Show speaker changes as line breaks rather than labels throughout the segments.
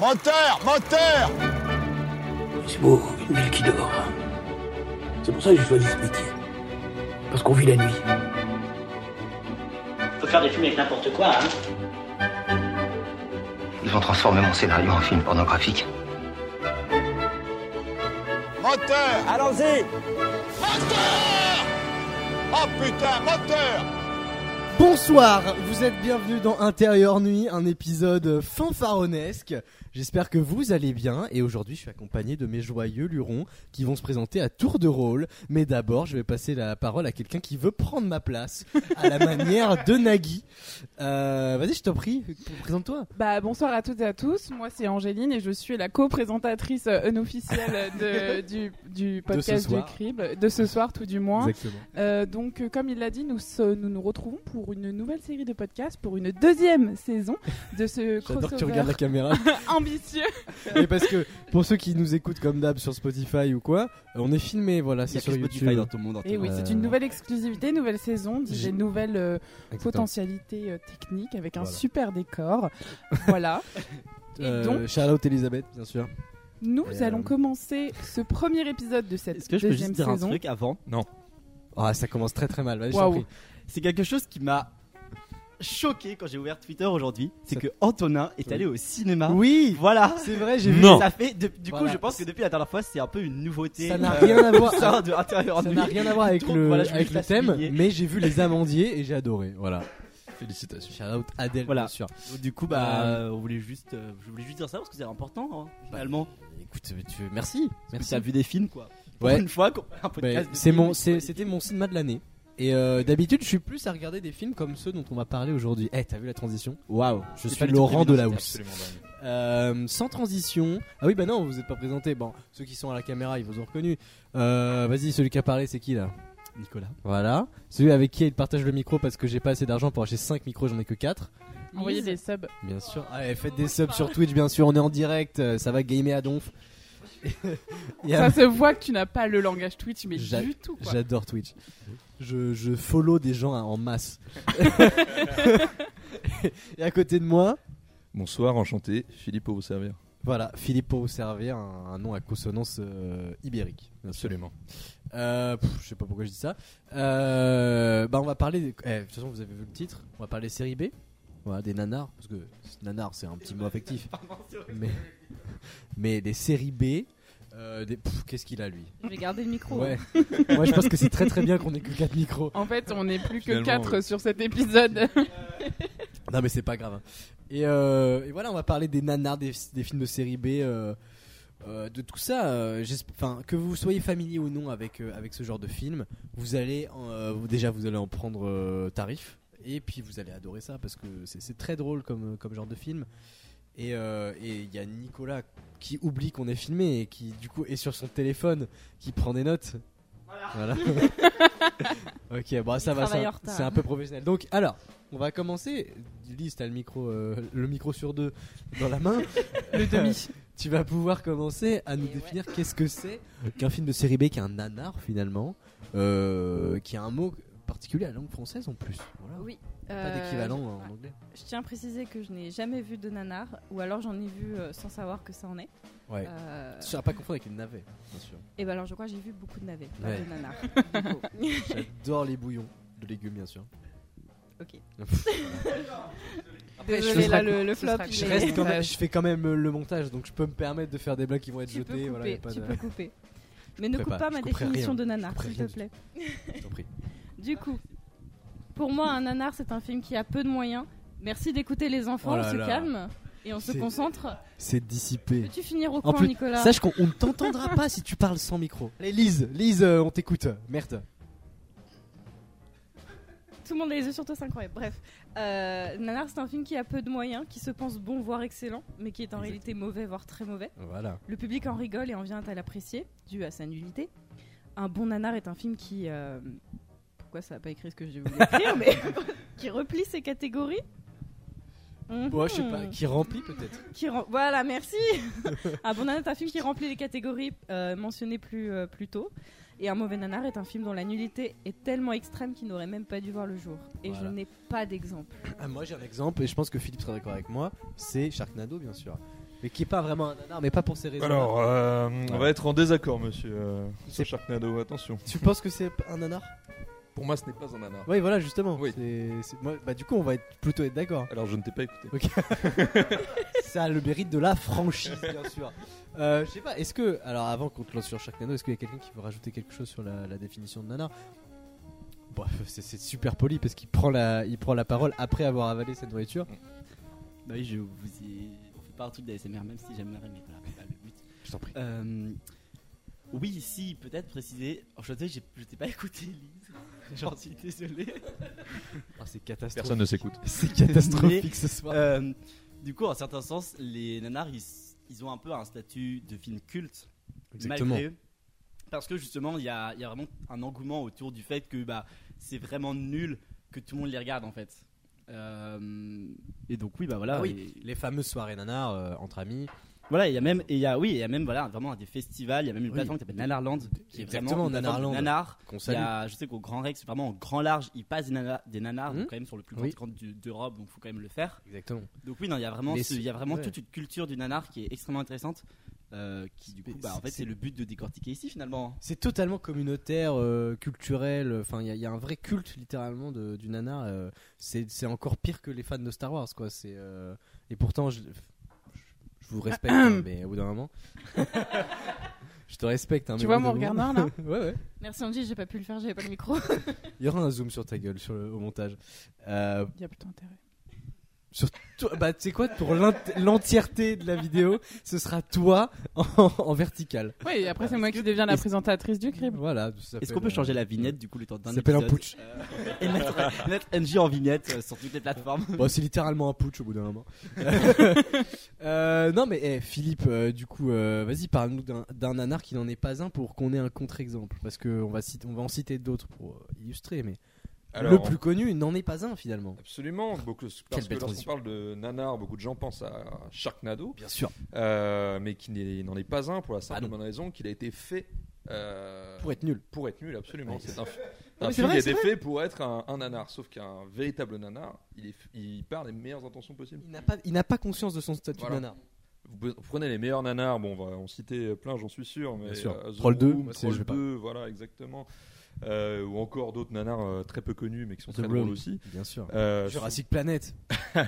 Moteur Moteur
C'est beau, une ville qui dort. C'est pour ça que j'ai choisi ce métier. Parce qu'on vit la nuit.
On peut faire des films avec n'importe quoi, hein.
Ils vont transformer mon scénario en film pornographique.
Moteur
Allons-y
Moteur Oh putain, moteur
Bonsoir, vous êtes bienvenue dans Intérieur Nuit, un épisode fanfaronnesque. J'espère que vous allez bien et aujourd'hui je suis accompagné de mes joyeux lurons qui vont se présenter à tour de rôle. Mais d'abord je vais passer la parole à quelqu'un qui veut prendre ma place à la manière de Nagui. Euh, Vas-y je t'en prie, présente-toi.
Bah, bonsoir à toutes et à tous. Moi, c'est Angéline et je suis la co-présentatrice euh, unofficielle de- du, du podcast du
soir.
Crible, de ce soir tout du moins.
Exactement.
Euh, donc, euh, comme il l'a dit, nous, se- nous nous retrouvons pour une nouvelle série de podcasts, pour une deuxième saison de ce
J'adore que
crossover
tu regardes la caméra.
ambitieux.
Mais parce que pour ceux qui nous écoutent comme d'hab sur Spotify ou quoi, euh, on est filmé, voilà,
Il y
c'est
a que
sur
Spotify
YouTube.
dans tout le monde.
Et oui,
Euh,
c'est une nouvelle exclusivité, nouvelle saison,
j'ai-
des nouvelles euh,
Exactement.
potentialités euh, techniques avec un
Voilà.
super décor. voilà. Et
Euh,
donc-
Charlotte Elisabeth, bien sûr.
Nous
Et,
allons
euh,
commencer ce premier épisode de cette
Est-ce que je peux
deuxième
juste dire un
saison.
truc avant
Ah, ça commence très très mal. Vas-y, je t'en
Waouh.
prie.
C'est quelque chose qui m'a choqué quand j'ai ouvert Twitter aujourd'hui. C'est
Ça-
que Antonin est allé au
Ah.
cinéma.
Oui,
Voilà.
c'est vrai, j'ai
Et
vu.
Ça fait, de- du coup,
Voilà.
je pense que depuis la dernière fois, c'est un peu une nouveauté.
Ça n'a
euh,
rien à
au
voir.
sein de l'intérieur
Ça
de
n'a
lui.
rien à voir avec
Donc,
le,
voilà, je voulais
avec le
juste la
thème,
souligner.
mais j'ai vu les amandiers et j'ai adoré. Voilà. Félicitations. Shout out Adèle,
Voilà.
bien sûr.
Donc, Du coup, bah, euh, on voulait juste, euh, je voulais juste dire ça parce que c'est important, hein, finalement.
Écoute, tu... merci.
Parce que t'as vu des films, quoi. Pour
Ouais.
Une fois qu'on fait un
Ouais,
podcast. de
c'est
films,
mon,
on
c'est-
fait des
c'était
films.
mon cinéma de l'année. Et euh, d'habitude, je suis plus à regarder des films comme ceux dont on va parler aujourd'hui. Eh, t'as vu la transition Waouh, je
pas
suis
du tout
Laurent
prévu,
de
non,
la
c'était
housse. Euh, sans transition. Ah oui, bah non, vous êtes pas présenté. Bon, ceux qui sont à la caméra, ils vous ont reconnu. Euh, Vas-y, celui qui a parlé, c'est qui là
Nicolas.
Voilà. Celui avec qui il partage le micro parce que j'ai pas assez d'argent pour acheter 5 micros, j'en ai que 4.
Envoyez des subs.
Bien sûr. Allez, faites des subs sur Twitch, bien sûr. On est en direct. euh, Ça va gamer à donf. Et
Ça
à-
se voit que tu n'as pas le langage Twitch, mais
J'a-
du tout. Quoi.
J'adore Twitch. Je, je follow des gens hein, en masse. Et à côté de moi,
Bonsoir, enchanté, Philippe pour vous servir.
voilà, Philippe pour vous servir, un, un nom à consonance euh, ibérique. bien sûr.
Absolument.
Euh, pff, je sais pas pourquoi je dis ça. Euh, bah on va parler. des- eh, de toute façon, vous avez vu le titre. On va parler série B. Voilà, des nanars. Parce que nanar, c'est un petit mot affectif. Mais, mais des séries B. euh, des- pff, Qu'est-ce qu'il a lui
Je vais garder le micro. hein.
Ouais. Moi, je pense que c'est très très bien qu'on ait que 4 micros.
En fait, on n'est plus que
Finalement,
4
ouais.
sur cet épisode.
Non, mais c'est pas grave. hein. Et, euh, et voilà, on va parler des nanars, des, des films de série B, euh, euh, de tout ça. euh, j'esp- Enfin, que vous soyez familier ou non avec euh, avec ce genre de film, vous allez en- euh, vous- déjà vous allez en prendre euh, tarif, et puis vous allez adorer ça parce que c'est c'est très drôle comme comme genre de film. Et euh, et il y a Nicolas qui oublie qu'on est filmé et qui du coup est sur son téléphone, qui prend des notes. Voilà. ok, bon ça
Il
va,
travaille
ça-
en retard.
c'est un peu professionnel. Donc alors, on va commencer. Lise, t'as le micro, euh, le micro sur deux dans la main. le demi. Tu vas pouvoir commencer à nous
Et ouais.
définir qu'est-ce que c'est qu'un film de série B, qu'un nanar finalement, euh, qui a un mot particulier à la langue française en plus. Voilà.
Oui.
Pas
euh,
d'équivalent
je-
en
ouais.
anglais.
Je tiens à préciser que je n'ai jamais vu de nanar, ou alors j'en ai vu euh, sans savoir que ça en est.
Ouais.
Euh,
Tu ne pas confondre avec les navets, bien sûr.
et ben alors je crois que j'ai vu beaucoup de navets, pas
Ouais.
de nanars. du coup.
J'adore les bouillons de légumes, bien sûr.
Ok.
Après, je,
Désolé,
fais-
là le, le
ce
flop.
sera-
il
je
est-
reste quand même- je fais quand même euh, le montage, donc je peux me permettre de faire des blagues qui vont être
Tu peux
jetées.
couper,
voilà, y a pas
tu
de-
peux couper. Mais ne
couperai
coupe
pas,
pas,
je
ma
couperai
définition
rien,
de
je
nanar,
couperai
s'il
rien
te
du
plaît.
Je t'en prie.
Du coup, pour moi, un nanar, c'est un film qui a peu de moyens. Merci d'écouter les enfants,
Oh
on
là
se
là.
calme et on se
C'est-
concentre.
C'est dissipé.
Peux-tu finir au
En
coin,
plus,
Nicolas
Sache qu'on on ne t'entendra pas si tu parles sans micro. Allez, Lise, Lise, euh, on t'écoute. Merde.
Tout le monde a les yeux sur toi, c'est incroyable. Bref, euh, Nanar, c'est un film qui a peu de moyens, qui se pense bon, voire excellent, mais qui est en réalité mauvais, voire très mauvais.
Voilà.
Le public en rigole et en vient à l'apprécier, dû à sa nullité. Un bon Nanar est un film qui. euh, pourquoi ça n'a pas écrit ce que je voulais écrire, mais. qui replie ses catégories.
Ouais, je sais
Mhm.
pas, qui remplit peut-être.
Qui rem- Voilà, merci. un bon nanar est un film qui remplit les catégories euh, mentionnées plus, euh, plus tôt. Et un mauvais nanar est un film dont la nullité est tellement extrême qu'il n'aurait même pas dû voir le jour. Et
Voilà.
je n'ai pas d'exemple.
Ah, moi j'ai un exemple et je pense que Philippe sera d'accord avec moi, c'est Sharknado bien sûr. mais qui est pas vraiment un nanar, mais pas pour ces raisons.
Alors, euh, on va être en désaccord, monsieur. euh,
C'est-
sur Sharknado, attention.
tu penses que c'est un nanar
Pour moi, ce n'est pas un nanar.
Oui, voilà, justement.
Oui.
C'est- c'est- moi- bah, du coup, on va être, plutôt être d'accord.
Alors, je ne t'ai pas écouté.
Ça a le mérite de la franchise, bien sûr. Euh, je sais pas, est-ce que. Alors, avant qu'on te lance sur chaque nano, est-ce qu'il y a quelqu'un qui veut rajouter quelque chose sur la, la définition de nanar Bref, c'est c'est super poli parce qu'il prend, la- il prend la parole après avoir avalé sa nourriture.
Bah oui, je vous ai. On fait pas un truc d'ASMR, même si j'aimerais, mais voilà, c'est pas le but.
Je t'en prie.
Euh, Oui, si, peut-être préciser. En chanté, j'ai- je t'ai pas écouté, Lise. J'en suis désolé.
Ah, c'est catastrophique.
Personne ne s'écoute.
C'est catastrophique ce soir.
Euh, du coup, en certain sens, les nanars, ils, ils ont un peu un statut de film culte. malgré eux. parce que justement, il y a, il y a vraiment un engouement autour du fait que bah, c'est vraiment nul que tout le monde les regarde en fait. Euh, et donc oui, bah voilà.
Ah
et-
oui, les fameuses soirées nanar euh, entre amis.
Voilà, il y a même, et il y a, oui, il y a même voilà, vraiment des festivals, il y a même une
Oui.
plateforme qui s'appelle Nanarland, qui est
Exactement,
vraiment une plateforme
Nanarland.
de nanars.
qu'on
Il y
salue.
a, je sais qu'au Grand Rex, vraiment en grand large, ils passent des, nana- des nanars,
Mhm.
donc quand même sur le plus grand
Oui.
écran du- d'Europe, donc faut quand même le faire.
Exactement.
Donc oui, non, il y a vraiment,
Mais
ce- il y a
c'est-
vraiment
ouais.
toute une culture du nanar qui est extrêmement intéressante, euh, qui du coup,
Mais
bah, en
c'est-
fait, c'est le but de décortiquer ici finalement.
C'est totalement communautaire, euh, culturel. Enfin, il y, a- il y a un vrai culte littéralement de- du nanar. euh, c'est c'est encore pire que les fans de Star Wars, quoi. C'est euh, et pourtant, je, je vous respecte, hein, mais au bout d'un moment, je te respecte. hein,
Tu
mais au
vois
bout
mon
d'un
regard
moment-
noir, là
Ouais, ouais.
Merci Angie, j'ai pas pu le faire, j'avais pas le micro.
Il y aura un zoom sur ta gueule sur le- au montage. Euh,
Il y a plutôt intérêt.
toi- bah, tu sais quoi, pour l'int- l'entièreté de la vidéo, ce sera toi en, en vertical.
Oui, et après, c'est moi qui deviens la présentatrice du crime.
Voilà. euh,
Est-ce qu'on peut changer la vignette du coup le temps d'un
Ça s'appelle un
épisode,
putsch.
euh, et mettre, mettre NG en vignette euh, sur toutes les plateformes.
Bon, c'est littéralement un putsch au bout d'un moment. Euh, non, mais eh, Philippe, euh, du coup, euh, vas-y, parle-nous d'un- d'un nanar qui n'en est pas un pour qu'on ait un contre-exemple. Parce qu'on va, citer- on va en citer d'autres pour euh, illustrer, mais le plus connu n'en est pas un finalement.
Ah, Absolument, beaucoup- parce
Quelle
que
belle
lorsqu'on
transition.
parle de nanar, beaucoup de gens pensent à Sharknado,
Bien sûr.
euh, mais qui n'est- n'en est pas un pour la
Ah
simple
non.
bonne raison qu'il a été fait euh,
Pour être nul.
pour être nul, absolument.
Ouais.
C'est un, fi-
mais
un
c'est
film
vrai,
qui a
c'est
été fait pour être un, un nanar, sauf qu'un véritable nanar, il, est, il part des meilleures intentions possibles.
Il n'a pas, il n'a pas conscience de son statut
Voilà.
de nanar.
Vous pe- prenez les meilleurs nanars, bon, on va en citer euh, plein, j'en suis sûr, mais
Bien sûr.
euh, The
Troll 2,
Room,
c'est- je
Troll
vais pas.
2, voilà, exactement. Euh, ou encore d'autres nanars euh, très peu connus, mais qui sont
The
très
Room.
drôles aussi.
Bien sûr.
Euh,
Jurassic Planet,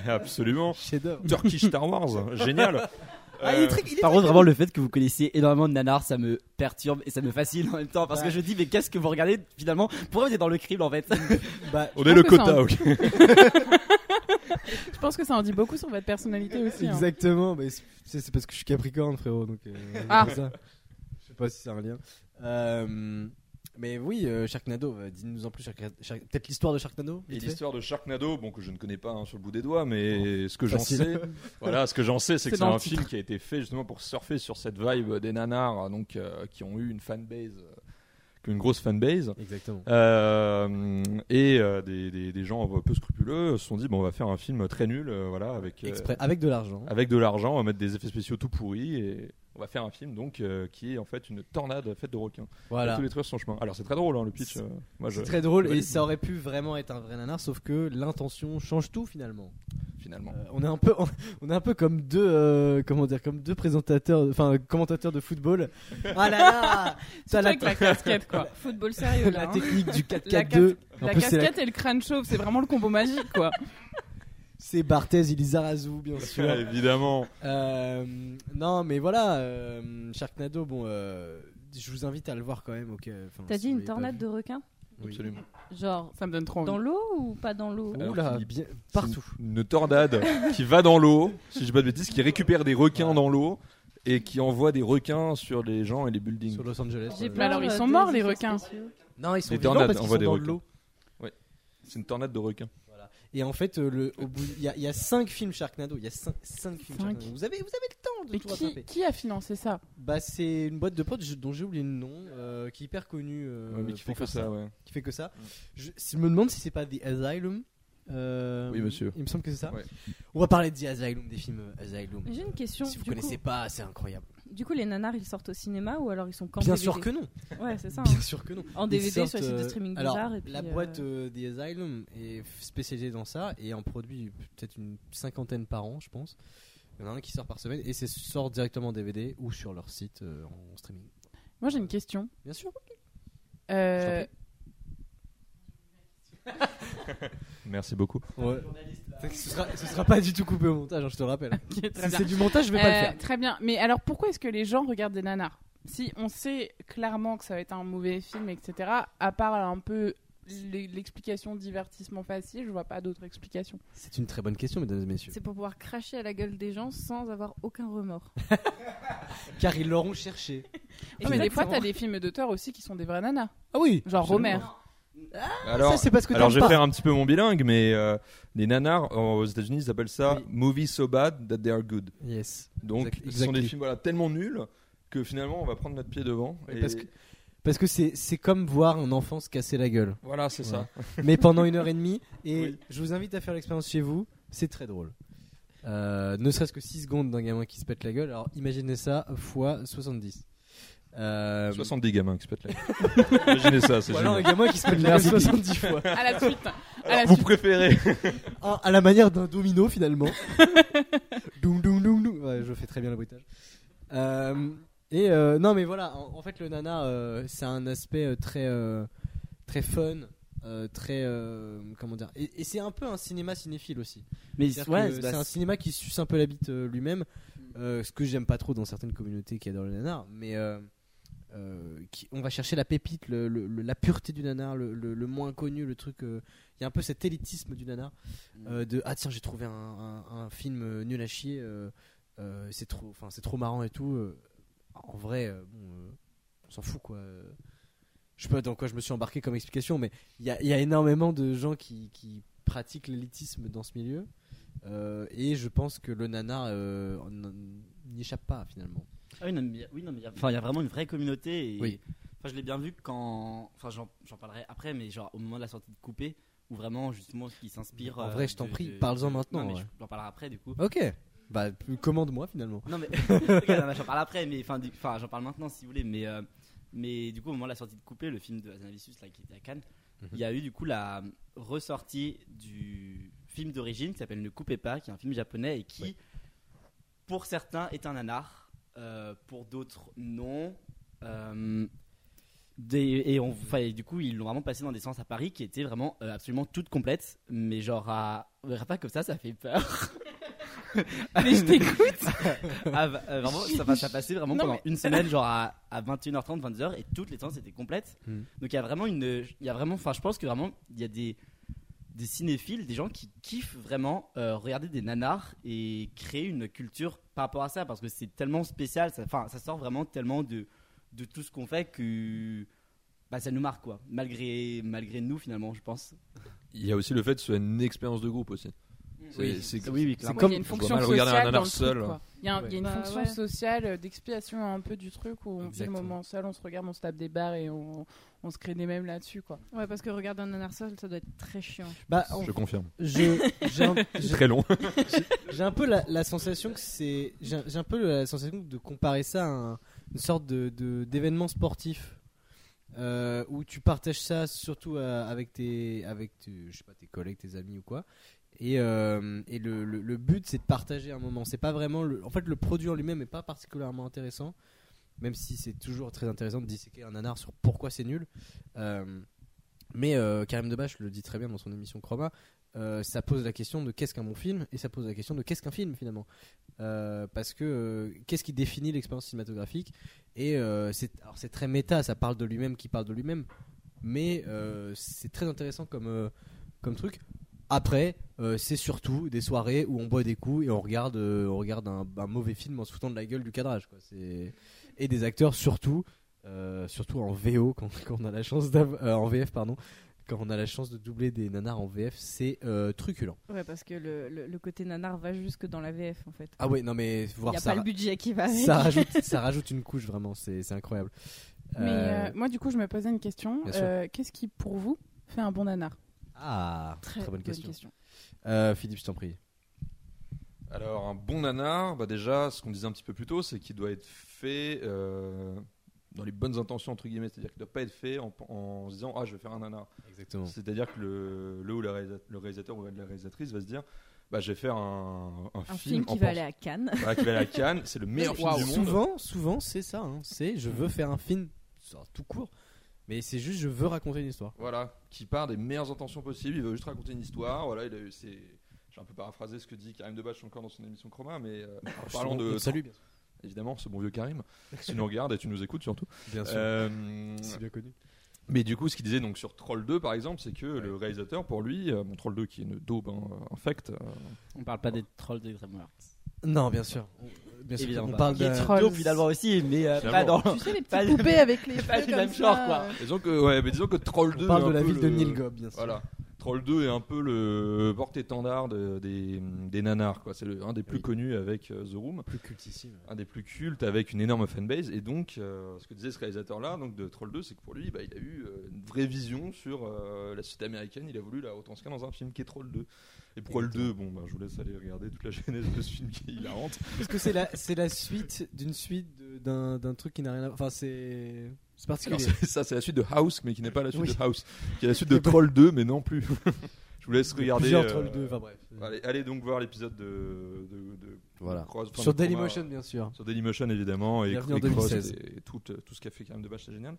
absolument.
chef-d'œuvre.
Turkish Star Wars, génial.
Ah, il est
Euh,
très- il est Par contre, vraiment, le fait que vous connaissiez énormément de nanars, ça me perturbe et ça me fascine en même temps. Parce que je dis, mais qu'est-ce que vous regardez finalement Pourquoi vous êtes dans le crible en fait
Bah,
On
Je
est le
pense que ça
quota,
en-
ok.
Je pense que ça en dit beaucoup sur votre personnalité
Euh,
aussi. hein.
Exactement, mais c'est- c'est c'est parce que je suis Capricorne, frérot. Donc, euh,
Ah.
c'est ça. Je sais pas si c'est un lien. Euh, mais oui, euh, Sharknado, euh, dis-nous en plus. Shark- Shark- Peut-être l'histoire de Sharknado
Et
vite fait
l'histoire de Sharknado, bon que je ne connais pas hein, sur le bout des doigts, mais ce que j'en
Facile.
sais, voilà, ce que j'en sais, c'est que
C'est
c'est
dans
un
le
film qui a été fait justement pour surfer sur cette vibe des nanars, donc euh, qui ont eu une fanbase, euh, qui ont une grosse fanbase.
Exactement.
Euh, et euh, des, des- des gens un peu scrupuleux se sont dit bon on va faire un film très nul euh, voilà avec euh,
Exprès, avec de l'argent.
avec de l'argent on va mettre des effets spéciaux tout pourris et on va faire un film donc euh, qui est en fait une tornade faite de requins
Voilà.
tous les trucs sur son chemin alors c'est très drôle hein, le pitch
C'est-
euh, moi je
C'est très drôle et
valide.
ça aurait pu vraiment être un vrai nanar, sauf que l'intention change tout finalement.
finalement
Euh, on est un peu, on, est un peu comme deux, euh, comment dire, comme deux présentateurs, enfin commentateurs de football. Ah là là, t'as
Surtout
la,
avec la casquette, quoi.
Football sérieux
la
là. hein.
technique du 4-4-2.
La
En
La
plus, c'est
casquette et le crâne chauve, c'est vraiment le combo magique, quoi.
C'est Barthez, Ilizarazu, bien sûr.
Ouais, évidemment
Euh, non, mais voilà, euh, Sharknado, bon, euh, je vous invite à le voir quand même. ok, enfin,
T'as
si
dit
vous
une
l'avez pas
tornade
vu.
de requin
Oui.
absolument
Genre
Ça me donne trop envie.
dans l'eau ou pas dans l'eau
Alors,
Oula,
Philippe,
bien- partout.
C'est Une tornade qui va dans l'eau, si je dis pas de bêtises, qui récupère des requins dans l'eau et qui envoie des requins sur les gens et les buildings.
Sur Los Angeles.
J'ai
euh,
peur,
alors, ils
euh,
sont
des
morts, les
effets
requins.
spéciaux.
Non, ils sont
Les
vivants
tornades,
parce qu'ils
on voit
sont
des
dans de
requins.
l'eau.
C'est une tornade de requins.
Et en fait, euh, le, au bout, il y, a- il y a 5 films Sharknado. Il y a 5, films
Cinq.
Sharknado. Vous avez, vous avez le temps de
Mais
tout
qui,
rattraper.
qui a financé ça
Bah, c'est une boîte de potes je- dont j'ai oublié le nom, euh, qui est hyper connue. euh,
Ouais, mais qui fait
pour
que
faire
ça, ouais.
Qui fait que ça. Je, si- je me demande si c'est pas The Asylum. euh,
Oui, monsieur.
Il me semble que c'est ça.
Ouais.
On va parler de The Asylum, des films euh, Asylum.
J'ai une question.
Si vous
du,
connaissez
coup,
pas, c'est incroyable.
du coup, les nanars ils sortent au cinéma ou alors ils sont quand
Bien
DVD?
sûr que non.
Ouais, c'est ça. hein.
Bien sûr que non.
En
Ils
DVD sur
sortent,
les sites de
euh,
streaming
alors,
bizarres. et puis,
la
euh,
boîte euh, des Asylum est f- spécialisée dans ça et en produit peut-être une cinquantaine par an, je pense. Il y en a un qui sort par semaine et c'est sort directement en DVD ou sur leur site euh, en streaming.
Moi, j'ai une question.
Bien sûr.
Euh,
Merci beaucoup.
Ouais. Ce sera, ce sera pas du tout coupé au montage, hein, je te rappelle.
ok, très
si
bien.
c'est du montage, je vais pas le
Euh,
faire.
Très bien. Mais alors, pourquoi est-ce que les gens regardent des nanars Si on sait clairement que ça va être un mauvais film, etc., à part un peu l'e- l'explication divertissement facile, je vois pas d'autres explications.
C'est une très bonne question, mesdames et messieurs.
C'est pour pouvoir cracher à la gueule des gens sans avoir aucun remords.
Car ils l'auront cherché.
Ah, mais des fois,
Exactement.
t'as des films d'auteurs aussi qui sont des vrais nanas.
Ah oui
Genre
absolument.
Romer.
Alors,
ça, c'est parce que
alors
t'aimes
je vais
pas.
faire un petit peu mon bilingue, mais euh, les nanars en- aux États-Unis ils appellent ça
Oui.
movies so bad that they are good.
Yes.
Donc,
Exact-
ce sont des
exactly.
films voilà, tellement nuls que finalement on va prendre notre pied devant.
Oui,
et
parce que- Parce que c'est c'est comme voir un enfant se casser la gueule.
Voilà, Ah, c'est ça.
mais pendant une heure et demie. Et
Oui.
je vous invite à faire l'expérience chez vous. C'est très drôle. Euh, ne serait-ce que 6 secondes d'un gamin qui se pète la gueule. Alors imaginez ça fois 70. Euh,
70 gamins qui se pètent la gueule. Imaginez ça, c'est
Ou alors un
génial.
gamin qui se pète la gueule
Merci.
70 fois.
À la suite. À la
Vous
suite.
préférez
Un- Ah, à la manière d'un domino finalement. doum, doum, doum, doum. Ouais, je fais très bien le bruitage. Euh, et euh, non, mais voilà, en, en fait, le nana, euh, c'est un aspect euh, très, euh, très fun. euh, très euh, comment dire et, et c'est un peu un cinéma cinéphile aussi
Mais bah,
C'est-à-dire que c'est un cinéma qui suce un peu la bite euh, lui-même euh, ce que j'aime pas trop dans certaines communautés qui adorent le nanar mais euh, euh, qui- on va chercher la pépite le- le- le- la pureté du nanar le, le- le moins connu le truc euh, il y a un peu cet élitisme du nanar euh, de ah tiens j'ai trouvé un, un- un film euh, nul à chier euh, euh, c'est trop enfin c'est trop marrant et tout euh, en vrai euh, bon, euh, on s'en fout quoi euh. je sais pas dans quoi je me suis embarqué comme explication mais il y a, il y a énormément de gens qui, qui pratiquent l'élitisme dans ce milieu Euh, et je pense que le nanar euh, n- n'y échappe pas finalement
Ah oui, non, mais, il y a- oui, non, mais il y a- enfin, il y a vraiment une vraie communauté. Et,
Oui.
Enfin, je l'ai bien vu quand. Enfin, j'en j'en parlerai après, mais genre au moment de la sortie de Coupé, où vraiment, justement, qui s'inspire.
En
euh,
vrai, je t'en
de-
prie,
de-
parle-en
de-
maintenant,
Non, mais
ouais.
je- j'en parlerai après, du coup.
ok bah commande-moi finalement
Non, mais. Ok, non, mais j'en parle après, mais. Enfin, du- enfin, j'en parle maintenant si vous voulez, mais. euh, Mais du coup, au moment de la sortie de Coupé, le film de Hazanavicius, là, qui était à Cannes, il
Mhm.
y a eu du coup la ressortie du film d'origine qui s'appelle Ne coupez pas, qui est un film japonais et qui, pour certains, est un nanar, euh, pour d'autres, non. Euh, des- et, on, enfin, et du coup, ils l'ont vraiment passé dans des séances à Paris qui étaient vraiment euh, absolument toutes complètes, mais genre à. on verra pas comme ça, ça fait peur. mais je t'écoute! Ah, bah, euh, vraiment, ça, va- ça passait vraiment
Non,
pendant
mais-
une semaine, genre à, à 21h30, 22h, et toutes les séances étaient complètes.
Mm.
Donc il y a vraiment une. Il y a vraiment. Enfin, je pense que vraiment, il y a des, des cinéphiles, des gens qui kiffent vraiment euh, regarder des nanars et créer une culture par rapport à ça, parce que c'est tellement spécial, ça, enfin, ça sort vraiment tellement de, de tout ce qu'on fait que. Bah, ça nous marque quoi, malgré, malgré nous finalement, je pense.
Il y a aussi le fait que ce soit une expérience de groupe aussi. C'est-
Oui.
c'est-
Oui, oui,
Ouais,
clairement.
comme-
il y a une
je vois
fonction
mal regarder un
sociale dans
nanar
le truc,
seul.
quoi. Il y a, un- il y a une
Ouais. Bah
fonction
ouais.
sociale euh, d'expiation un peu du truc où on vit le
Exactement.
moment seul, on se regarde, on se tape des barres et on, on se crée des mêmes là-dessus. quoi.
Ouais, parce que regarder un nanar seul, ça doit être très chiant.
bah en-
Je confirme.
je- j'ai un- j'ai-
Très long.
j'ai un peu la, la sensation que c'est j'ai j'ai un peu la sensation de comparer ça à un- une sorte de de- d'événement sportif euh, où tu partages ça surtout à- avec tes avec tes- je sais pas tes collègues tes amis ou quoi et, euh, et le, le- le but c'est de partager un moment c'est pas vraiment le, en fait le produit en lui-même est pas particulièrement intéressant même si c'est toujours très intéressant de disséquer un nanar sur pourquoi c'est nul Euh, mais euh, Karim Debache le dit très bien dans son émission Chroma euh, ça pose la question de qu'est-ce qu'un bon film et ça pose la question de qu'est-ce qu'un film finalement. Euh, parce que euh, qu'est-ce qui définit l'expérience cinématographique Et euh, c'est alors c'est très méta, ça parle de lui-même qui parle de lui-même, mais euh, c'est très intéressant comme euh, comme truc. Après, euh, c'est surtout des soirées où on boit des coups et on regarde euh, on regarde un, un mauvais film en se foutant de la gueule du cadrage quoi. C'est et des acteurs surtout euh, surtout en VO quand, quand on a la chance d'av- euh, en VF pardon quand on a la chance de doubler des nanars en VF, c'est euh, truculent.
Ouais, parce que le, le- le côté nanar va jusque dans la VF en fait.
Ah ouais, non mais
Il
voir
n'y a
ça,
pas le budget qui va avec.
ça rajoute, ça rajoute une couche vraiment, c'est c'est incroyable.
Mais
Euh,
euh, moi, du coup, je me posais une question.
Bien sûr.
Euh, Qu'est-ce qui, pour vous, fait un bon nanar
Ah,
Très
très, bonne question. Euh, Philippe, je t'en prie.
Alors, un bon nanar, bah déjà, ce qu'on disait un petit peu plus tôt, c'est qu'il doit être fait euh, dans les bonnes intentions, entre guillemets. C'est-à-dire qu'il ne doit pas être fait en, en se disant Ah, je vais faire un nanar.
Exactement.
C'est-à-dire que le, le ou la réalisa- le réalisateur ou la réalisatrice va se dire bah, je vais faire un, un
Un
film,
film
en
qui va
pens-
aller à Cannes.
voilà, qui va aller à Cannes. C'est le meilleur film
Waouh.
du monde.
Souvent, souvent, c'est ça. hein. C'est je veux faire un film, ça, tout court. Mais c'est juste je veux raconter une histoire.
Voilà, qui part des meilleures intentions possibles. Il veut juste raconter une histoire. Voilà, il a eu ses- J'ai un peu paraphrasé ce que dit Karim Debache encore dans son émission Chroma, mais euh, en parlant de.
salut,
Évidemment, ce bon vieux Karim. Si tu nous regardes et tu nous écoutes surtout.
bien sûr,
Euh,
c'est bien connu.
Mais du coup, ce qu'il disait donc sur Troll 2, par exemple, c'est que le réalisateur, pour lui, euh, bon, Troll 2 qui est une daube hein, infecte, euh,
On parle pas des trolls de Dreamworks.
Non, bien sûr, bien sûr.
Évidemment
On
pas.
parle
Qui est
de
Trolls.
daube finalement aussi, mais euh, pas dans.
Finalement.
Tu sais, les
Pas
petites
du-
poupées avec les
pas
cheveux
du
comme
même genre,
ça,
quoi.
euh.
disons que, ouais, mais disons que Troll 2.
On
est
parle
un
de la
peu
ville
le-
de Milgob, bien sûr.
Voilà. Troll 2 est un peu le porte-étendard de- des, des nanars, quoi. C'est le- un des plus
Oui.
connus avec euh, The Room,
Plus cultissime.
un des plus cultes avec une énorme fanbase. Et donc, euh, ce que disait ce réalisateur-là, donc de Troll 2, c'est que pour lui, bah, il a eu euh, une vraie vision sur euh, la société américaine. Il a voulu la retranscrire dans un film qui est Troll 2. Et Troll 2, bon, bah, je vous laisse aller regarder toute la genèse de ce film qui est hilarante.
Parce que c'est la, c'est la suite d'une suite de- d'un, d'un truc qui n'a rien à voir. Enfin, c'est, c'est particulier.
Alors, c'est- ça, c'est la suite de House, mais qui n'est pas la suite
Oui.
de House, qui est la suite de Troll 2, mais non plus. Je vous laisse regarder.
Plusieurs
euh,
trolls 2, enfin bref.
Allez, allez donc voir l'épisode de, de- de-
Voilà.
Cross- enfin,
Sur
de Chroma,
Dailymotion, bien sûr.
euh, Sur Dailymotion, évidemment, et,
Bienvenue en
et Cross
2016.
et tout, euh, tout ce qu'a fait Karim Debache, c'est génial.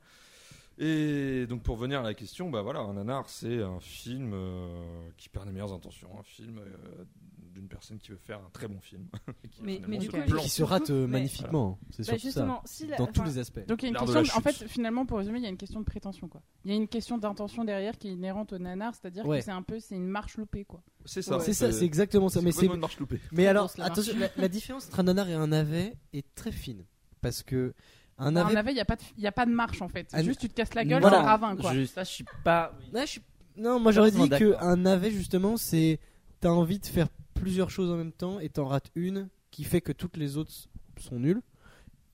Et donc, pour venir à la question, bah voilà, un nanar, c'est un film euh, qui perd les meilleures intentions, un film euh, d'une personne qui veut faire un très bon film. et qui,
Mais-
finalement,
mais du
se
coup,
plante.
plan.
Qui se rate euh,
Mais-
magnifiquement. C'est
Bah,
surtout ça.
justement, si la-
Dans tous
enfin,
les aspects.
Donc il y a une
L'art de
question,
la
en fait,
chute.
finalement, pour résumer, il y a une question de prétention, quoi. Il y a une question d'intention derrière qui est inhérente au nanar, c'est-à-dire
Ouais.
que c'est un peu, c'est une marche loupée, quoi.
C'est ça.
C'est ça, c'est exactement ça. Mais c'est,
complètement une marche loupée.
mais alors,
grosse, la marche.
attention, la, la différence entre un nanar et un navet est très fine. Parce que un
Un
navet.
navet, il n'y a, pas de- il y a pas de marche, en fait.
Ah,
Juste, tu te casses la gueule,
Voilà.
dans le ravin, quoi.
Je, ça, je suis pas.
Ouais, je suis- Non, moi j'aurais dit
Complètement d'accord.
qu'un navet, justement, c'est. T'as envie de faire plusieurs choses en même temps et t'en rates une qui fait que toutes les autres sont nulles.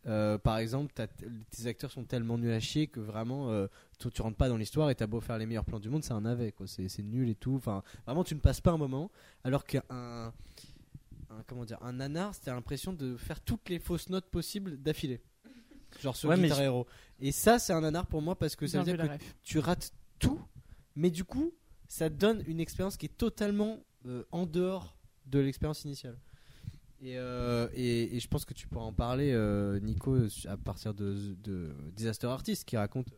Euh, par exemple, t'as t- tes acteurs sont tellement nuls à chier que vraiment euh, toi, tu rentres pas dans l'histoire et t'as beau faire les meilleurs plans du monde, c'est un navet quoi. C'est c'est nul et tout. Enfin, vraiment, tu ne passes pas un moment. Alors qu'un un, comment dire, un nanar, t'as l'impression de faire toutes les fausses notes possibles d'affilée. Genre sur
Ouais, mais
Guitar Hero. Et ça, c'est un nanar pour moi parce que ça
Bien
veut dire
vu,
que
la ref.
tu rates tout, mais du coup, ça donne une expérience qui est totalement euh, en dehors de l'expérience initiale. Et, euh, et, et je pense que tu pourras en parler, euh, Nico, à partir de, de Disaster Artist, qui raconte euh,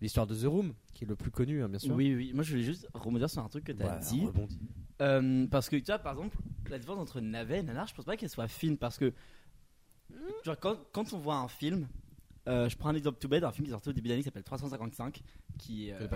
l'histoire de The Room, qui est le plus connu, hein, bien sûr.
Oui, oui, moi je voulais juste rebondir sur un truc que tu as
Bah,
dit.
rebondis.
Euh, parce que tu vois, par exemple, la différence entre navet et nanar, je pense pas qu'elle soit fine parce que genre, quand, quand on voit un film, euh, je prends un exemple tout bête, un film qui est sorti au début d'année qui s'appelle 355, qui, euh,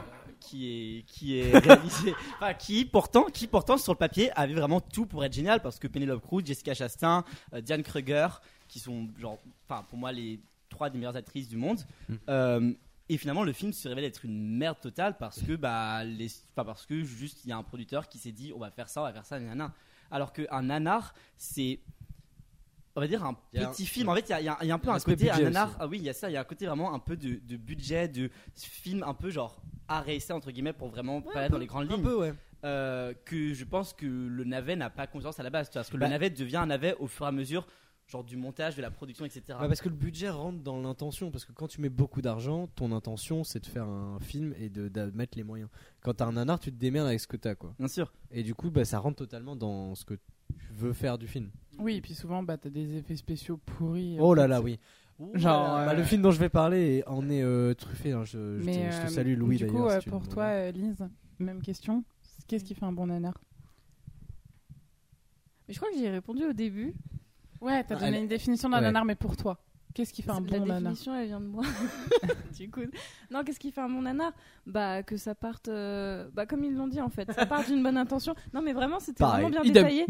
qui est qui est réalisé, enfin qui pourtant qui pourtant sur le papier avait vraiment tout pour être génial parce que Penelope Cruz, Jessica Chastain, euh, Diane Kruger, qui sont genre, enfin pour moi les trois des meilleures actrices du monde.
Mhm.
Euh, et finalement, le film se révèle être une merde totale parce que, bah, les, enfin, parce que juste il y a un producteur qui s'est dit on va faire ça, on va faire ça, nanana. Alors qu'un nanar, c'est. On va dire un
Il y a
petit
un-
film. En fait, il y a, il y a- il y a un peu
un
un
aspect
côté. Un
budget
nanar,
aussi.
ah oui, il y a ça, il y a un côté vraiment un peu de, de budget, de film un peu genre arrêté entre guillemets pour vraiment pas être dans les grandes
Un
lignes.
peu, ouais.
Euh, que je pense que le navet n'a pas conscience à la base. tu vois, Parce que
Bah-
le navet devient un navet au fur et à mesure genre du montage, de la production, etc.
Ouais, Bah, parce que le budget rentre dans l'intention. Parce que quand tu mets beaucoup d'argent, ton intention c'est de faire un film et de, de mettre les moyens. Quand t'as un nanar, tu te démerdes avec ce que t'as, quoi.
Bien sûr.
Et du coup, bah, ça rentre totalement dans ce que tu veux faire du film.
Oui, et puis souvent, bah, t'as des effets spéciaux pourris. euh,
Oh là là, oui.
Genre,
Bah,
euh,
le film dont je vais parler est- en est euh, truffé. hein. Je, je te,
Mais,
je te
euh,
salue, Louis.
Du coup,
d'ailleurs, si
euh,
tu
pour
me
toi,
vois.
euh, Lise, même question. Qu'est-ce qui fait un bon nanar
Mais je crois que j'y ai répondu au début.
Ouais, t'as
Non,
donné
Ah, elle-
une définition d'un
ouais.
nanar, mais pour toi, qu'est-ce qui fait un
la
bon nanar
définition, elle vient de moi. du coup, non, qu'est-ce qui fait un bon nanar Bah que ça parte, euh, bah comme ils l'ont dit en fait, ça part d'une bonne intention. Non, mais vraiment, c'était
Pareil,
vraiment bien
idem.
détaillé.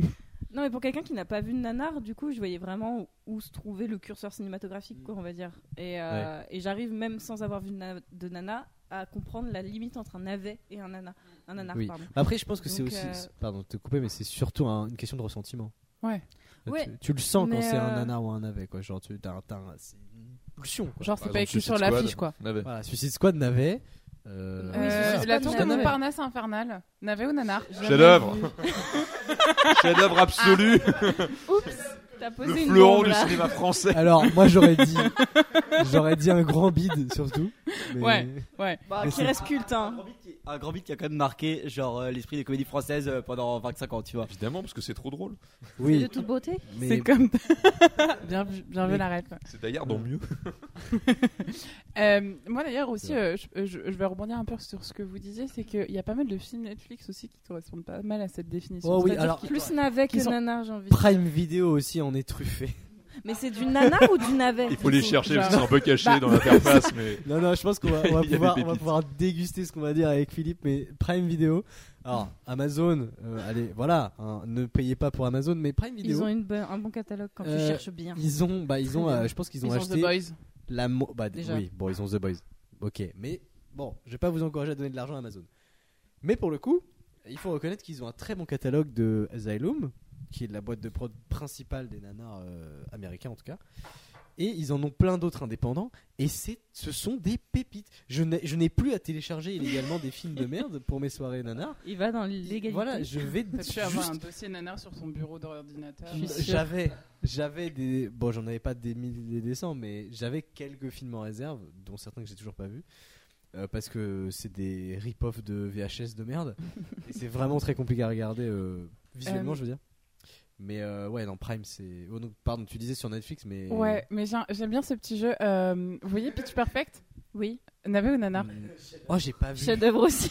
Non, mais pour quelqu'un qui n'a pas vu de nanar, du coup, je voyais vraiment où, où se trouvait le curseur cinématographique, quoi, on va dire. Et, euh, et j'arrive même sans avoir vu de, na- de nana à comprendre la limite entre un navet et un nana, un nanar,
Oui.
pardon.
Après, je pense que c'est
Donc,
aussi.
euh,
c'est- Pardon de te couper, mais c'est surtout un- une question de ressentiment.
Ouais.
Tu-
Ouais,
Tu, le sens quand
mais,
c'est un
euh,
nanar ou un navet, quoi. Genre, tu t'as un- t'as un- c'est une pulsion, quoi.
Genre,
Par
c'est pas
exemple,
écrit sur
Suicide
l'affiche,
Squad.
quoi.
Navet.
Voilà, Suicide Squad, navet. euh,
Oui,
Euh,
Suicide Squad,
la tour de
nanar.
Montparnasse infernale, navet ou nanar
Chef-d'œuvre Chef-d'œuvre absolu
Oups, t'as
Le
posé Ah, une
fleuron
bombe
du
là.
cinéma français
Alors, moi, j'aurais dit. j'aurais dit un grand bide, surtout. mais-
Ouais. Ouais.
Bah, qui reste culte, hein.
un grand beat qui a quand même marqué genre euh, l'esprit des comédies françaises euh, pendant 25 ans, tu vois.
Évidemment, parce que c'est trop drôle.
C'est de toute beauté.
C'est
mais
comme. bien vu, bien vu
Mais-
la ref.
C'est d'ailleurs dans mieux.
Euh, moi d'ailleurs aussi, euh, je, euh, je- je vais rebondir un peu sur ce que vous disiez, c'est qu'il y a pas mal de films Netflix aussi qui correspondent pas mal à cette définition.
Oh oui,
C'est-à-dire
alors-
qu'ils-
Plus navet
Qui
que
sont-
nanar, j'ai envie de dire.
Prime Video aussi en est truffé.
Mais c'est du nana ou du navet
Il faut les
sont-
chercher parce
genre-
qu'ils sont un peu cachés
Bah.
dans l'interface, mais
Non, non, je pense qu'on va, on va
Il y a des
pouvoir, on va
pépites.
pouvoir déguster ce qu'on va dire avec Philippe, mais Prime Video. Alors, Amazon, euh, allez, voilà, hein, ne payez pas pour Amazon, mais Prime Video.
Ils ont une bonne- un bon catalogue quand
Euh,
tu cherches bien.
Ils ont, bah, ils ont, euh, je pense qu'ils ont
Ils ont
acheté
The Boys.
la, mo- bah, d-
Déjà.
oui, bon, ils ont The Boys. Ok, mais bon, je vais pas vous encourager à donner de l'argent à Amazon. Mais pour le coup, il faut reconnaître qu'ils ont un très bon catalogue de Asylum, qui est la boîte de prod principale des nanars euh, américains en tout cas. Et ils en ont plein d'autres indépendants. Et c'est, ce sont des pépites. Je n'ai, je n'ai plus à télécharger illégalement des films de merde pour mes soirées nanars.
Il va dans l'illégalité.
Voilà, je vais
T'as pu avoir un
juste
dossier nanar sur son bureau d'ordinateur.
Je suis sûre.
Euh, j'avais j'avais des bon j'en avais pas des milliers des cents mais j'avais quelques films en réserve dont certains que j'ai toujours pas vus euh, parce que c'est des rip-off de VHS de merde et c'est vraiment très compliqué à regarder euh, visuellement
Euh,
je veux dire mais euh, ouais non Prime c'est oh, non, pardon tu disais sur Netflix mais
Ouais, mais j'ai- j'aime bien ce petit jeu. euh, vous voyez Pitch Perfect
Oui,
Navet ou Nanar
Mm. oh j'ai pas vu
chef-d'œuvre aussi.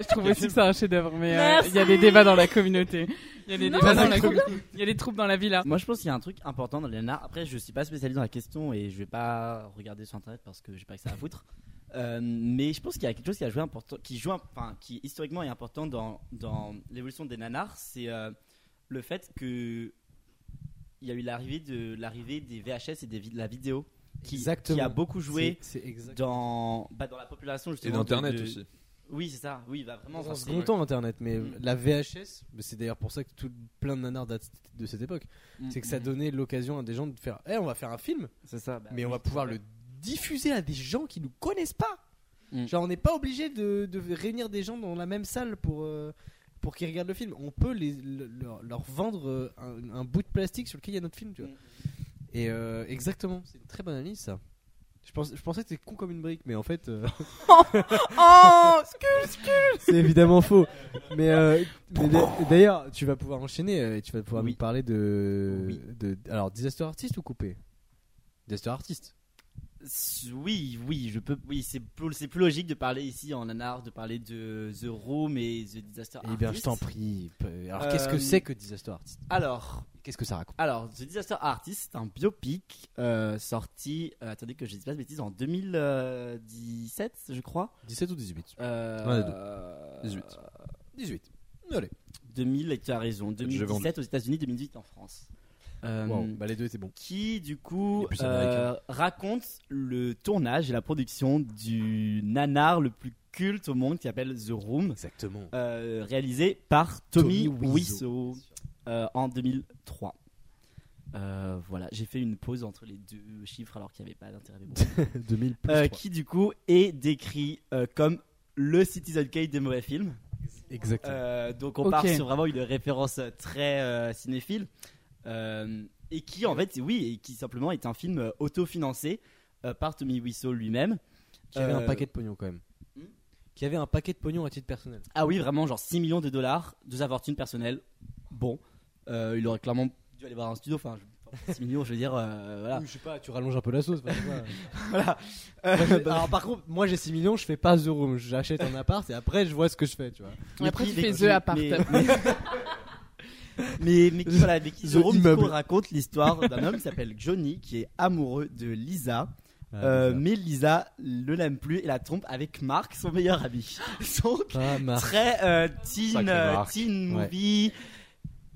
Je trouve aussi que c'est un chef-d'œuvre, mais euh,
Merci.
il y a des débats dans la communauté. Il y a des
Non,
débats
mais
dans la
c'est
communauté. Il y a des troupes dans la hein. villa.
Moi, je pense qu'il y a un truc important dans les nanars. Après, je suis pas spécialisé dans la question et je vais pas regarder sur internet parce que j'ai pas que ça à foutre. Euh, mais je pense qu'il y a quelque chose qui a joué important, qui joue, un- enfin, qui historiquement est important dans, dans l'évolution des nanars, c'est euh, le fait que il y a eu l'arrivée de l'arrivée des VHS et des vi- de la vidéo qui,
Exactement.
qui a beaucoup joué
c'est c'est exact
dans bah, dans la population
et
justement. de-
d'internet
de-
aussi.
Oui, c'est ça. Oui, bah, vraiment.
dans
enfin,
ce
c'est-
second temps internet mais
Mm.
la VHS mais c'est d'ailleurs pour ça que tout plein de nanars datent de cette époque
Mm,
c'est que ça
mm,
donnait l'occasion à des gens de faire Eh, on va faire un film
C'est ça. bah,
mais on
oui,
va
tout
pouvoir
à fait.
le diffuser à des gens qui nous connaissent pas.
Mm.
Genre, on n'est pas obligé de, de réunir des gens dans la même salle pour, euh, pour qu'ils regardent le film. On peut les, le- leur, leur vendre euh, un, un bout de plastique sur lequel il y a notre film, tu vois.
Mm.
Et euh, exactement, c'est une très bonne analyse ça. Je, pense, je pensais que t'es con comme une brique, mais en fait, euh,
Oh
c'est évidemment faux. Mais, euh, mais d'a- d'ailleurs, tu vas pouvoir enchaîner euh, et tu vas pouvoir
Oui.
nous parler de,
Oui.
de. Alors, Disaster Artist ou coupé Disaster Artist.
S- Oui, oui, je peux. Oui, c'est plus, c'est plus logique de parler ici en nanar, de parler de The Room et The Disaster
Eh
Artist.
bien, je t'en prie. Alors, qu'est-ce
Euh,
que c'est que Disaster Artist
Alors,
Qu'est-ce que ça raconte
alors, The Disaster Artist, c'est un biopic euh, sorti, euh, attendez que je dise pas de bêtises, en 2017, je crois.
17 ou 18 Un des deux.
Euh,
18.
18. Allez.
2000, et tu as raison.
vais vendre.
2017 aux États-Unis, 2018 en France. Euh,
Bah, les deux étaient bons.
qui du coup
Les plus
euh, raconte le tournage et la production du nanar le plus culte au monde qui s'appelle The Room,
Exactement.
euh, réalisé par Tommy,
Tommy
Wiseau euh, en 2003. Euh, voilà, j'ai fait une pause entre les deux chiffres alors qu'il n'y avait pas d'intérêt. mais bon.
2000 plus.
Euh,
trois.
qui du coup est décrit euh, comme le Citizen Kane des mauvais films.
Exactement.
Euh, donc on
Ok.
part sur vraiment une référence euh, très euh, cinéphile Euh, et qui en fait oui et qui simplement est un film euh, autofinancé euh, par Tommy Wiseau lui-même.
qui avait un
euh,
paquet de pognon quand même.
Hmm
Qui avait un paquet de pognon à titre personnel.
Ah oui vraiment genre 6 millions de dollars de sa fortune personnelle. Bon, euh, il aurait clairement dû aller voir un studio. Enfin, je- 6 millions je veux dire euh, voilà.
Oui, je sais pas, tu rallonges un peu la sauce. enfin, tu vois.
Voilà.
Moi, j'ai- Alors, par contre, moi j'ai 6 millions, je fais pas The Room. J'achète un appart et après je vois ce que je fais, tu vois.
Mais
Après,
qui-
tu
mais-
fais The Apart.
Mais, mais, mais- mais qui, voilà, mais qui,
The
The Room, du coup,
Immeuble.
raconte l'histoire d'un homme qui s'appelle Johnny qui est amoureux de Lisa.
Ah,
Euh, mais Lisa ne l'aime plus et la trompe avec Marc, son meilleur ami. Donc
Ah, Marc.
très euh, teen,
Sacré
euh,
Marc.
teen
Ouais.
movie.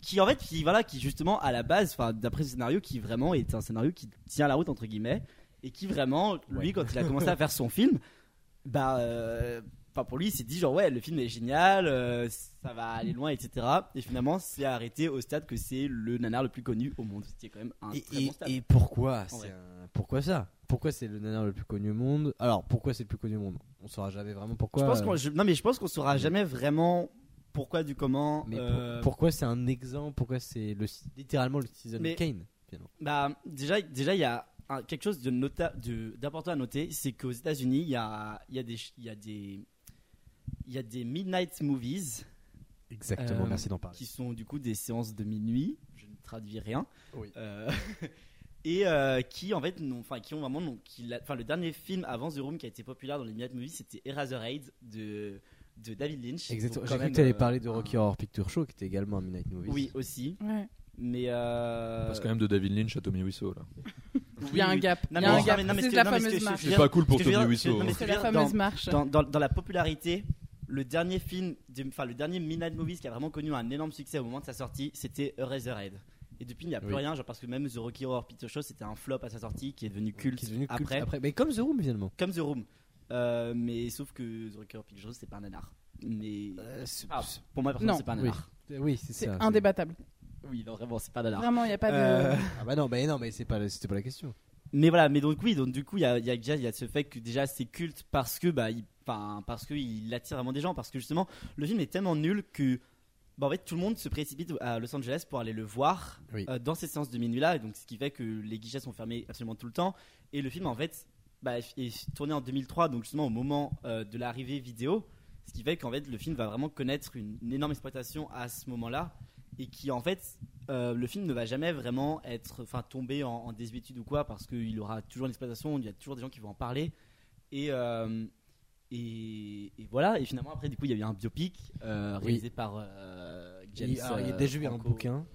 Qui en fait, qui voilà, qui justement à la base, enfin d'après ce scénario, qui vraiment est un scénario qui tient la route entre guillemets et qui vraiment, lui,
Ouais.
quand il a commencé à faire son film, bah, euh, enfin pour lui, il s'est dit genre ouais, le film est génial, euh, ça va aller loin, etc. Et finalement, c'est arrêté au stade que c'est le nanar le plus connu au monde. C'était quand même un
Et,
très
et-
bon stade.
et pourquoi c'est
vrai.
un- Pourquoi ça Pourquoi c'est le nanar le plus connu au monde Alors, pourquoi c'est le plus connu au monde On saura jamais vraiment pourquoi.
Je pense
euh,
qu'on, je- non mais je pense qu'on saura jamais vraiment pourquoi du comment.
Mais pour-
euh,
pourquoi c'est un exemple Pourquoi c'est le, littéralement le Citizen
Mais-
Kane
Bah déjà, déjà il y a un- quelque chose de nota, de- d'important à noter, c'est qu'aux États-Unis il y a, il y a des, ch- il y a des il y a des Midnight Movies
Exactement,
Euh,
merci d'en parler.
qui sont du coup des séances de minuit. Je ne traduis rien.
Oui.
Euh, et euh, qui en fait, n'ont- enfin, qui ont vraiment, n'ont- qui l'a- enfin, le dernier film avant The Room qui a été populaire dans les Midnight Movies, c'était Eraserhead de de David Lynch.
Exactement.
Donc,
J'ai
quand
cru que
même,
tu allais
euh,
parler de
un-
Rocky Horror Picture Show, qui était également un Midnight Movie.
Oui, aussi.
Ouais.
Mais euh,
Parce quand même de David Lynch à Tommy Wiseau là.
oui,
Il y a un
oui.
gap.
Non,
Il y a
mais-
un
non,
gap.
mais- non, mais ce
C'est
que-
la
non, mais ce que
fameuse
je-
marche.
C'est pas cool pour
Ce que je veux
Tommy
dire-
Wiseau.
non, mais
hein.
ce que
C'est
je veux
la
dire, dans-
fameuse marche.
dans, dans- dans la popularité, le dernier film, de- enfin le dernier Midnight Movies qui a vraiment connu un énorme succès au moment de sa sortie, c'était Eraserhead. Et depuis, il n'y a plus
Oui.
rien, genre parce que même The Rocky Horror Picture Show, c'était un flop à sa sortie qui est devenu
Qui est
culte,
devenu culte
après,
après. Mais comme The Room, finalement.
comme The Room. Euh, mais sauf que The Rocky Horror Picture Show, c'est pas un nanar. Mais Ah, pour moi, personnellement,
Non.
c'est pas un
Euh, Oui.
nanar.
Oui, c'est
C'est
ça. c'est-
indébattable.
Oui, non, vraiment, c'est pas un nanar.
Vraiment, il n'y a pas de.
Euh,
Ah bah non, bah non, mais c'est pas, c'était pas la question.
Mais voilà, mais donc oui, donc du coup, il y a, il y a déjà, il y a ce fait que déjà c'est culte parce que bah, il, enfin, parce que il attire vraiment des gens, parce que justement, le film est tellement nul que, bah, en fait, tout le monde se précipite à Los Angeles pour aller le voir
Oui.
euh, dans ces séances de minuit là, et donc ce qui fait que les guichets sont fermés absolument tout le temps, et le film en fait, bah, est tourné en 2003, donc justement au moment euh, de l'arrivée vidéo, ce qui fait qu'en fait le film va vraiment connaître une, une énorme exploitation à ce moment-là, et qui en fait euh, le film ne va jamais vraiment être, enfin, tomber en, en désuétude ou quoi, parce qu'il aura toujours une exploitation, il y a toujours des gens qui vont en parler. Et, euh, et, et voilà, et finalement, après, du coup, il y a eu un biopic euh,
Oui.
réalisé par euh, James
il, alors, il y a
euh,
déjà eu un
Franco.
bouquin.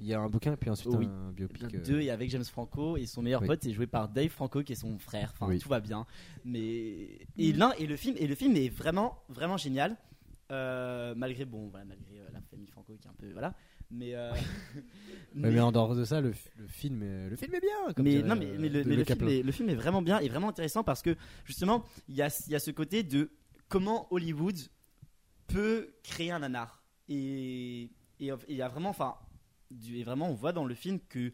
Il y a un bouquin, puis ensuite
Oh oui.
un biopic.
Le
euh,
deux, et avec James Franco, et son meilleur
Oui.
pote est joué par Dave Franco, qui est son frère. Enfin,
Oui.
tout va bien. Mais et l'un et le film et le film est vraiment vraiment génial. Euh, malgré bon voilà malgré euh, la famille Franco qui est un peu voilà mais euh,
Ouais, mais en dehors de ça, le, f- le film, est, le film est bien. Comme
mais
dirait,
non, mais,
euh,
mais le,
de
mais le
Caplan.
film est, le film est vraiment bien et vraiment intéressant parce que justement, il y a, il y a ce côté de comment Hollywood peut créer un nanar. Et et- et il y a vraiment, enfin, du- et vraiment, on voit dans le film que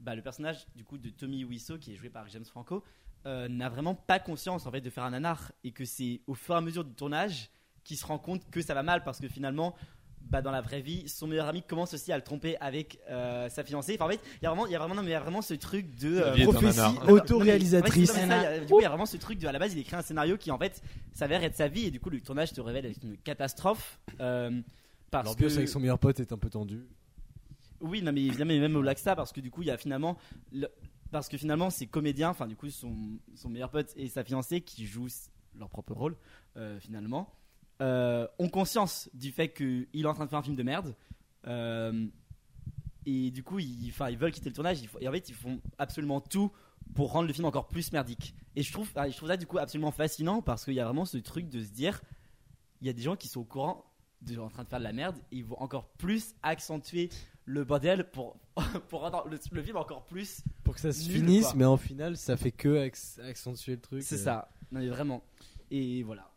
bah, le personnage du coup de Tommy Wiseau qui est joué par James Franco euh, n'a vraiment pas conscience en fait de faire un nanar et que c'est au fur et à mesure du tournage qu'il se rend compte que ça va mal parce que finalement bah, dans la vraie vie son meilleur ami commence aussi à le tromper avec euh, sa fiancée enfin en fait il y a vraiment il y a vraiment non, mais il y a vraiment ce truc de euh,
La vie est un
prophétie
nanar.
Non,
Autoréalisatrice.
mais- ouais, c'est- non, mais ça, il y a- du coup il y a vraiment ce truc de à la base il écrit un scénario qui en fait s'avère être sa vie et du coup le tournage te révèle être une catastrophe euh, parce que
L'ambiance avec son meilleur pote est un peu tendue.
oui, non, mais évidemment, mais même au Laxa, parce que du coup, il y a finalement. le- Parce que finalement, ces comédiens, enfin, du coup, son, son meilleur pote et sa fiancée qui jouent s- leur propre rôle, euh, finalement, euh, ont conscience du fait qu'il est en train de faire un film de merde. euh, et du coup, ils, enfin, ils veulent quitter le tournage. ils font- et en fait, ils font absolument tout pour rendre le film encore plus merdique. Et je trouve, ah, je trouve ça, du coup, absolument fascinant parce qu'il y a vraiment ce truc de se dire il y a des gens qui sont au courant de en train de faire de la merde et ils vont encore plus accentuer le bordel pour, pour rendre le, le film encore plus.
Pour que ça se
Nul,
finisse,
quoi.
mais en final, ça fait que acc- accentuer le truc.
C'est
euh,
ça. Non, mais vraiment. Et voilà.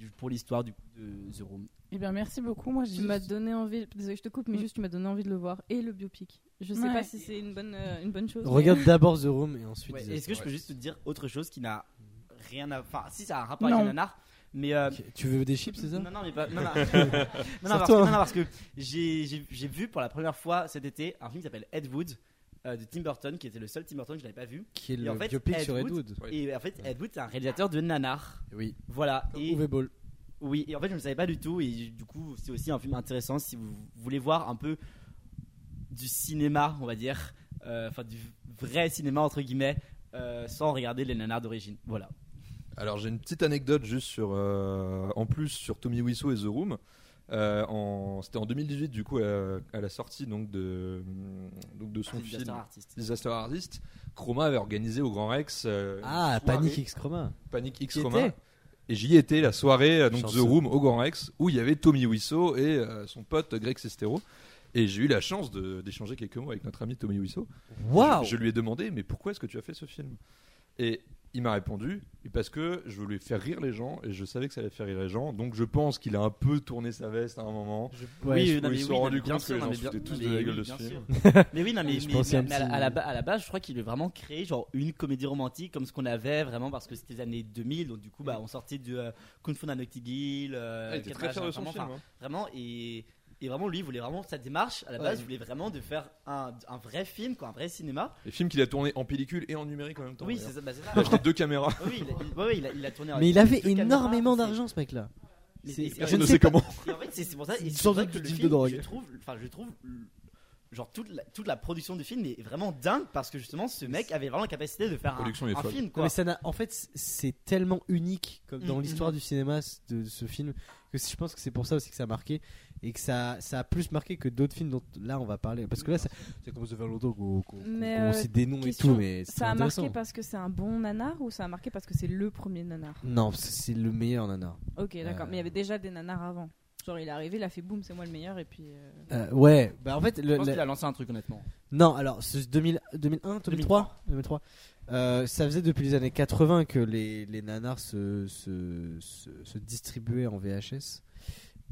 C'est Pour l'histoire du coup de The Room.
Eh bien, merci beaucoup. Moi,
Tu
j'ai
Euh.
m'as donné envie, désolé je te coupe, mais
Mm.
juste tu m'as donné envie de le voir et le biopic. Je sais
Ouais.
pas si c'est une bonne, euh, une bonne chose. mais-
Regarde d'abord The Room et ensuite.
Ouais,
The-
Est-ce que je peux juste te dire autre chose qui n'a rien à. Enfin, si ça a un rapport
Non.
avec le nanar, mais. euh,
Ok, Tu veux des chips, c'est ça
Non, non, mais pas. Non, non, non, non, parce, que,
toi.
non, non, parce que j'ai j'ai- j'ai vu pour la première fois cet été un film qui s'appelle Ed Wood euh, de Tim Burton, qui était le seul Tim Burton que je n'avais pas vu.
Qui est
Et
le
en fait,
biopic
Ed
sur Ed
Wood-
Wood.
Ouais.
Et en fait, Ed Wood, c'est un réalisateur de nanar.
Oui.
Voilà. Et,
Uwe Ball.
oui, et en fait, je ne savais pas du tout. Et du coup, c'est aussi un film intéressant si vous voulez voir un peu du cinéma, on va dire. euh, Enfin, du vrai cinéma, entre guillemets, euh, sans regarder les nanars d'origine. Voilà.
Alors j'ai une petite anecdote juste sur, euh, en plus sur Tommy Wiseau et The Room. Euh, en- C'était en 2018 du coup à, à la sortie donc de, donc de son
C'est
film
un artiste.
Disaster Artist. Chroma avait organisé au Grand Rex euh,
Ah,
une soirée-
Panic X Chroma.
Panic X
J'y
Chroma.
étais.
Et j'y étais la soirée euh, donc The
Chanceux.
Room au Grand Rex où il y avait Tommy Wiseau et euh, son pote Greg Sestero. Et j'ai eu la chance de- d'échanger quelques mots avec notre ami Tommy Wiseau.
Waouh
Je, je lui ai demandé, mais pourquoi est-ce que tu as fait ce film Et il m'a répondu, parce que je voulais faire rire les gens, et je savais que ça allait faire rire les gens, donc je pense qu'il a un peu tourné sa veste à un moment.
Ouais,
je-
euh, non,
oui,
mais
ils se sont
non,
rendus
mais bien
compte que
sûr,
les
non,
gens
mais
se
bien-
foutaient tous
non,
de
mais
la gueule
oui,
de
bien
ce film.
sûr. mais oui, non, mais,
Je
mais-
pensais
mais-
à un
mais à, la,
petit-
à la ba- à la base, je crois qu'il veut vraiment créer genre une comédie romantique comme ce qu'on avait vraiment parce que c'était les années 2000, donc du coup,
Mm.
bah, on sortait de euh, Kung Fu Nanokti Gill, euh,
Ah, il était
Quatre
très fier de
Mages,
son
vraiment,
film.
enfin,
hein.
vraiment et et vraiment lui il voulait vraiment sa démarche à la base
Ouais.
il voulait vraiment de faire un, un vrai film quoi un vrai cinéma
Les films qu'il a tourné en pellicule et en numérique en même temps.
oui
d'ailleurs.
c'est ça, bah, c'est ça.
Il a acheté deux caméras.
oui ah, il a, il- ouais, ouais, il a- il a tourné avec
Mais il avait
deux caméras,
énormément
c'est-
d'argent, ce mec-là.
Mais-
C'est-
mais-
je
mais-
ne sais comment.
Et en fait, c'est c'est pour ça. et
Une
c'est
sorte
pour ça
de
que le
deal de
film,
drogue.
Je trouve, enfin, je trouve, le- genre toute la, toute la production du film est vraiment dingue parce que justement, ce mec avait vraiment la capacité de faire un,
production est
un
folle.
film,
Non,
quoi.
mais ça n'a- en fait, c'est tellement unique comme dans
Mm,
l'histoire du cinéma c- de ce film que c- je pense que c'est pour ça aussi que ça a marqué et que ça, ça a plus marqué que d'autres films dont là on va parler parce que là ça, ça commence à faire longtemps qu'on qu'on-
Mais,
qu'on
euh,
sait des noms
question,
et tout, mais c'est
Ça a marqué
intéressant.
parce que c'est un bon nanar ou ça a marqué parce que c'est le premier nanar
Non, parce que c'est le meilleur nana.
Ok,
Euh.
d'accord. Mais il y avait déjà des nanars avant. Genre, il est arrivé, il a fait boum, c'est moi le meilleur, et puis. euh,
Euh, ouais, bah en fait, le,
Je pense
le-
qu'il a lancé un truc, honnêtement.
non, alors ce 2000 2001, 2003, 2003 euh, ça faisait depuis les années 80 que les, les nanars se, se, se, se distribuaient en VHS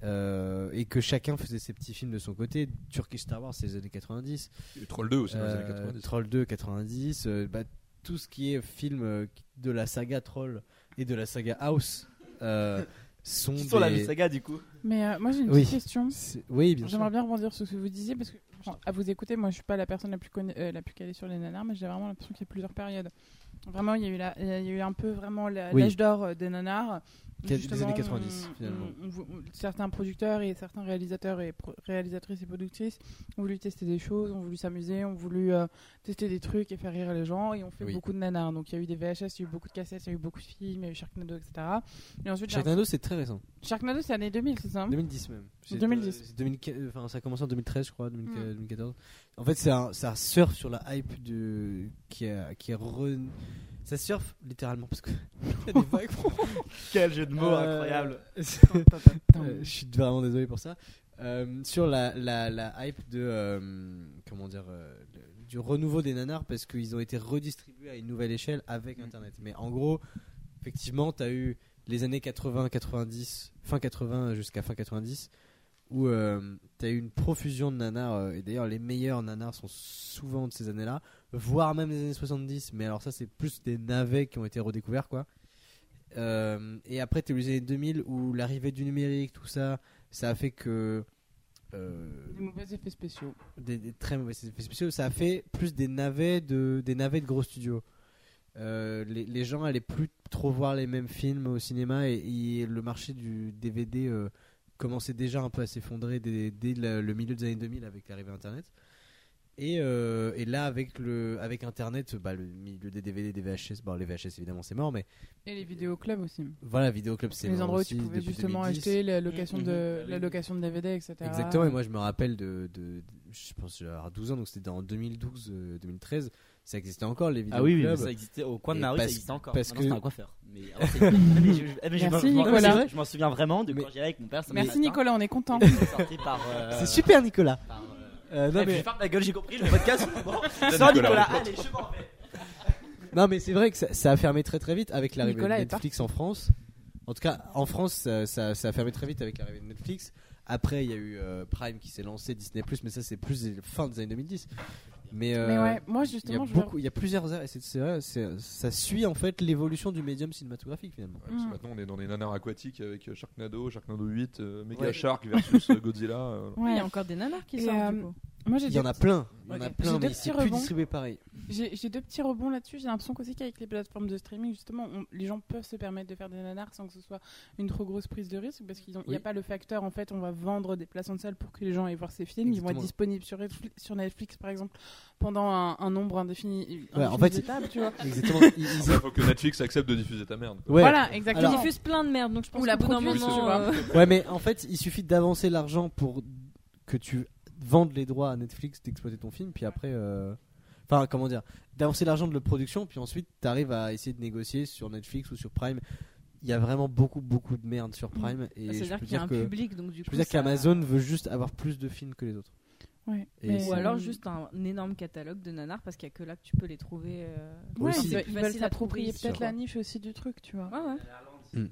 euh, et que chacun faisait ses petits films de son côté. Turkish Star Wars, c'est les années 90.
Et Troll 2 aussi dans les
Euh,
années 90.
Troll 2 90 euh, bah, tout ce qui est film euh, de la saga Troll et de la saga House euh, sont
Qui sont la
des-
saga du coup.
Mais euh, moi, j'ai une
Oui.
petite question.
C'est- oui bien sûr
J'aimerais bien rebondir sur ce que vous disiez parce que bon, à vous écouter, moi je suis pas la personne la plus, conna- euh, la plus calée sur les nanars, mais j'ai vraiment l'impression qu'il y a plusieurs périodes. Vraiment, il y a eu, la- il y a eu un peu vraiment la- l'âge
Oui.
d'or euh, des nanars.
Quel- des
Justement,
années 90, finalement.
on- on- on- certains producteurs et certains réalisateurs et pro- réalisatrices et productrices ont voulu tester des choses, ont voulu s'amuser, ont voulu euh, tester des trucs et faire rire les gens et ont fait
Oui.
beaucoup de nanars. Donc il y a eu des VHS, il y a eu beaucoup de cassettes, il y a eu beaucoup de films, il y a eu Sharknado, etc. Et ensuite, j'ai-
Sharknado c'est très récent
Sharknado, c'est l'année 2000, c'est ça hein
2010 même C'est,
2010.
euh, c'est 2015, enfin, ça a commencé en 2013 je crois 2014 2014. en fait c'est un- ça surfe sur la hype de, qui, a, qui a re- ça surfe littéralement parce que Euh, il y a des vagues.
Quel jeu de mots
Euh,
incroyable.
Euh, je suis vraiment désolé pour ça. Euh, sur la, la, la hype de euh, comment dire euh, le- du renouveau des nanars parce qu'ils ont été redistribués à une nouvelle échelle avec internet. Mais en gros, effectivement, tu as eu les années 80, 90, fin 80 jusqu'à fin 90 où tu as eu une profusion de nanars euh, et d'ailleurs les meilleurs nanars sont souvent de ces années-là, voire même des années 70, mais alors ça c'est plus des navets qui ont été redécouverts quoi. Euh, et après, tu as eu les années 2000 où l'arrivée du numérique, tout ça, ça a fait que. euh,
Des mauvais effets spéciaux.
des, des très mauvais effets spéciaux, ça a fait plus des navets de, des navets de gros studios. Euh, les, les gens allaient plus trop voir les mêmes films au cinéma et, et le marché du DVD euh, commençait déjà un peu à s'effondrer dès, dès le, le milieu des années 2000 avec l'arrivée Internet. Et, euh, et là, avec, le, avec Internet, bah, le milieu des DVD, des VHS, bon, les VHS évidemment c'est mort, mais
Et les vidéoclubs aussi.
voilà, Vidéoclub, c'est
les
mort
endroits où
aussi
tu pouvais
depuis
justement
2010.
acheter la location,
Mhm.
de,
Ah
la
oui.
location de DVD, etc.
Mm-hmm. Exactement, et moi je me rappelle de, de- de- je pense que j'avais avoir 12 ans, donc c'était en 2012, euh, 2013, ça existait encore les
Ah
vidéos clubs.
ça existait au coin de
Et
ma rue, ça
parce-
existait encore.
parce
Maintenant,
que-
c'est un coiffeur. Mais avant, c'était- Ah, mais je- ah, mais je-
Merci,
je m'en-
Nicolas.
je m'en- Je m'en souviens vraiment de
Mais-
quand j'y allais avec mon père. samedi
Merci
matin.
Nicolas, on est content.
Il était sorti par. euh,
C'est super Nicolas.
par, euh,
Euh, non,
eh, puis
mais,
Je ferme la gueule, j'ai compris le podcast. bon, Sans Nicolas, allez, je m'en vais.
non, mais c'est vrai que ça, ça a fermé très très vite avec l'arrivée de
Nicolas est
Netflix en France. En tout cas, en France, ça, ça- ça a fermé très vite avec l'arrivée de Netflix. Après, il y a eu euh, Prime qui s'est lancé, Disney Plus, mais ça c'est plus des- fin des années 2010. Mais,
Mais
euh,
ouais, moi
il y a
justement, je veux-
beaucoup, il y a plusieurs, et c'est- c'est vrai, c'est- ça suit en fait l'évolution du médium cinématographique finalement.
Ouais, parce que
Mm.
Maintenant, on est dans des nanars aquatiques avec euh, Sharknado, Sharknado 8, euh, Mega
Ouais.
Shark versus euh, Godzilla. euh,
Il y
Ouais,
a encore des nanars qui
Et,
sortent
euh,
du coup.
moi j'ai
Il y
des,
en a plein, il y en a
Ok. J'ai
plein,
deux
mais
petits
c'est plus
rebonds.
distribué pareil.
j'ai- j'ai deux petits rebonds là-dessus. J'ai l'impression qu'aussi qu'avec les plateformes de streaming, justement, on- les gens peuvent se permettre de faire des nanars sans que ce soit une trop grosse prise de risque parce qu'il n'y
Oui.
a pas le facteur en fait, on va vendre des places en salle pour que les gens aillent voir ces films. Ils vont
Exactement.
être disponibles sur Netflix, sur Netflix, par exemple pendant un, un nombre indéfini,
Ouais, en
indéfini
fait,
de tables, tu vois.
Exactement. Ils- ils-
Il faut que Netflix accepte de diffuser ta merde. quoi.
Ouais.
Voilà,
Ils
exactement.
diffusent plein de merde, donc je pense
Ou
que
la
bout d'un
produisent,
moment,
tu vois.
euh,
Ouais, mais en fait, il suffit d'avancer l'argent pour que tu vendes les droits à Netflix d'exploiter ton film, puis après. euh, Enfin, comment dire D'avancer l'argent de la production, puis ensuite, t'arrives à essayer de négocier sur Netflix ou sur Prime. Il y a vraiment beaucoup, beaucoup de merde sur Prime. Et je
Mmh. Bah, C'est-à-dire
peux
qu'il y a
dire
un
que.
public, donc du
Je
coup.
peux dire
ça-
qu'Amazon veut juste avoir plus de films que les autres.
Ouais,
Et
mais-
c'est-
Ou alors juste un énorme catalogue de nanars parce qu'il y a que là que tu peux les trouver. euh,
Ouais,
Aussi.
ils,
c'est
veulent-
plus
ils veulent
facile à
s'approprier
trouver, euh,
peut-être
quoi.
la niche aussi du truc, tu vois. Mm.
Ouais, ouais.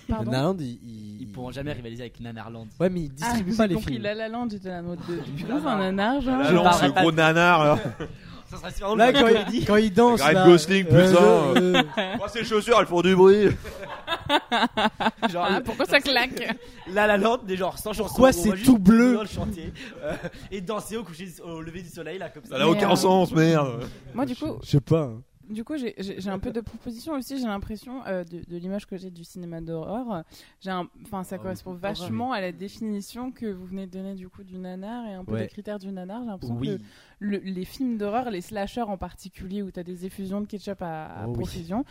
Pardon.
Nanarland, ils- ils.
Ils pourront jamais rivaliser avec Nanarland.
Ouais, mais ils
Ah,
distribuent
j'ai
pas les
compris,
films.
La La Land, j'étais là en mode de- Tu trouves un nanar, genre
La La Land. parlerai pas de-
nanar là.
Ça serait super drôle.
Oh Là, quand il, quand il danse.
Ryan
là,
Gosling,
euh,
putain.
euh,
Oh, ses chaussures, elles font du bruit.
Genre,
Ah, pourquoi ça claque
La La Land, des genres sans chanson.
Pourquoi
on
c'est
va juste
tout bleu
dans le chantier, euh, et danser au coucher, au lever du soleil là comme ça.
Ça n'a
Mais,
aucun
euh,
sens, merde.
Moi, du coup,
Je sais pas. hein.
du coup, j'ai- j'ai j'ai un peu de propositions aussi. J'ai l'impression, euh, de, de l'image que j'ai du cinéma d'horreur, j'ai un- enfin, ça
Ah,
correspond
horreur,
vachement à la définition que vous venez de donner du coup du nanar et un peu
Ouais.
des critères du nanar. J'ai l'impression que
Oui,
le- les films d'horreur, les slashers en particulier, où tu as des effusions de ketchup à, à
Oh oui.
profusion,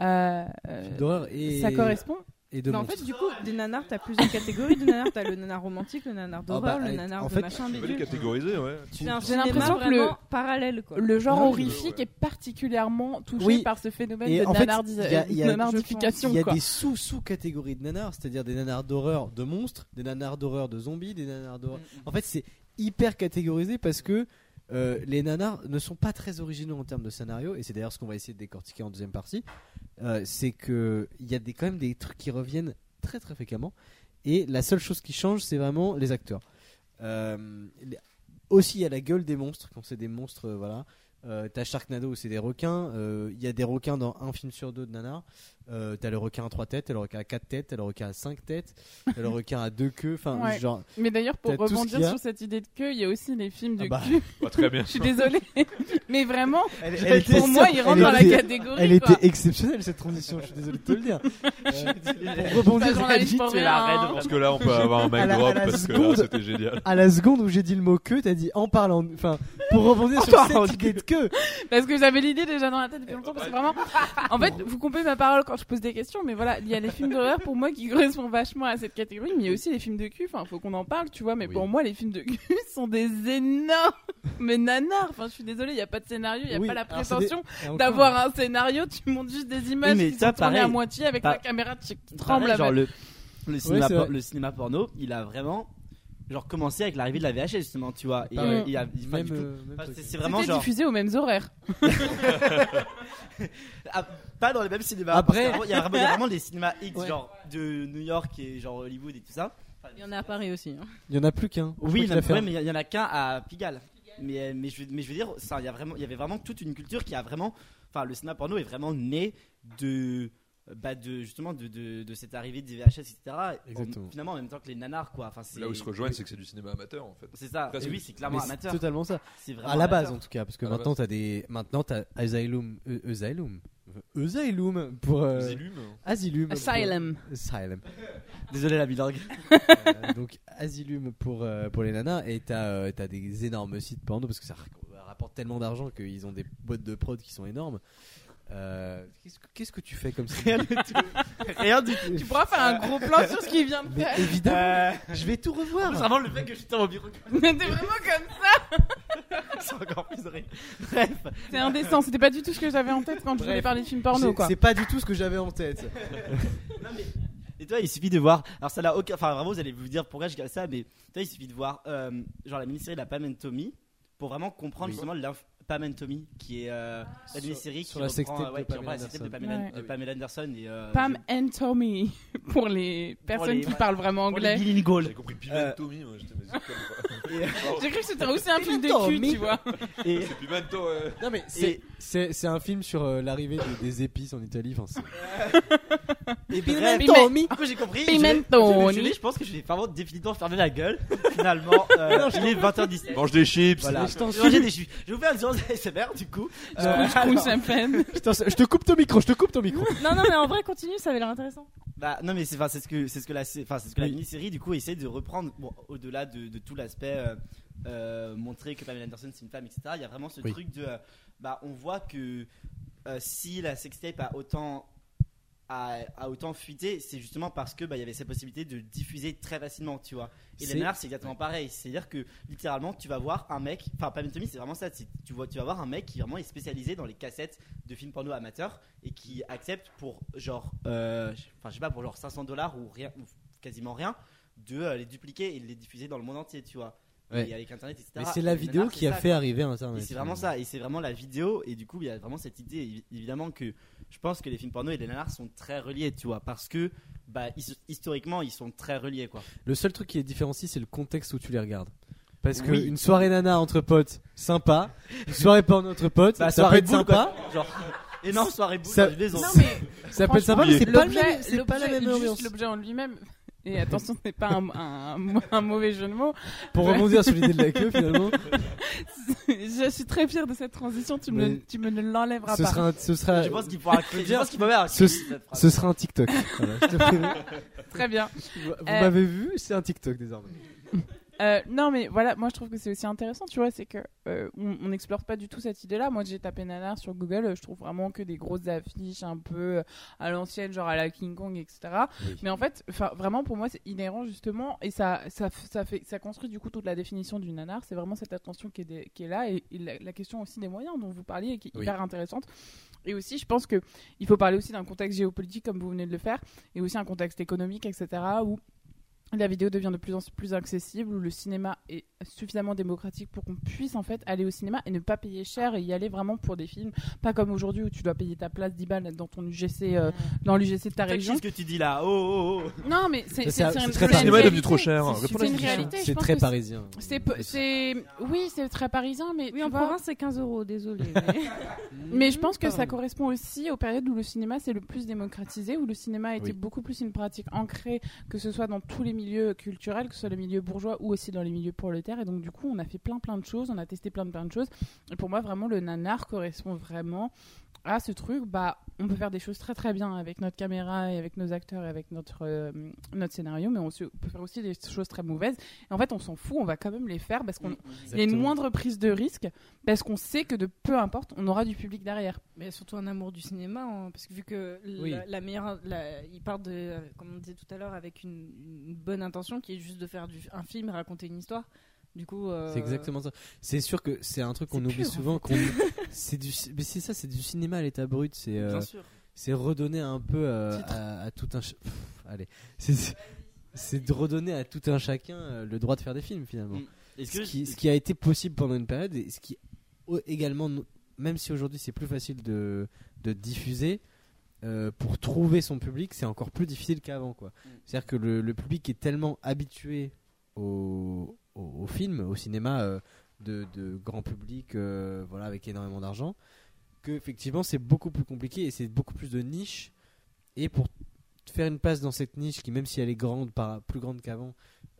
euh, euh,
D'horreur et.
ça correspond.
Et de
Mais en
monstres.
fait, du coup, des nanars, t'as plusieurs catégories de nanars. T'as le nanar romantique, le nanar d'horreur,
bah,
le
et-
nanar
en
de
fait,
machin
Tu peux les
bidule.
catégoriser, ouais.
C'est un
J'ai
cinéma
l'impression que le-
vraiment parallèle, quoi.
Le genre
Ouais,
horrifique
ouais.
est particulièrement touché
Oui.
par ce phénomène
Et
de
en fait,
nanardisa-
il y a- il y a-
nanardification.
Il y a
quoi.
des sous-sous-catégories de nanars, c'est-à-dire des nanars d'horreur de monstres, des nanars d'horreur de zombies, des nanars d'horreur.
Mm,
En fait, c'est hyper catégorisé parce que euh, les nanars ne sont pas très originaux en termes de scénario, et c'est d'ailleurs ce qu'on va essayer de décortiquer en deuxième partie. Euh, c'est que il y a des, quand même des trucs qui reviennent très très fréquemment, et la seule chose qui change, c'est vraiment les acteurs. Euh, les- aussi, il y a la gueule des monstres, quand c'est des monstres, euh, voilà. Euh, t'as Sharknado où c'est des requins. Euh, Il y a des requins dans un film sur deux de nanar. Euh, t'as le requin à trois têtes, t'as le requin à quatre têtes, t'as le requin à cinq têtes, t'as le requin à deux queues. Enfin,
Ouais.
genre,
Mais d'ailleurs, pour
T'as tout ce
rebondir
qu'il y a.
sur cette idée de queue, il y a aussi les films de
Ah bah.
cul.
Pas très bien.
Je suis désolée. Mais vraiment,
Elle-
pour
elle était-
moi, il rentre
elle
dans la
était-
catégorie.
Elle
quoi.
était exceptionnelle cette transition, je suis désolé de te le dire. Euh, Pour rebondir
Pas
sur-
journaliste
dit,
pour
tu es
rien,
la reine,
hein.
Parce que là, on peut avoir un
À
mic
la- à
drop
la
parce que là,
seconde.
c'était génial.
à la seconde où j'ai dit le mot que, t'as dit en parlant. Enfin, pour rebondir sur
parlant
cette idée de que.
Parce que j'avais l'idée déjà dans la tête depuis longtemps. Parce que vraiment, en fait, vous coupez ma parole quand je pose des questions. Mais voilà, il y a les films d'horreur pour moi qui correspondent vachement à cette catégorie. Mais il y a aussi les films de cul. Enfin, faut qu'on en parle, tu vois. Mais
Oui.
pour moi, les films de cul sont des énormes nanars. Enfin, je suis désolée, il n'y a pas de scénario, il n'y a
Oui,
pas la
alors c'est
prétention
Et encore.
d'avoir un scénario. Tu montes juste des images
mais
qui
ça,
sont tournées à
pareil.
moitié avec
Pas-
la caméra qui tremble.
Pareil,
à
genre le, le cinéma
c'est
por-
vrai.
le cinéma porno, il a vraiment genre commencé avec l'arrivée de la VHS justement, tu vois. Et,
Pareil.
euh, il a- il- enfin,
Ah Même,
du coup,
euh, même
enfin,
truc.
c'est c'est vraiment
C'était
genre
diffusé aux mêmes horaires.
ah, pas dans les mêmes cinémas.
Après-
parce que vraiment, il y a vraiment, il y a vraiment des cinémas X
Ouais.
genre de New York et genre Hollywood et tout ça.
Il y en a à Paris aussi. hein.
Il y en a plus qu'un. Je
Oui,
crois qu'il
non,
a fait hein
ouais,
un.
mais il y, en a qu'un à Pigalle. Mais, euh, mais, je, veux- mais je veux dire, ça, il y, a vraiment, il y avait vraiment toute une culture qui a vraiment. Enfin, le cinéma porno est vraiment né de. Bah de justement de, de, de cette arrivée des VHS etc
Exactement.
En- finalement en même temps que les nanars quoi enfin c'est
Là où ils se rejoignent, c'est que c'est du cinéma amateur en fait.
c'est ça
Presque.
Et oui c'est
Mais
clairement
c'est
amateur
totalement ça.
c'est vraiment
À la base,
amateur.
en tout cas, parce que
À la
maintenant t'as des, maintenant t'as Asylum, euh, Asylum, Euh, Asylum pour euh,
Les Illum,
Asylum, pour-
Asylum.
Asylum.
désolé la bilingue
Euh, donc Asylum pour, euh, pour les nanas et t'as euh, t'as des énormes sites porno parce que ça rac- rapporte tellement d'argent qu'ils ont des boîtes de prod qui sont énormes. Euh, qu'est-ce, que, qu'est-ce que tu fais comme ça
rien du tout
Tu pourras faire un gros plan sur ce qui vient de
Mais
faire.
évidemment,
Euh,
je vais tout
c'est
revoir.
vraiment le fait que j'étais en bureau
T'es vraiment comme ça.
c'est encore plus horrible bref
C'est indécent. C'était pas du tout ce que j'avais en tête quand je voulais
Bref.
parler de films porno,
C'est-
quoi.
C'est pas du tout ce que j'avais en tête.
Et toi, il suffit de voir. Alors, ça n'a aucun. Enfin, vraiment, vous allez vous dire pourquoi je garde ça, mais toi, il suffit de voir. euh, genre, la mini-série La Pam and Tommy pour vraiment comprendre
Oui.
justement l'inf- Pam and Tommy, qui est euh, la
Sur-
mini-série qui
sur la
reprend
sextape
euh, ouais,
de
qui
Pamela
reprend la sextape de
Anderson.
Pamela,
Ouais.
de Pamela Anderson. Et, euh,
Pam and Tommy pour les personnes
les-
qui parlent vraiment
pour les
anglais.
bilingues.
J'ai compris
Euh,
Piman Tommy, moi j'étais mais c'est comme
J'ai cru que c'était aussi un film de cul,
Tommy.
tu vois.
Et,
C'est Piman Tommy, ouais.
Non mais
c'est-
c'est c'est un film sur euh, l'arrivée de- des épices en Italie. Enfin, c'est-
et
Pimento.
bref, du coup, j'ai compris.
Pimento.
Je, je- je- je- je pense que je vais vraiment définitivement fermer la gueule. Finalement, euh, il est 20h17.
Mange des chips.
Voilà.
Mais je t'en
J'ai mangé des chips. Je vais vous faire une séance ASMR du coup. Euh,
Ou champagne.
Putain, c'est- je te coupe ton micro, je te coupe ton micro.
Non, non, mais en vrai, continue, ça avait l'air intéressant.
Bah non mais c'est enfin, c'est ce que c'est ce que la sé- enfin, c'est ce que la
Oui.
mini-série du coup essaie de reprendre bon, au-delà de, de tout l'aspect euh, euh, montrer que Pamela Anderson c'est une femme etc. Il y a vraiment ce
Oui.
truc de euh, bah on voit que euh, si la sextape a autant a, a autant fuité c'est justement parce que bah il y avait cette possibilité de diffuser très facilement tu vois. Et les
C'est-
nanars c'est exactement pareil c'est à dire que littéralement tu vas voir un mec enfin Pamela Tommy c'est vraiment ça c'est- tu vois tu vas voir un mec qui vraiment est spécialisé dans les cassettes de films porno amateurs et qui acceptent pour genre, euh, je- enfin je sais pas, pour genre 500 dollars ou rien, ou quasiment rien, de euh, les dupliquer et de les diffuser dans le monde entier, tu vois.
Ouais.
Et avec internet, etc.
Mais c'est la
Et
vidéo
Nanars,
qui
c'est
a
ça,
fait
quoi.
arriver
Et
Internet.
c'est vraiment ça, et c'est vraiment la vidéo, et du coup il y a vraiment cette idée, évi- évidemment que je pense que les films porno et les nanars sont très reliés, tu vois, parce que bah, his- historiquement ils sont très reliés, quoi.
Le seul truc qui les différencie, c'est le contexte où tu les regardes. Parce que
Oui.
une soirée nana entre potes, sympa. Une soirée porno entre potes,
Bah,
ça peut être
boule,
sympa.
quoi. Genre, énorme soirée boule,
Ça-
je suis désolé.
Non, mais
Ça peut être sympa, mais c'est pas le
l'objet,
même- c'est pas la
l'objet,
même
juste
ambiance.
l'objet en lui-même. Et attention, ce n'est pas un, un- un mauvais jeu de mots.
Pour rebondir sur l'idée de la queue, finalement,
Je suis très fière de cette transition. Tu me,
Mais-
tu me ne l'enlèveras
ce
pas.
sera, un- ce sera,
Je pense qu'il faudra créer. Je pense qu'il va faire un
ce,
clip de cette phrase.
ce sera un TikTok. Voilà, je te préviens.
Très bien.
Vous vous
Euh.
m'avez vu, c'est un TikTok désormais.
Euh, non, mais voilà, moi je trouve que c'est aussi intéressant, tu vois, c'est que euh, on on n'explore pas du tout cette idée-là. Moi, j'ai tapé Nanar sur Google, euh, je trouve vraiment que des grosses affiches un peu euh, à l'ancienne, genre à la King Kong, etc.
Oui.
Mais en fait, enfin, vraiment pour moi, c'est inhérent justement, et ça, ça, f- ça fait, ça construit du coup toute la définition du Nanar. C'est vraiment cette attention qui est, des- qui est là, et, et la, la question aussi des moyens dont vous parliez, et qui est
Oui.
hyper intéressante. Et aussi, je pense que il faut parler aussi d'un contexte géopolitique, comme vous venez de le faire, et aussi un contexte économique, etc. où la vidéo devient de plus en plus accessible, où le cinéma est suffisamment démocratique pour qu'on puisse en fait aller au cinéma et ne pas payer cher et y aller vraiment pour des films, pas comme aujourd'hui où tu dois payer ta place 10 balles dans ton UGC, euh, dans l'UGC de ta
Check
région.
ce que tu dis là. Oh, oh, oh.
Non, mais c'est
Ça, c'est très
c'est- c'est une
parisien. Le cinéma est
réalité.
devenu
trop cher.
C'est-
Réponds à
C'est une
cette question.
réalité. je
C'est
pense
très
que
parisien.
C'est, peu- c'est, oui, c'est très parisien, mais
Oui,
tu
en
vois,
province, c'est 15 euros, désolé. mais-
Mais je pense que ça
Pardon.
correspond aussi aux périodes où le cinéma s'est le plus démocratisé, où le cinéma a été
Oui.
beaucoup plus une pratique ancrée, que ce soit dans tous les milieux culturels, que ce soit les milieux bourgeois ou aussi dans les milieux prolétaires. Et donc, du coup, on a fait plein plein de choses, on a testé plein de plein de choses. Et pour moi, vraiment, le nanar correspond vraiment à ce truc. Bah, on peut faire des choses très très bien avec notre caméra et avec nos acteurs et avec notre, euh, notre scénario, mais on, se- on peut faire aussi des choses très mauvaises. Et en fait, on s'en fout, on va quand même les faire parce qu'on il y a une moindre prise de risque parce qu'on sait que de peu importe, on aura du public derrière.
Mais surtout un amour du cinéma, hein, parce que vu que la,
Oui.
la meilleure, la- il part de, euh, comme on disait tout à l'heure, avec une, une bonne intention qui est juste de faire du, un film et raconter une histoire. Du coup, euh,
C'est exactement ça. C'est sûr que c'est un truc qu'on
c'est
oublie
pur, en
souvent. Qu'on... c'est du... Mais c'est ça, c'est du cinéma à l'état brut. C'est, euh,
Bien sûr.
c'est redonner un peu euh, à, à tout un. ch- Pff, allez. C'est... c'est de redonner à tout un chacun euh, le droit de faire des films finalement.
Mm. Est-ce
Ce
que
qui, ce qui a été possible pendant une période et ce qui au- également, nous- même si aujourd'hui c'est plus facile de, de diffuser, euh, pour trouver son public, c'est encore plus difficile qu'avant. quoi.
Mm.
C'est-à-dire que le, le public est tellement habitué au, au- au film, au cinéma euh, de, de grand public, euh, voilà, avec énormément d'argent, que effectivement c'est beaucoup plus compliqué et c'est beaucoup plus de niches. Et pour faire une passe dans cette niche, qui même si elle est grande, par- plus grande qu'avant,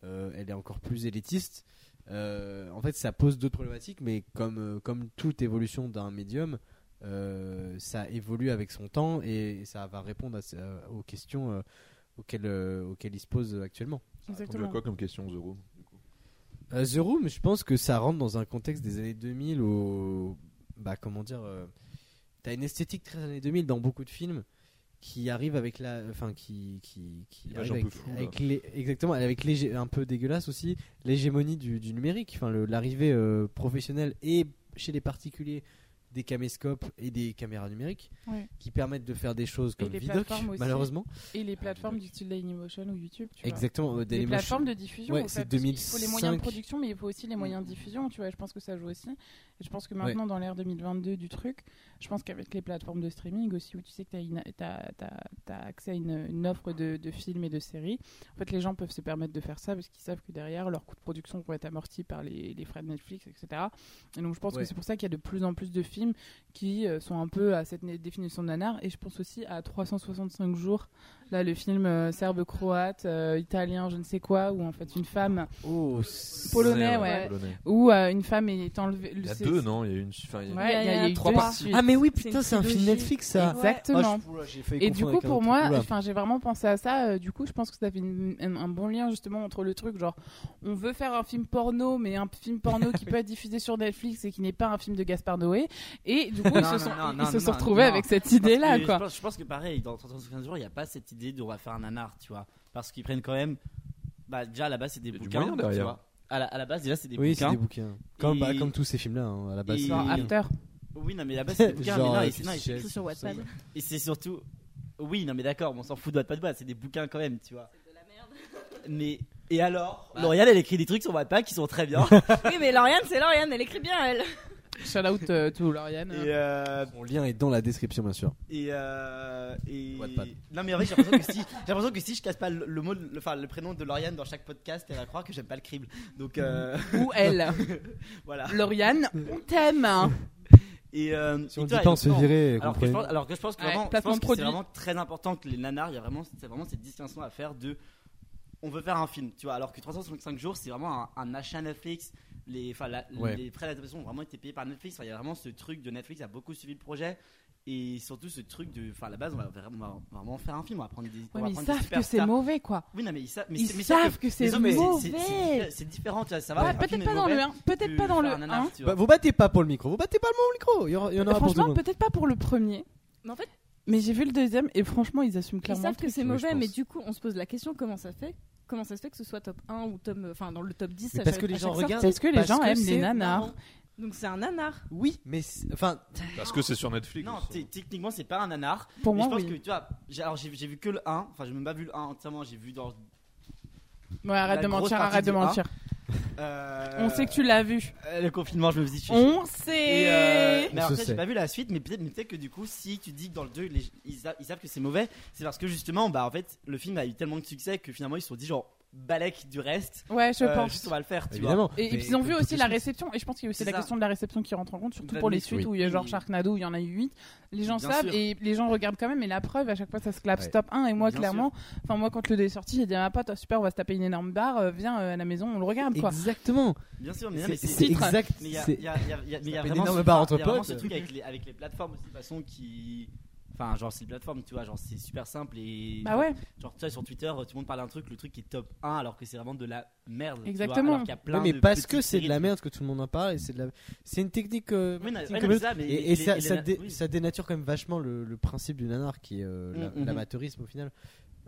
euh, elle est encore plus élitiste. Euh, en fait, ça pose d'autres problématiques, mais comme, euh, comme toute évolution d'un médium, euh, ça évolue avec son temps et ça va répondre à ce- euh, aux questions euh, auxquelles, euh, auxquelles il se pose actuellement.
Exactement.
quoi comme question, Zoro
Euh, The Room, je pense que ça rentre dans un contexte des années 2000 où, bah, comment dire, euh, t'as une esthétique très années 2000 dans beaucoup de films qui arrive avec la, enfin qui qui, qui
L'image
arrive
un peu
avec,
floue, là.
avec l'hé- exactement avec l'hégé- un peu dégueulasse aussi l'hégémonie du, du numérique, enfin le- l'arrivée euh, professionnelle et chez les particuliers des caméscopes et des caméras numériques
Ouais.
qui permettent de faire des choses
Et
comme
les
Vidoc
plateformes aussi.
malheureusement
Et les plateformes du style Dailymotion ou YouTube, tu vois.
exactement euh,
Les
Dailymotion.
plateformes de diffusion.
Ouais,
en fait,
c'est
parce qu'il faut les
2005.
moyens de production, mais il faut
Mm.
aussi les moyens de diffusion, tu vois. Je pense que ça joue aussi. Et je pense que maintenant, dans l'ère 2022 du truc, je pense qu'avec les plateformes de streaming aussi, où tu sais que tu as, accès à une, une offre de, de films et de séries, en fait, les gens peuvent se permettre de faire ça parce qu'ils savent que derrière, leurs coûts de production vont être amortis par les, les frais de Netflix, etc. Et donc, je pense
Ouais.
que c'est pour ça qu'il y a de plus en plus de films qui euh, sont un peu à cette né- définition de nanar. Et je pense aussi à 365 jours, là, le film euh, serbe-croate, euh, italien, je ne sais quoi, où en fait une femme,
Oh,
polonais, ouais, où euh, une femme est enlevée.
Il y a
c'est-
deux, non Il y a une. enfin, il y a-
Ouais, il y a, eu
trois
deux
parties.
suites.
Ah mais oui
C'est
putain
une
c'est un film
trilogie.
Netflix ça.
Exactement.
Ah, je- oula, j'ai failli
Et du
confondre
coup,
avec un
pour
autre
moi,
truc. Oula.
enfin, j'ai vraiment pensé à ça. euh, du coup, je pense que ça fait une- un, un bon lien justement entre le truc, genre, on veut faire un film porno, mais un film porno qui peut être diffusé sur Netflix et qui n'est pas un film de Gaspard Noé. Et du coup, ils
Non,
se
non,
sont,
non,
ils
non,
se
non,
sont
non,
retrouvés
non.
avec cette idée-là,
Parce que
quoi.
Je pense, je pense que pareil, dans 375 jours, il n'y a pas cette idée de on va faire un nanar, tu vois. Parce qu'ils prennent quand même. Bah, déjà, à la base, c'est des
Il y a du
bouquins.
moyen derrière.
tu vois. À la, à la base, déjà, c'est des
oui, c'est
bouquins.
des bouquins. Comme,
Et-
bah, comme tous ces films-là, hein, à la base.
Et-
c'est des
Genre
Genre,
bouquins.
After.
Oui, non, mais à la base, c'est des bouquins. mais
Genre,
non,
euh,
et c'est- non, et
Fifty
c'est-
Shades.
sur WhatsApp.
et c'est surtout. Oui, non, mais d'accord, mais on s'en fout de Wattpad, voilà, c'est des bouquins quand même, tu vois. Mais. Et alors L'Oréal, elle écrit des trucs sur Wattpad qui sont très bien.
Oui, mais Lauriane, c'est Lauriane, elle écrit bien, elle.
Shout out euh, to Lauriane.
et. euh,
Mon lien est dans la description, bien sûr.
Et, euh, et...
Wattpad.
non mais en fait j'ai l'impression que si j'ai l'impression que si je casse pas le, le mot le, enfin le prénom de Lauriane dans chaque podcast elle va croire que j'aime pas le crible donc euh,
Ou elle.
voilà
Lauriane, on t'aime.
et euh,
Si
et
on dit
toi,
pas, on se fait
justement,
virer.
alors que, je
comprenez.
pense, alors que je pense que
Ouais,
vraiment, je
placement
pense que c'est
produit.
vraiment très important que les nanars il y a vraiment c'est vraiment cette distinction à faire de on veut faire un film, tu vois. Alors que 365 jours, c'est vraiment un, un achat Netflix. Les, enfin, la-
Ouais.
les frais d'adaptation ont vraiment été payés par Netflix. Enfin, Il y a vraiment ce truc de Netflix a beaucoup suivi le projet. Et surtout ce truc de. Enfin, à la base, on va, vraiment- on va vraiment faire un film. On va prendre des. on va
Ouais, mais ils
prendre des
savent que c'est
superstars.
mauvais, quoi.
Oui, non, mais ils, savent- mais
Ils
c'est- mais c'est
savent que c'est
mais non, mais
mauvais.
c'est- c'est- c'est- C'est différent, tu vois. Ça va.
Ouais,
un film
peut-être
est
pas dans
mauvais
le 1, peut-être
que
pas dans
faire
le
un nanar,
1.
tu vois.
Bah, vous battez pas pour le micro, vous battez pas le micro. Il y aura- il y en aura pour tout le
Franchement,
monde.
peut-être pas pour le premier.
Mais en fait,
Mais j'ai vu le deuxième et franchement, ils assument
ils
clairement.
savent que c'est
Oui, je
mauvais,
pense.
mais du coup, on se pose la question comment ça fait Comment ça se fait que ce soit top 1 ou top. Enfin, dans le top 10
Mais
à
parce
chaque-
que les
à
gens
chaque sortie.
regardent.
Parce que les
Parce
gens
que
aiment
c'est
les nanars.
Marrant. Donc c'est un nanar.
Oui, mais c'est- enfin,
Parce que c'est sur Netflix.
Non, t- techniquement, c'est pas un nanar.
Pour
Mais
moi,
je pense
oui.
que tu vois, j'ai, alors j'ai, j'ai vu que le 1, enfin j'ai même pas vu le 1 entièrement, j'ai vu dans.
Ouais, arrête
la
de
grosse
mentir,
partie
arrête de
du un.
mentir.
euh,
On sait que tu l'as vu.
euh, Le confinement, je me suis dit. je-
On
Et, euh,
sait.
mais
On
alors,
se
peut-être,
sait.
j'ai pas vu la suite, mais peut-être, mais peut-être que du coup, si tu dis que dans le 2, les- ils, sa- ils savent que c'est mauvais, c'est parce que justement, bah en fait, le film a eu tellement de succès que finalement, ils se sont dit genre, balèque du reste,
Ouais, je
euh,
pense.
juste on va le faire, tu vois.
évidemment.
Et, et
Mais
puis ils ont vu
toutes
aussi
les
la
choses.
réception. Et je pense qu'il y a aussi
C'est
la
ça.
question de la réception qui rentre en compte, surtout
Bah,
pour les
oui.
suites
Oui.
où il y a genre
Oui.
Sharknado, où il y en a eu 8. Les gens
Bien
savent
sûr.
et les gens regardent quand même. Et la preuve, à chaque fois, ça se clap
Ouais.
stop 1. Et moi,
Bien
clairement, enfin, moi, quand le 2 est sorti, j'ai dit à ma pote, Ah, super, on va se taper une énorme barre, euh, viens euh, à la maison, on le regarde, quoi.
Exactement.
Bien sûr, mais, non, mais
C'est
c'est-
c'est
Titre.
exact.
Mais il y a,
c'est-
il y a- il y a- il y a- mais il y a
fait une
vraiment,
énorme
ce,
barre
enfin,
entre
il y a vraiment
potes.
ce truc avec les, avec les plateformes aussi, de toute façon, qui. Enfin, genre, c'est une plateforme, tu vois, genre, c'est super simple et.
Bah ouais,
Genre, tu vois, sur Twitter, tout le monde parle d'un truc, le truc est top 1, alors que c'est vraiment de la merde. tu vois,
Exactement.
alors qu'il y a plein
Ouais, mais
de
parce
petites
que c'est de la
séries.
merde que tout le monde en parle et c'est de la... c'est une technique euh,
Oui, non,
marketing
ouais,
comme
non, mais
l'autre.
ça, mais
et, et
les-
ça,
les-
ça,
les-
dé-
oui.
ça dénature quand même vachement le, le principe du nanar qui est euh, la-
Mm, mm, mm.
l'amateurisme au final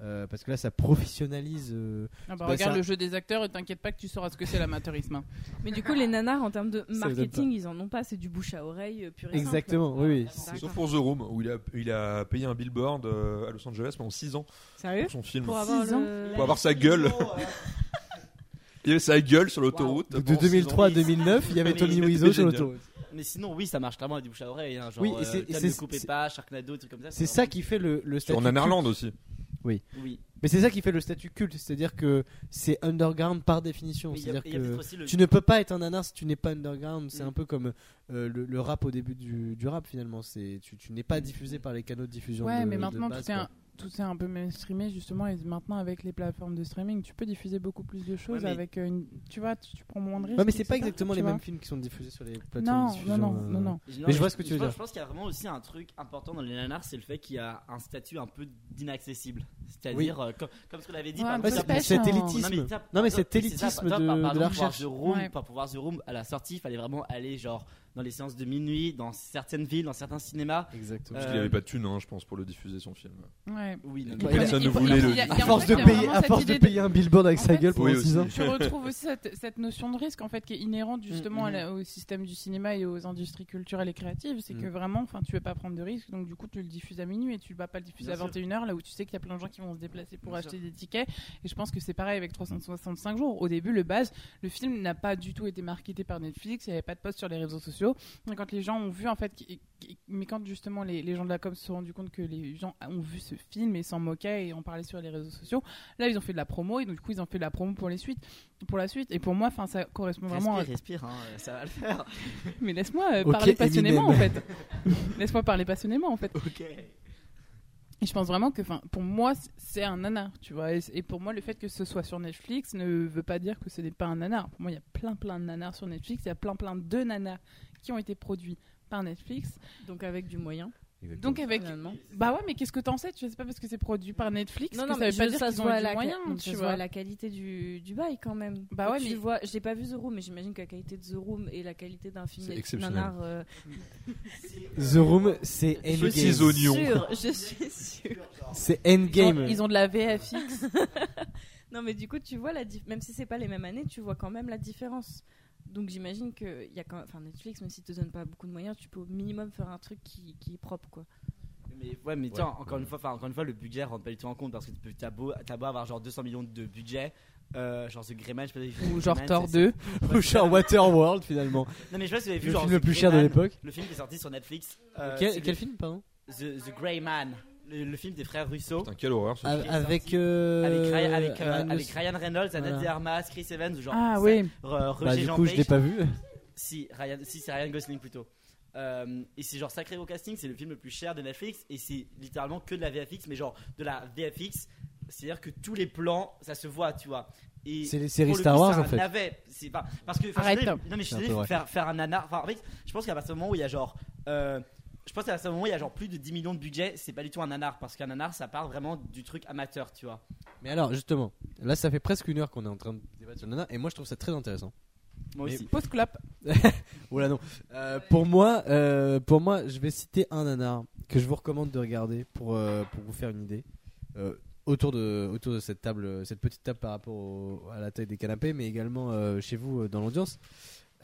Euh, parce que là ça professionnalise euh,
Ah bah,
Bah,
regarde
ça-
le jeu des acteurs et t'inquiète pas que tu sauras ce que c'est l'amateurisme. hein.
Mais du coup, les nanars, en termes de
donne
marketing, ils en ont pas. C'est du bouche à oreille euh, pur et simple.
exactement oui, oui
D'accord.
Sauf pour The Room, où il a, il a payé un billboard euh, à Los Angeles pendant 6 ans
Sérieux
pour son film.
Pour avoir
Six
le-
Pour avoir sa gueule.
euh,
Il avait sa gueule sur l'autoroute.
Donc, de
pendant six
2003 à
ans.
2009 il y avait
Mais-
Tommy
mais-
Wiseau sur
génial.
l'autoroute
Mais sinon, oui, ça marche clairement avec du bouche à oreille. Hein, genre,
Oui,
oui,
et c'est- et
ne
c'est-
coupez
c'est-
pas, Sharknado, des trucs comme ça.
c'est ça
vraiment-
qui fait le, le statut
Sur
culte.
Nanarland aussi.
Oui.
mais c'est ça qui fait le statut culte c'est-à-dire que c'est underground par définition
Mais il y a-
c'est-à-dire
il y a
que
peut-être aussi le-
tu ne peux pas être un nanar si tu n'es pas underground. C'est
Mm.
un peu comme euh, le, le rap au début du, du rap finalement. C'est tu, tu n'es pas diffusé par les canaux de diffusion.
Ouais,
de-
mais
de
maintenant
base,
tout est,
quoi.
un, tout est un peu mainstreamé justement et maintenant avec les plateformes de streaming, tu peux diffuser beaucoup plus de choses
mais-
avec euh, une, tu vois, tu, tu prends moins de risques.
Ouais, mais c'est
etc.,
pas exactement
tu
les
vois.
mêmes films qui sont diffusés sur les plateformes de
Non,
diffusion.
non, non,
euh.
non, non.
Non,
Mais je vois ce que tu veux
pense-
dire.
Je pense qu'il y a vraiment aussi un truc important dans les nanars, c'est le fait qu'il y a un statut un peu d'inaccessible. C'est-à-dire, euh, comme, comme ce qu'on avait dit,
Ouais,
par
un
Ouais,
peu
exemple,
c'est
la-
pour cet
Non, mais
élitisme.
t'as-
Non, mais
t'as-
cet
oui, c'est ça,
élitisme
par- par-
de-
par
de la
exemple, voir
recherche.
The Room,
Ouais.
pas Pour voir The Room à la sortie, il fallait vraiment aller genre dans les séances de minuit, dans certaines villes, dans certains cinémas.
Exactement.
Parce
Euh,
qu'il avait pas de thunes, hein, je pense, pour le diffuser son film.
Ouais.
Oui, non,
Il
mais-
Personne ne
prenait- il-
voulait
il-
le-
il y a- il y a-
À
en
force
fait,
de
il y a
payer,
hein,
vraiment
à
cette
force de
idée
payer un billboard avec
En
sa
fait,
gueule pendant
Oui,
6 ans.
aussi.
Tu retrouves aussi cette, cette notion de risque en fait qui est inhérente justement
Mm, Mm.
à la- au système du cinéma et aux industries culturelles et créatives, c'est que vraiment, enfin, tu veux pas prendre de risque, donc du coup, tu le diffuses à minuit et tu vas pas le diffuser
Bien
à
sûr.
21h là où tu sais qu'il y a plein de gens qui vont se déplacer pour
Bien
acheter des tickets. Et je pense que c'est pareil avec 365 jours. Au début, le base, le film n'a pas du tout été marketé par Netflix, il y avait pas de post sur les réseaux sociaux. Et quand les gens ont vu en fait, qui- qui- mais quand justement les, les gens de la com se sont rendus compte que les gens ont vu ce film et s'en moquaient et en parlaient sur les réseaux sociaux, là ils ont fait de la promo et donc du coup ils ont fait de la promo pour les suites pour la suite et pour moi enfin ça correspond vraiment à...
Respire, respire, hein, euh, ça va le faire.
mais laisse-moi euh,
Ok,
parler passionnément
Eminem.
en fait laisse-moi parler passionnément en fait
Ok.
et je pense vraiment que enfin pour moi c- c'est un nanar tu vois et, c- et pour moi le fait que ce soit sur Netflix ne veut pas dire que ce n'est pas un nanar pour moi il y a plein plein de nanars sur Netflix il y a plein plein de nanars qui ont été produits par Netflix
Donc avec du moyen.
donc avec
finalement.
bah ouais mais qu'est-ce que t'en sais tu sais pas parce que c'est produit par Netflix que ça veut pas dire
ça
qu'ils
se
ont
voit à
eu du
la
moyen
ca- ça
tu
se
vois
voit à la qualité du, du bail quand même.
Bah ouais,
tu
mais-
vois, j'ai pas vu The Room, mais j'imagine que la qualité de The Room et la qualité d'un film
C'est
Netflix
exceptionnel.
nanar. euh,
The Room, c'est
Petits
endgame.
oignons.
sûre, je suis sûre.
C'est
ils ont,
endgame.
ils ont de la VFX
Non, mais du coup, tu vois la dif- même si c'est pas les mêmes années, tu vois quand même la différence. Donc j'imagine que il y a quand enfin Netflix, même s'il te donne pas beaucoup de moyens, tu peux au minimum faire un truc qui, qui est propre quoi.
Mais ouais, mais tiens, encore une fois, enfin, encore une fois, le budget rentre pas du tout en compte parce que tu peux- t'as beau, t'as beau avoir genre 200 millions de budget, euh, genre ce Greyman, je sais pas si vous avez vu
ou
The
genre
Greyman,
Thor
c'est-
2
c'est-
Ou genre Waterworld finalement.
Non mais je sais pas si vous avez vu
Le
genre
film le
The
plus
Grey
cher de
Man,
l'époque.
Le film qui est sorti sur Netflix. euh,
Quel
c'est
quel film, pardon
The, The Grey Man, le, le film des frères Russo.
Putain, quelle horreur ce
A-
film.
qui est
Avec
sorti
euh,
avec, Ryan, avec, euh,
Magnus-
avec Ryan Reynolds, Anna
Voilà.
de Armas, Chris Evans, ou genre
ah
ça-
oui
Re- Roger
Bah, du
Jean
coup, je l'ai
Page.
pas vu.
Si, Ryan, si c'est Ryan Gosling plutôt. Euh, et c'est genre sacré au casting, c'est le film le plus cher de Netflix et c'est littéralement que de la VFX, mais genre de la VFX C'est-à-dire que tous les plans, ça se voit, tu vois. Et
C'est les séries
pour le
Star
coup,
Wars,
c'est
en
un
fait.
navet. C'est pas parce que enfin, je
Arrête.
suis désolé, non mais je suis
C'est un peu
désolé,
vrai.
faire faire un nanar. Enfin, en fait, je pense qu'à partir du moment où il y a genre euh, je pense qu'à partir du moment où il y a genre plus de 10 millions de budget, c'est pas du tout un nanar parce qu'un nanar ça part vraiment du truc amateur, tu vois.
Mais alors, justement, là, ça fait presque une heure qu'on est en train de débattre sur le nana, et moi, je trouve ça très intéressant.
Moi
Mais-
aussi.
Pause clap.
Oh là non. Euh, pour moi, euh, pour moi, je vais citer un nanar que je vous recommande de regarder pour euh, pour vous faire une idée Euh, autour de autour de cette table, euh, cette petite table par rapport au- à la taille des canapés, mais également euh, chez vous euh, dans l'audience.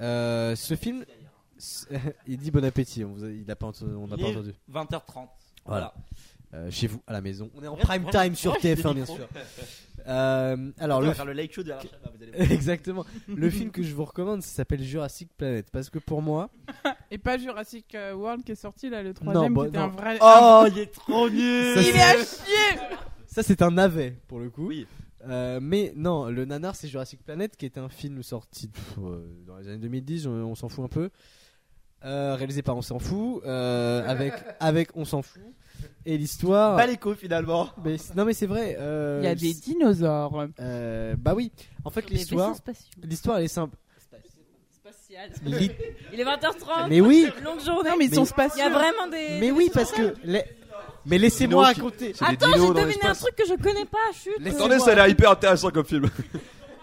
Euh, ce film, c- il dit bon appétit. On vous a- il n'a pas entendu. On n'a
Il
pas
est
entendu.
20h30.
Voilà. Euh, chez vous, à la maison. On est en
Reste-
prime
reste-
time sur
proche des
TF1 bien
micros.
sûr. Euh,
Alors
alors le
le, le late show de Alain Chabat, vous allez voir.
exactement. Le film que je vous recommande ça s'appelle Jurassic Planet parce que pour moi
Et pas Jurassic euh, World qui est sorti là, le troisième,
bah,
qui était
non. Euh,
un vrai.
Oh, il est trop nul.
Ça,
Il est à chier
Ça, c'est un navet pour le coup.
Oui.
Euh, mais non, le nanar, c'est Jurassic Planet, qui est un film sorti pff, euh, dans les années 2010, on, on s'en fout un peu. Euh, réalisé par On s'en fout, euh, avec, avec On s'en fout. Et l'histoire.
Pas Bah, les coups finalement.
Mais c- non, mais c'est vrai. euh,
Il y a des dinosaures.
euh, bah oui. En fait,
Sur des
l'histoire.
vaisseaux spatiaux.
L'histoire, elle est simple.
Spatial.
Li-
Il est 20h30.
mais oui!
Longue journée.
Non, mais ils sont
Il y a
spatiaux.
vraiment des.
Mais oui, parce que. la- Mais laissez-moi
Dino
raconter!
C'est des
Attends,
dinos
j'ai
dans
deviné un
l'espace.
truc que je connais pas. Chut.
Laissez-moi
Attendez, ça a l'air hyper intéressant comme film.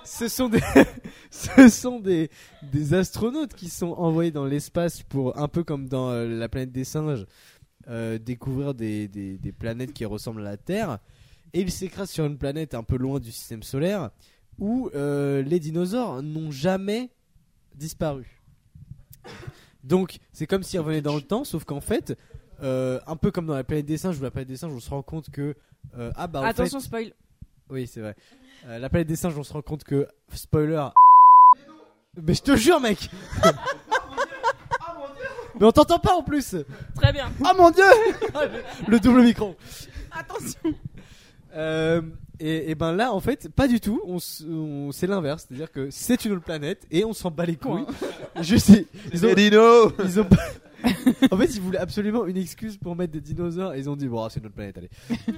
Ce sont des, ce sont des, des astronautes qui sont envoyés dans l'espace pour, un peu comme dans euh, la planète des singes, euh, découvrir des, des, des planètes qui ressemblent à la Terre. Et ils s'écrasent sur une planète un peu loin du système solaire où euh, les dinosaures n'ont jamais disparu. Donc, c'est comme s'ils revenaient dans le temps, sauf qu'en fait, euh, un peu comme dans la planète des singes, où la planète des singes, on se rend compte que. euh, ah bah, en fait-
Attention, spoil.
oui, c'est vrai. Euh, la palette des singes, on se rend compte que. Spoiler. Mais je te jure, mec Mais on t'entend pas en plus
Très bien.
Oh mon dieu Le double micro Attention et, et ben là, en fait, pas du tout. On, s- on- c'est l'inverse, c'est-à-dire que c'est une autre planète et on s'en bat les couilles. Je sais. Ils ont,
Dino
ils ont pas- en fait, ils voulaient absolument une excuse pour mettre des dinosaures. Et ils ont dit, bon, ah, c'est notre planète, allez.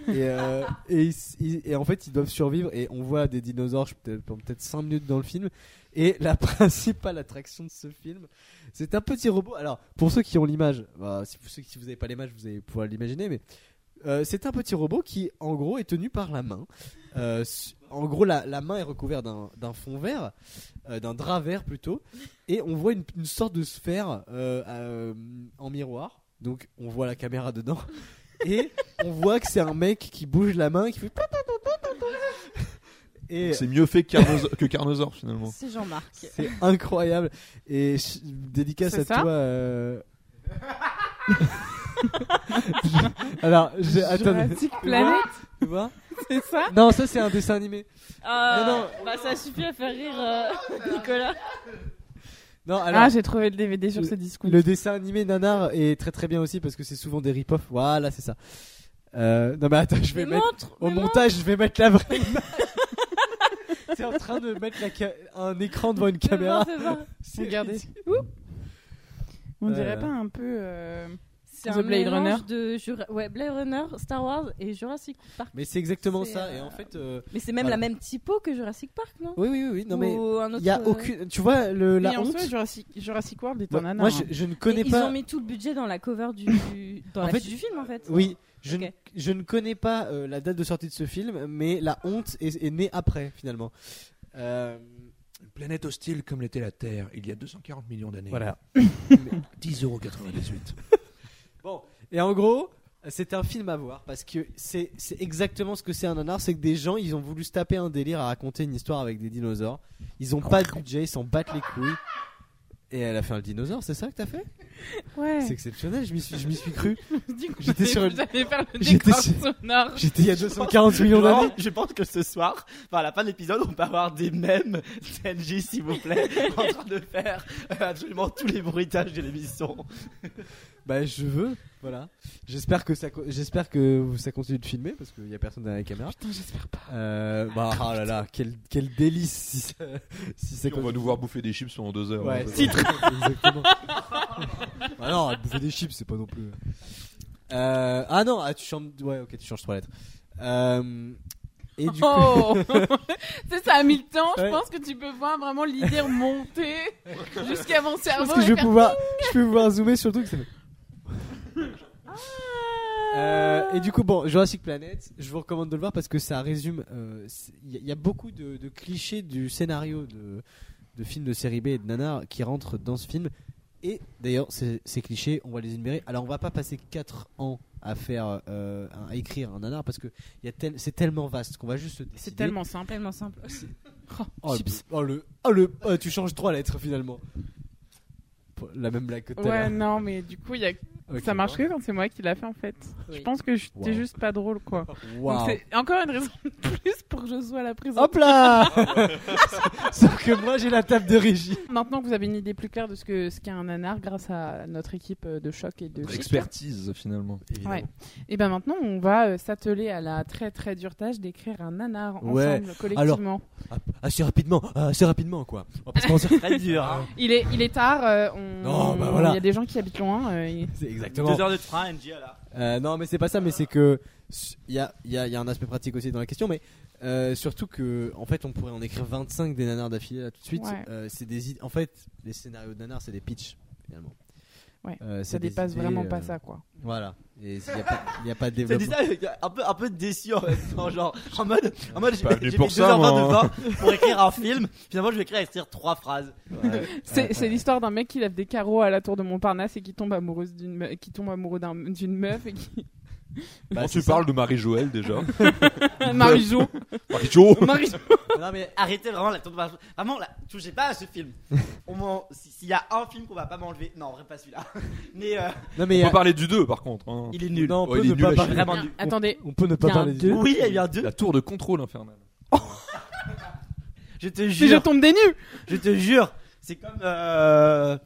et, euh, et, ils- ils- et en fait, ils doivent survivre. Et on voit des dinosaures je- peut-être- pendant peut-être 5 minutes dans le film. Et la principale attraction de ce film, c'est un petit robot. Alors, pour ceux qui ont l'image, bah, si, pour ceux qui, si vous n'avez pas l'image, vous allez pouvoir l'imaginer. Mais euh, c'est un petit robot qui, en gros, est tenu par la main. Euh, su- en gros, la, la main est recouverte d'un d'un fond vert, euh, d'un drap vert plutôt, et on voit une, une sorte de sphère euh, euh, en miroir. Donc, on voit la caméra dedans, et on voit que c'est un mec qui bouge la main, qui fait. Et
C'est mieux fait que Carnosaur- que Carnosaur finalement.
C'est Jean-Marc.
c'est incroyable. Et je- dédicace
C'est
à
ça
toi. euh. Alors, je, attendez.
Jurassic Planet,
Tu vois
c'est ça
Non, ça c'est un dessin animé.
Euh,
Non,
Bah, ça suffit à faire rire euh, Nicolas.
Non, alors.
Ah, j'ai trouvé le DVD sur
le-
ce disque.
le dessin animé nanar est très très bien aussi parce que c'est souvent des rip-off. Voilà, c'est ça. Euh, non mais attends, je vais
Mais
mettre
montre.
au
mais montre.
montage, je vais mettre la vraie. image. c'est en train de mettre la ca- un écran devant une
Mais
caméra.
montre, c'est pas-
C'est
Regardez.
ridicule.
On dirait
Euh.
pas un peu. euh,
C'est
The
un
Blade
mélange
Runner.
de Jura- ouais, Blade Runner, Star Wars et Jurassic Park.
Mais c'est exactement
C'est,
ça.
euh,
Et en fait, euh,
Mais c'est même
Voilà.
la même typo que Jurassic Park, non
oui oui oui, oui, non mais
Ou un autre,
il y a
euh,
aucune. Tu vois le,
mais
la
en
honte.
soi, Jurassic, Jurassic World est
Moi,
un hein. nanar.
moi, je, je ne connais
ils
pas.
ont mis tout le budget dans la cover du, du- dans
En
la
fait-
fiche du film en fait.
Oui, je,
Ok.
ne, je ne connais pas euh, la date de sortie de ce film, mais la honte est, est née après finalement. Euh,
Une planète hostile comme l'était la Terre il y a 240 millions d'années.
voilà.
10,98€.
Bon, et en gros, c'est un film à voir parce que c'est c'est exactement ce que c'est un nanar c'est que des gens ils ont voulu se taper un délire à raconter une histoire avec des dinosaures. Ils ont pas de budget, ils s'en battent les couilles. Et elle a fait un dinosaure, c'est ça que t'as fait
Ouais.
C'est exceptionnel, je m'y suis, je m'y suis cru.
Je dis que
J'étais
vous
sur
allez-
une-
vous allez faire le
J'étais
décor
sur-
sonore.
J'étais il y a 240 millions
Vraiment,
d'années.
Je pense que ce soir, enfin à la fin de l'épisode, on va avoir des mêmes Tenji, s'il vous plaît, en train de faire euh, absolument tous les bruitages de l'émission.
Bah je veux, voilà. J'espère que ça, co- j'espère que ça continue de filmer parce qu'il y a personne derrière la caméra.
Putain, j'espère pas.
Euh, bah oh là là, quel, quel délice si ça, si ça
Puis on va nous voir bouffer des chips pendant deux heures.
Ouais,
hein.
titre Exactement. bah non, bouffer des chips, c'est pas non plus. Euh, ah non, ah, tu changes. Ouais, ok, tu changes trois lettres. Euh, Et du coup,
Oh Tu sais, ça a mis le temps. Je
Ouais.
pense que tu peux voir vraiment l'idée remonter jusqu'à mon
je
cerveau.
pense que
et
je vais
faire-
pouvoir, je peux pouvoir zoomer sur le truc. ça fait- Euh, et du coup, bon, Jurassic Planet, je vous recommande de le voir parce que ça résume. euh, c'est- Il y, a- il y a beaucoup de, de clichés du scénario de, de films de série B et de nanar qui rentrent dans ce film. Et d'ailleurs, ces, ces clichés, on va les énumérer. Alors, on va pas passer 4 ans à faire, euh, à écrire un nanar parce que il y a tel- c'est tellement vaste qu'on va juste. se
C'est
décider.
tellement simple.
Tellement simple.
Oh,
Ah, Oh, le,
chips.
oh, le, oh, le- oh, tu changes trois lettres finalement. Pour- La même blague que bah, tout à
Ouais,
l'heure. Bah,
non, mais du coup, il y a...
Ok.
ça marche que quand c'est moi qui l'a fait en fait. Je
Oui.
pense que je-
Wow.
t'es juste pas drôle quoi.
Waouh.
Donc c'est encore une raison de plus pour que je sois à la prison.
Hop là Sauf que moi j'ai la table de régie.
Maintenant que vous avez une idée plus claire de ce que ce qu'est un nanar grâce à notre équipe euh, de choc et de
Bah,
chic,
Expertise finalement.
Ouais. Et ben maintenant on va euh, s'atteler à la très très dure tâche d'écrire un nanar ensemble
Ouais.
collectivement.
Assez rapidement, assez rapidement quoi.
Très dur. hein.
Il est il est tard, euh, on-
Non, bah voilà.
il y a des gens qui habitent loin. euh, et-
c'est exactement.
Deux heures de train, NG là.
Euh, non mais c'est pas ça, mais c'est que il y a, y a- y a un aspect pratique aussi dans la question, mais euh, surtout que en fait on pourrait en écrire 25 des nanars d'affilée là tout de suite.
Ouais.
Euh, c'est des id- en fait les scénarios de nanars c'est des pitchs finalement.
Ouais.
Euh,
Ça
c'est des
dépasse
idées,
vraiment pas
euh,
ça quoi.
Voilà. Et il n'y a, pas- y a pas de
C'est dit
développement.
ça avec un peu, un peu déçu en même temps, genre en mode, en mode j'ai
pas venu
j'ai fait
Bah, pour
2
ça,
heures vingt
moi,
de vin pour écrire un film, finalement je vais écrire, écrire trois phrases.
Ouais.
C'est
Ouais.
c'est l'histoire d'un mec qui lève des carreaux à la tour de Montparnasse et qui tombe amoureuse d'une me- qui tombe amoureux d'un- d'une meuf et qui
Bah,
Quand
c'est
tu parles de Marie-Joëlle déjà.
Marie-Jo
Marie-Jo
Marie-Jo
Non, mais
Arrêtez vraiment la tour de Montparnasse. Vraiment, là, touchez pas à ce film. Au moins, si- s'il y a un film qu'on va pas m'enlever, non, en vrai, pas celui-là. Mais euh,
non
On
mais
peut parler du 2 par contre. hein.
il est nul.
Non, on
Ouais,
peut
il est
ne
nul
pas
à
parler.
Vraiment nul.
Attendez,
On peut ne
Il
pas
y a un
parler.
deux.
Oui, il y a eu un 2.
La tour de contrôle infernale.
Je te
si je
jure,
tombe des nues
je te jure. C'est comme. euh,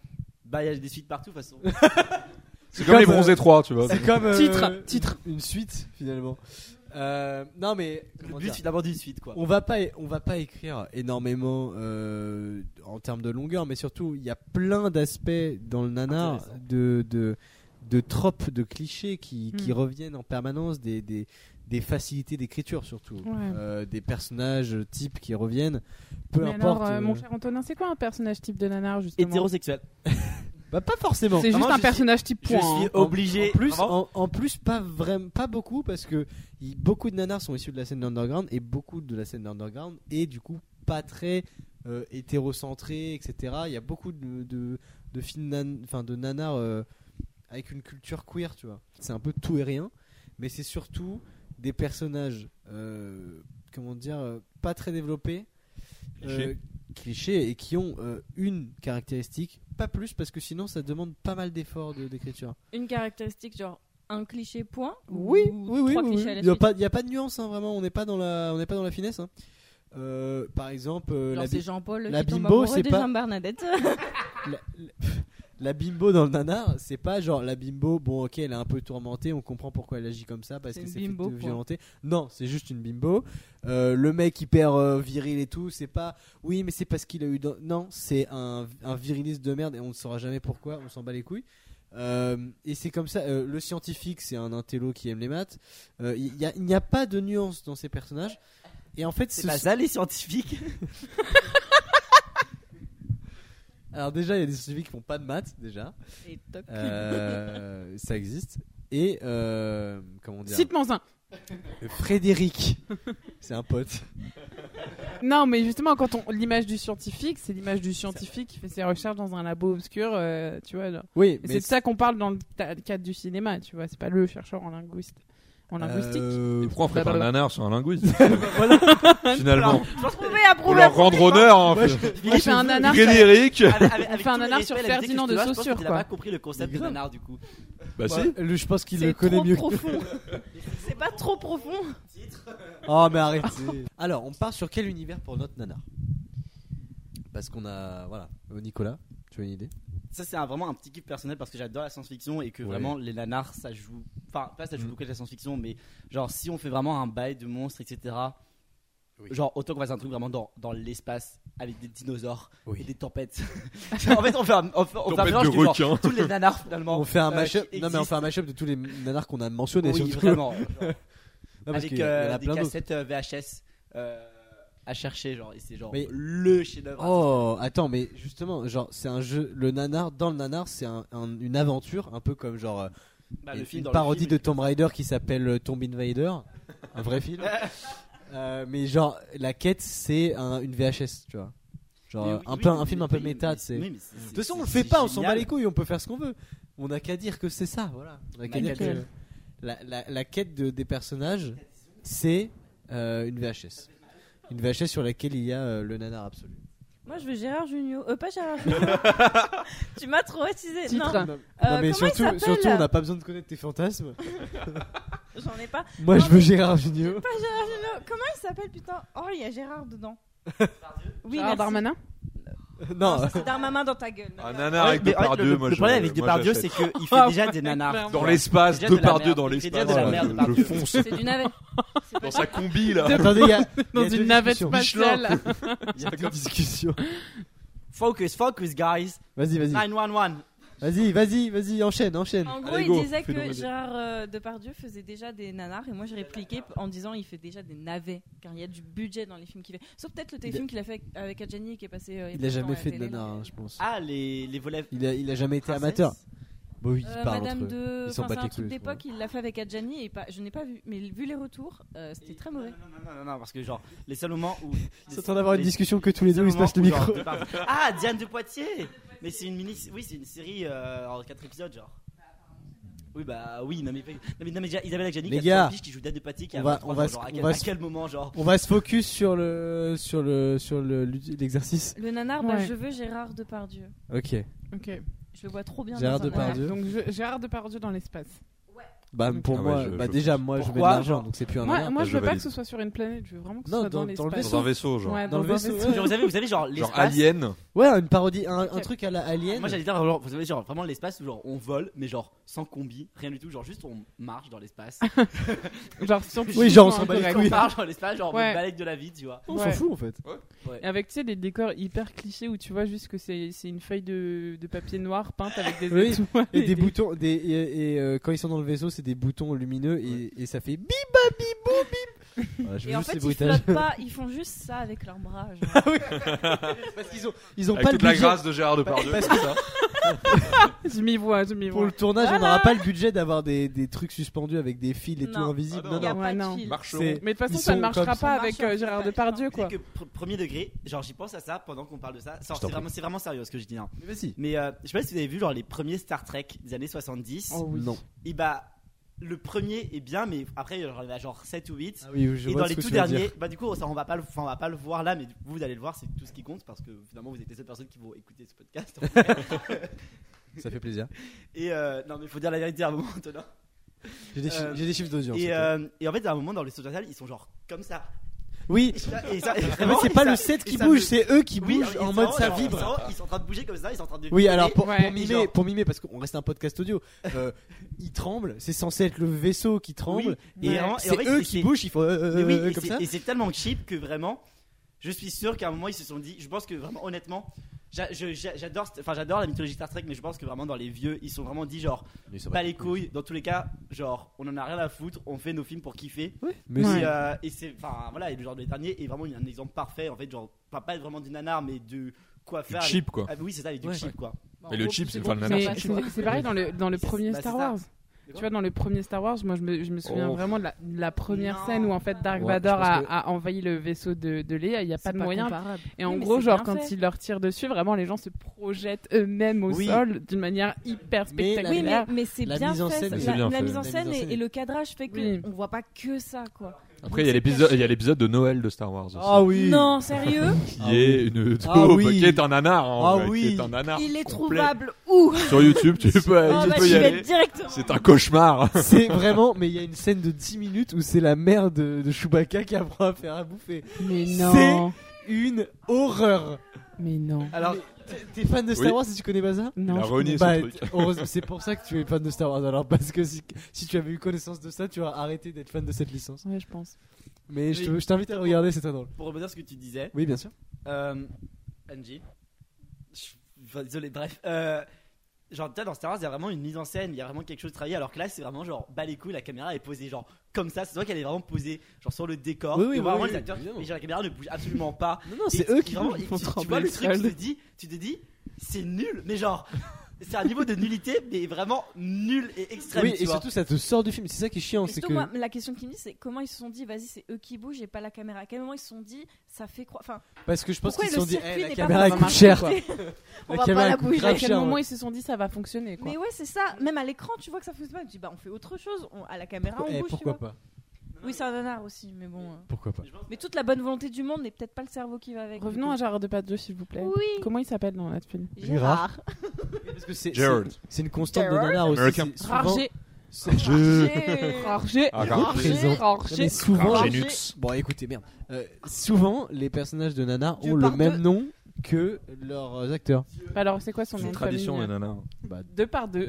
Bah, il y a des suites partout, de toute façon.
C'est comme les
comme,
bronzés 3, tu vois.
C'est comme euh,
Titre, titre.
une suite finalement. Euh, non mais
Le
comment
but
dire, Oh,
finalement d'une suite, quoi.
on va pas on va pas écrire énormément euh, en termes de longueur, mais surtout il y a plein d'aspects dans le nanar
Intéressant.
de de de tropes, de clichés qui, qui
Hmm.
reviennent en permanence, des, des, des facilités d'écriture surtout, Euh, des personnages types qui reviennent, peu
Mais
importe.
alors, euh, mon
euh,
cher Antonin, c'est quoi un personnage type de nanar justement
Hétérosexuel.
bah, pas forcément.
C'est juste
Vraiment,
un
je
personnage type
Je
point.
suis
hein.
En-
obligé.
En plus,
vraiment,
en, en plus pas vraiment, pas beaucoup parce que y- beaucoup de nanars sont issus de la scène d'underground et beaucoup de la scène d'underground est du coup pas très euh, hétérocentré, etc. Il y a beaucoup de de, de films nan- enfin de nanars euh, avec une culture queer, tu vois. C'est un peu tout et rien, mais c'est surtout des personnages euh, comment dire euh, pas très développés. euh,
Clichés.
clichés et qui ont euh, une caractéristique, pas plus parce que sinon ça demande pas mal d'efforts de- d'écriture.
Une caractéristique, genre un cliché point
Oui,
ou
oui, oui.
trois
oui,
clichés
oui.
à la
Il n'y a,
suite.
pas- il y a pas de nuance, hein, vraiment. On n'est pas dans la, on n'est pas dans la finesse. hein. Euh, par exemple, euh,
Genre
la,
c'est
bi-
Jean-Paul
la
qui tombe
bimbo,
amoureux
c'est
de
pas- Euh,
Jean Bernadette.
la- la- la bimbo dans le nanar, c'est pas genre la bimbo. Bon, ok, elle est un peu tourmentée. On comprend pourquoi elle agit comme ça parce
C'est
que
une
c'est
bimbo,
fait-
quoi.
violentée. Non, c'est juste une bimbo. Euh, le mec hyper euh, viril et tout, c'est pas. Oui, mais c'est parce qu'il a eu. dans- Non, c'est un, un viriliste de merde et on ne saura jamais pourquoi. On s'en bat les couilles. Euh, et c'est comme ça. euh, le scientifique, c'est un intello qui aime les maths. Euh, Il n'y a, il n'y a pas de nuance dans ces personnages. Et en fait,
c'est
ce-
pas ça les scientifiques.
alors déjà, il y a des scientifiques qui font pas de maths déjà.
Et toc.
Euh, ça existe. Et euh, comment dire
Cite-moi un.
Frédéric, c'est un pote.
Non, mais justement, quand on l'image du scientifique, c'est l'image du scientifique qui fait ses recherches dans un labo obscur, euh, tu vois. genre.
Oui,
Et C'est de ça qu'on parle dans le ta- cadre du cinéma, tu vois. C'est pas le chercheur en linguiste, en linguistique.
Euh,
Pourquoi on ferait pas
Bah,
un nanar sur un linguiste
Alors,
Finalement.
je pense que-
Pour
Prouvé, approuvé,
leur rendre honneur. hein,
Moi,
fait-
Moi, je fais un nanar. sur-
Frédéric
avec- avec-
On
avec
fait un
tout le
nanar
respect
sur
et la vitesse
Ferdinand
que
de
je pense que
Saussure,
Il a
quoi.
pas compris le concept
Mais
de
grave.
nanar du coup.
Bah
Ouais,
si.
lui, je pense qu'il
C'est
le connaît
trop
mieux. que-
profond. c'est pas trop profond.
Oh, mais arrêtez. Alors, on part sur quel univers pour notre nana Parce qu'on a. Voilà. Euh, Nicolas, tu as une idée
Ça, c'est un- vraiment un petit kiff personnel parce que j'adore la science-fiction et que
Ouais. Mm.
vraiment les nanars, ça joue. Enfin, pas ça joue
Mhm.
beaucoup avec la science-fiction, mais genre si on fait vraiment un bail de monstres, etc. Genre autant qu'on fasse un truc vraiment dans, dans l'espace avec des dinosaures
Oui.
et des tempêtes. en fait, on fait un, on fait, on fait un
Tempête
mélange
de
genre,
requins.
tous les nanars finalement.
On fait un
euh,
mashup.
qui
Non, mais on fait un mashup de tous les nanars qu'on a mentionnés.
Oui,
surtout.
vraiment. genre.
Non, parce
avec
qu'il y en
euh,
a
des
plein d'autres.
cassettes euh, VHS euh, à chercher, genre, et c'est genre
Mais-
le chef-d'œuvre.
Oh, attends, mais justement, genre, c'est un jeu. Le nanar, dans le nanar, c'est un- un- une aventure, un peu comme genre euh,
Bah,
une,
le film
une
dans le
parodie
film,
de Tomb Raider qui s'appelle euh, Tomb Invader, un vrai film. Euh, mais genre, la quête, c'est un- une VHS, tu vois. Genre,
Mais oui,
un,
oui,
peu,
mais-
un film un peu
mais-
méta,
mais-
tu sais.
oui, mais c'est-
De toute façon, on le
c'est-
fait
c'est
pas, on s'en bat
génial.
les couilles, on peut faire ce qu'on veut. On n'a qu'à dire que c'est ça, voilà. On n'a qu'à dire que
Michael.
la, la- la quête de- des personnages, c'est euh, une VHS. Une VHS sur laquelle il y a euh, le nanar absolu.
Moi, je veux Gérard Junior. Euh, pas Gérard Junior. tu m'as traumatisé. Non,
Titre.
euh,
non, mais
comment il
surtout,
s'appelle euh
surtout, on n'a pas besoin de connaître tes fantasmes.
J'en ai pas.
Moi,
Non,
je veux
mais-
Gérard Jugnot.
Pas Gérard Junior. Comment il s'appelle, putain Oh, il y a Gérard dedans. oui,
Gérard
merci.
Darmanin
Non, Ah,
Ça, C'est Darmanin dans ta gueule.
Un
merde.
nanar avec
Ouais, mais ouais,
Depardieu,
le,
moi
le
je-
problème avec
moi,
Depardieu, c'est
j'achète.
qu'il fait déjà des nanars.
Dans l'espace,
Déjà de la
Depardieu
merde.
dans
Il fait déjà
l'espace.
de la merde,
Je- Je
Depardieu.
fonce
C'est du navet. C'est pas
dans
ça.
sa combi là.
attendez, il y a. il y
Dans
a deux
une navette
discussions.
spatiale.
Il y a
Deux
comme-
discussions.
Focus, focus, guys.
Vas-y, vas-y.
911.
Vas-y, vas-y, vas-y, enchaîne, enchaîne.
En gros,
Allez,
il
go,
disait
fais-nous
que
rêver.
Gérard euh, Depardieu faisait déjà des nanars et moi j'ai répliqué en disant il fait déjà des navets car il y a du budget dans les films qu'il fait. Sauf peut-être le téléfilm qu'il a fait avec Adjani qui est passé. euh,
Il a
il y peu temps à
jamais
la
fait de
télé,
nanar,
donc,
hein, je pense.
Ah, les, les volets.
Il a, il a jamais été
princesses.
amateur. Bah oui,
euh,
ils parlent
Madame
entre eux.
de.
Ils s'en
enfin,
battent
c'est
les
un truc
couilles,
d'époque, il l'a fait avec Adjani et pas... je n'ai pas vu, mais vu les retours, euh, c'était très mauvais.
Non, non, non, non, non, parce que genre, les seuls moments où.
Ils sont en train d'avoir une
les-
discussion que tous les deux, ils se passent
passe
le micro.
Ah, Diane de Poitiers Mais c'est une mini. Oui, c'est une série euh, en 4 épisodes, genre. Oui, bah oui, non mais, non, mais, non, mais déjà, Isabelle Adjani,
Les
qui a
gars,
trois piges, qui joue Diane de Poitiers, qui a
on va-
23
on va
ans,
se-
genre, à,
on
quel,
va
à
se-
quel moment, genre
On va se focus sur le sur le sur le l'exercice.
Le nanar, bah,
Ouais.
je veux Gérard Depardieu.
Ok.
Ok.
Je le vois trop bien.
Gérard
dans un nanar.
Depardieu.
Donc je- Gérard Depardieu dans l'espace.
Bah pour
Ah ouais,
moi,
je-
bah
je-
déjà moi je mets de
Pourquoi
l'argent donc c'est plus un
Moi,
nanar.
moi, je
je
veux pas que
valide.
ce soit sur une planète, je veux vraiment que ce
Non,
soit dans,
dans- dans le
l'espace.
Dans un vaisseau, genre.
Ouais,
Dans le vaisseau. ouais.
Genre, vous savez, vous savez, genre,
Genre
l'espace.
Alien.
Ouais, une parodie, un, un
Ok.
truc à la Alien.
Moi j'allais dire, genre, vous savez, genre vraiment l'espace où genre on vole, mais genre sans combi, rien du tout, genre juste on marche dans l'espace.
Genre scientifiquement
Oui, genre, on s'en bat les
incorrect.
couilles.
on marche dans l'espace, genre
Ouais.
on balade de la vie, tu vois.
on s'en
Ouais.
fout en fait.
Et Avec, tu sais, des décors hyper clichés où tu vois juste que c'est c'est une feuille de, de papier noir peinte avec des
Oui,
étoiles.
Et des boutons, des et, et, euh, quand ils sont dans le vaisseau, c'est des boutons lumineux et, et ça fait bip bap, bip boup, bip. Voilà, je veux
Et en
juste
fait,
les
ils
bruitages.
flottent pas, ils font juste ça avec leurs bras. genre.
Parce qu'ils ont ils ont
Avec
pas le
toute la
budget.
grâce de Gérard Depardieu.
Parce
comme ça.
Je m'y vois, je m'y
Pour
vois.
le tournage, on n'aura pas le budget d'avoir des, des trucs suspendus avec des fils et tout
Non.
invisibles.
Ah
non,
non.
Il y a
non.
Ouais,
pas
non.
de fil.
Marchons.
C'est-
Mais de toute façon,
Ils
ça ne
sont
marchera
comme ça.
pas avec euh, Gérard Depardieu,
C'est
quoi.
que pr- premier degré, genre j'y pense à ça pendant qu'on parle de ça. Genre,
t'en
C'est vraiment, c'est vraiment sérieux ce que je dis. hein.
Mais vas-y.
Mais euh, je sais pas si vous avez vu genre les premiers Star Trek des années 70.
Non.
Et bah le premier est bien, mais après genre, il y en a genre 7 ou 8.
Ah oui, je
et
vois
dans
ce
les
que
tout
tu veux dire.
derniers, bah du coup ça, on va pas le, enfin, on va pas le voir là, mais vous, vous allez le voir, c'est tout ce qui compte parce que finalement vous êtes les seules personnes qui vont écouter ce podcast.
Ça fait plaisir.
et euh, non mais faut dire la vérité à un moment Antonin.
J'ai des, chi-
Euh,
j'ai des chiffres d'audience.
Et,
ok.
euh, et en fait à un moment dans les sociales ils sont genre comme ça.
oui,
Et ça- et ça- et
mais
vraiment,
c'est
et
pas
ça-
le set
et
qui
ça
bouge,
me-
c'est eux qui
Oui,
bougent
ils
en
sont
mode
vraiment,
ça
genre,
vibre.
Ils sont, ils sont en train de bouger comme ça, ils sont en train de.
Oui, alors pour,
Ouais.
pour mimer,
Genre-
pour mimer, parce qu'on reste un podcast audio, euh, il tremble, c'est censé être le vaisseau qui tremble,
Oui,
et
mais en- et en
c'est
fait,
eux
c'est-
qui bougent, il faut euh, euh,
Mais oui,
euh,
et
comme
c'est-
ça.
et c'est tellement cheap que vraiment, je suis sûr qu'à un moment ils se sont dit, je pense que vraiment honnêtement, j'a- je- j'a- j'adore, cette- enfin j'adore la mythologie Star Trek, mais je pense que vraiment dans les vieux, ils sont vraiment dit genre, pas les couilles, dans tous les cas, genre on en a rien à foutre, on fait nos films pour kiffer.
Oui, mais
Ouais.
Et, euh, et c'est, enfin voilà, et le genre de dernier est vraiment un exemple parfait en fait, genre pas, pas vraiment du nanar, mais de quoi
Du
faire.
chip quoi.
Ah, oui, c'est ça, et du
Ouais.
cheap quoi.
Mais le chip, c'est le fin de la
Mais
nanar.
c'est- c'est pareil dans le, dans le
Bah,
premier
c'est
Star
ça.
Wars.
Mais
Tu
quoi
vois, dans le premier Star Wars, moi je me, je me souviens
Oh.
vraiment de la, de la première
Non.
scène où en fait Dark
Ouais,
Vador
je pense
a,
que-
a envahi le vaisseau de, de Leia, il n'y a pas de moyen. Et en
Oui, mais
gros,
c'est
genre
bien
quand
fait.
il leur tire dessus, vraiment les gens se projettent eux-mêmes au
Oui.
sol d'une manière hyper
Mais la-
spectaculaire.
Oui, mais,
Là,
mais c'est
la
bien
mise en
fait.
scène,
ça.
c'est
la,
bien
la
fait.
mise en
La
scène
mise en
et,
scène.
et le cadrage fait qu'on
Oui.
voit pas que ça, quoi.
Après, il y a l'épisode- il y a l'épisode de Noël de Star Wars aussi.
Ah oui
Non, sérieux
qui
Ah
est une
Ah
taupe,
oui.
qui est un nanar, en
Ah
vrai,
oui.
qui est un nanar
Il est
complet.
trouvable où
Sur YouTube, tu peux, tu
Oh, bah,
peux
tu
y
vas
aller.
directement.
C'est un cauchemar.
C'est vraiment, mais il y a une scène de 10 minutes où c'est la mère de, de Chewbacca qui apprend à faire à bouffer.
Mais
non. Une horreur
Mais non.
Alors, t'es fan de Star
Oui.
Wars si tu connais pas ça
Il
Non.
a renié
Bah,
son truc.
heureusement, c'est pour ça que tu es fan de Star Wars alors parce que si, si tu avais eu connaissance de ça, tu aurais arrêté d'être fan de cette licence.
Ouais, je pense.
Mais je
Oui.
te- je t'invite à le regarder, c'est très drôle.
Pour rebondir sur ce que tu disais,
Oui, bien sûr.
Euh, Angie. Je- enfin, désolé, bref. Euh, genre, tu vois, dans Star Wars, il y a vraiment une mise en scène, il y a vraiment quelque chose de travaillé. Alors que là, c'est vraiment genre, bah les couilles, la caméra est posée genre comme ça. C'est toi qu'elle est vraiment posée, genre sur le décor.
Oui, oui,
Et
oui,
vraiment,
oui,
les acteurs,
évidemment.
et genre, la caméra ne bouge absolument pas.
Non, non,
Et
c'est
tu-
eux
tu
qui
vraiment-
font
tu, tu
trembler
vois le
les
truc, tu te
salles.
dis, tu te dis, c'est nul, mais genre, c'est un niveau de nullité, mais vraiment nul et extrême.
Oui,
tu
et
vois.
surtout ça te sort du film. C'est ça qui est chiant,
Mais
c'est
surtout,
que.
moi, la question qui me dit, c'est comment ils se sont dit, vas-y, c'est eux qui bougent et pas la caméra. À quel moment ils se sont dit, ça fait quoi Enfin,
Parce que je pense
pourquoi
qu'ils se
le
sont dit,
circuit
Eh, la
n'est
caméra
pas
coûte
vraiment
cher.
marqué On
La
va
caméra
pas la
coûte
bouger.
grave
Ah, à quel
cher,
moment
ouais.
ils se sont dit ça va fonctionner quoi
Ah, Mais ouais, c'est ça. Même à l'écran, tu vois que ça fonctionne pas. Tu dis, bah, on fait autre chose. On- à la caméra, on
Eh,
bouge. tu
pourquoi
vois.
pas
Oui, c'est un nanar aussi, mais bon. euh.
Pourquoi pas
Mais toute la bonne volonté du monde n'est peut-être pas le cerveau qui va avec.
Revenons à Gérard Depardieu s'il vous plaît.
Oui.
Comment il s'appelle dans notre film
Gérard.
Gérard.
Parce que c'est
Jared.
c'est- c'est une constante de
Jared.
nanar aussi.
Américain.
c'est Souvent,
Rargé.
c'est-
Gérard.
Rargé.
Ah,
Gérard. Présent. Non, mais souvent,
Rargé.
Genux.
Bon, écoutez, merde. Euh, souvent, les personnages de Nana
Dieu
ont le
par
même
deux.
nom que leurs acteurs.
Bah Alors c'est quoi son
C'est
nom
une
de
tradition, les
famille euh,
nanas.
Bah,
Deux par deux.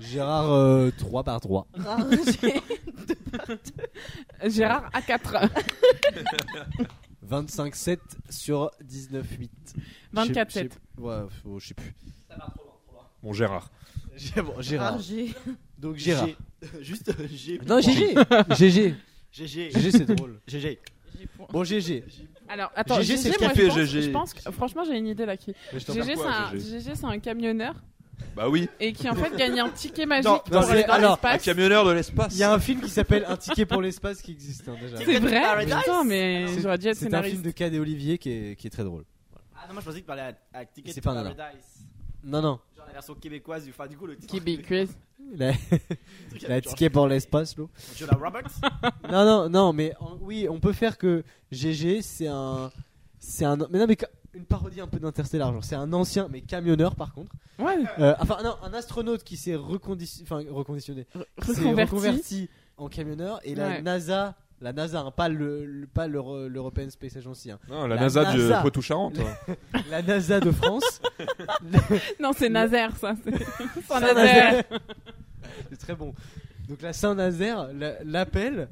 Gérard 3 par 3.
Gérard A4.
25-7 sur 19-8.
24-7.
Je sais- je sais- Ouais, faut- je sais plus.
Bon, Gérard.
Gé- bon, Gérard.
Gérard.
Donc Gérard.
G- Juste euh, G.
Non, GG. GG.
GG.
GG, c'est drôle.
GG.
Bon, GG.
Alors attends,
GG, c'est
GG,
le
moi,
café,
je pense-
GG.
Je pense que- franchement j'ai une idée là qui.
Mais je t'en
GG
parle
c'est
quoi,
un GG, c'est un camionneur
Bah oui,
et qui en fait gagne un ticket magique
Non,
pour
non,
aller
c'est-
dans
alors,
un
l'espace.
camionneur de l'espace.
Il y a un film qui s'appelle Un ticket pour l'espace qui existe hein, déjà.
C'est vrai Putain, mais
C'est-
j'aurais dû être
C'est un film
scénariste.
de Cad et Olivier qui est, qui est très drôle.
Ah non, moi je pensais que tu parlais à, à Ticket
C'est
to
pas un nanar.
Paradise.
Non, non.
Genre la version québécoise du. Enfin, du coup, le titre.
Québécois.
Il a, il a un ticket pour l'espace, l'eau.
Julia Roberts.
Non, non, non, mais en- oui, on peut faire que GG, c'est un. C'est un. Mais non, mais ca- une parodie un peu d'Interstellar, genre c'est un ancien, mais camionneur par contre.
Ouais.
Euh, enfin, non, un astronaute qui s'est recondition- enfin, reconditionné. s'est
Reconverti.
reconverti en camionneur et la
Ouais.
NASA. La NASA, hein, pas le, le- pas l'Euro- l'European Space Agency, hein.
Non, la,
La
NASA,
NASA.
du Poitou-Charentes. hein.
la NASA de France.
Non, c'est Nazaire, ça. C'est Nazaire.
Saint-Nazaire. C'est très bon. Donc la Saint-Nazaire la- l'appelle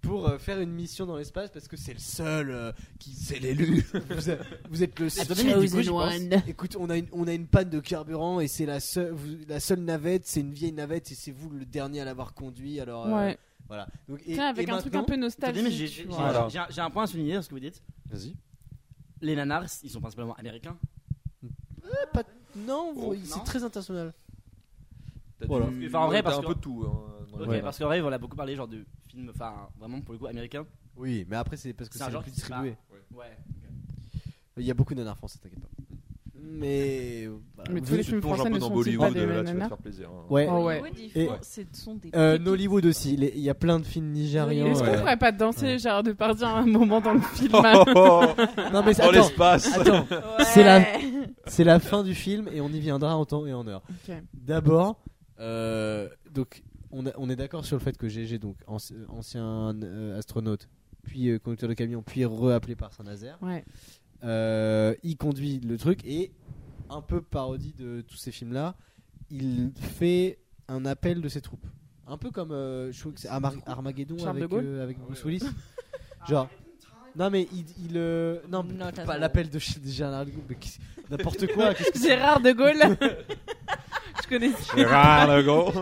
pour euh, faire une mission dans l'espace parce que c'est le seul euh, qui c'est l'élu. vous, êtes- vous êtes le seul.
chosen
Du coup, je pense,
one.
Écoute, on a une on a une panne de carburant et c'est la seule vous- la seule navette, c'est une vieille navette et c'est vous le dernier à l'avoir conduit. Alors euh,
Ouais.
voilà. Donc et-
Tiens, avec
et
un truc un
maintenant-
peu
Attendez, mais
nostalgique.
j'ai-
tu
j'ai-
vois.
Voilà.
j'ai- J'ai un point à souligner dans ce que vous dites.
Vas-y.
Les nanars, ils sont principalement américains.
non, vous-
Oh, non.
c'est très international.
T'as
Voilà.
du-
Enfin, en vrai,
t'as
parce
un
que-
peu de tout. hein, dans
Ok,
les-
parce qu'en vrai, on a beaucoup parlé genre de films, enfin, vraiment pour le coup américain.
Oui, mais après c'est parce que
C'est un
c'est le
genre
plus
qui se bat.
distribué.
Ouais.
Il y a beaucoup de nanars français, t'inquiète pas. Mais euh, voilà.
Mais
Vu
tous
que
les
tu
films
te plonges
français
un
ne
peu dans
sont-ils
Bollywood,
pas des
là, tu vas
nanas
te faire plaisir. hein.
Ouais.
Oh ouais.
Et-
Ce sont des
Euh,
pépites.
Nollywood aussi, les- il y a plein de films nigérians.
Est-ce qu'on
euh,
pourrait pas danser Gérard Depardieu à un moment dans le film hein?
Oh, oh, oh,
Non mais c'est-
Dans
attends,
l'espace.
attends,
Ouais.
c'est la- c'est la fin du film et on y viendra en temps et en heure.
Ok.
D'abord, euh, donc on, a- on est d'accord sur le fait que GG, donc anci- ancien euh, astronaute, puis euh, conducteur de camion, puis reappelé par Saint-Nazaire,
Ouais.
euh, il conduit le truc et un peu parodie de tous ces films-là, il fait un appel de ses troupes. Un peu comme euh, je trouve que c'est Amar- Armageddon
Charles de
avec,
Gaulle
euh, avec Bruce Willis. Genre. Non mais il, il euh, non
Not at
pas
all.
l'appel de chez- de Gérard de Gaulle, mais qu'est- n'importe quoi qu'est-ce que c'est
Gérard de Gaulle. Je connais.
Gérard Legault.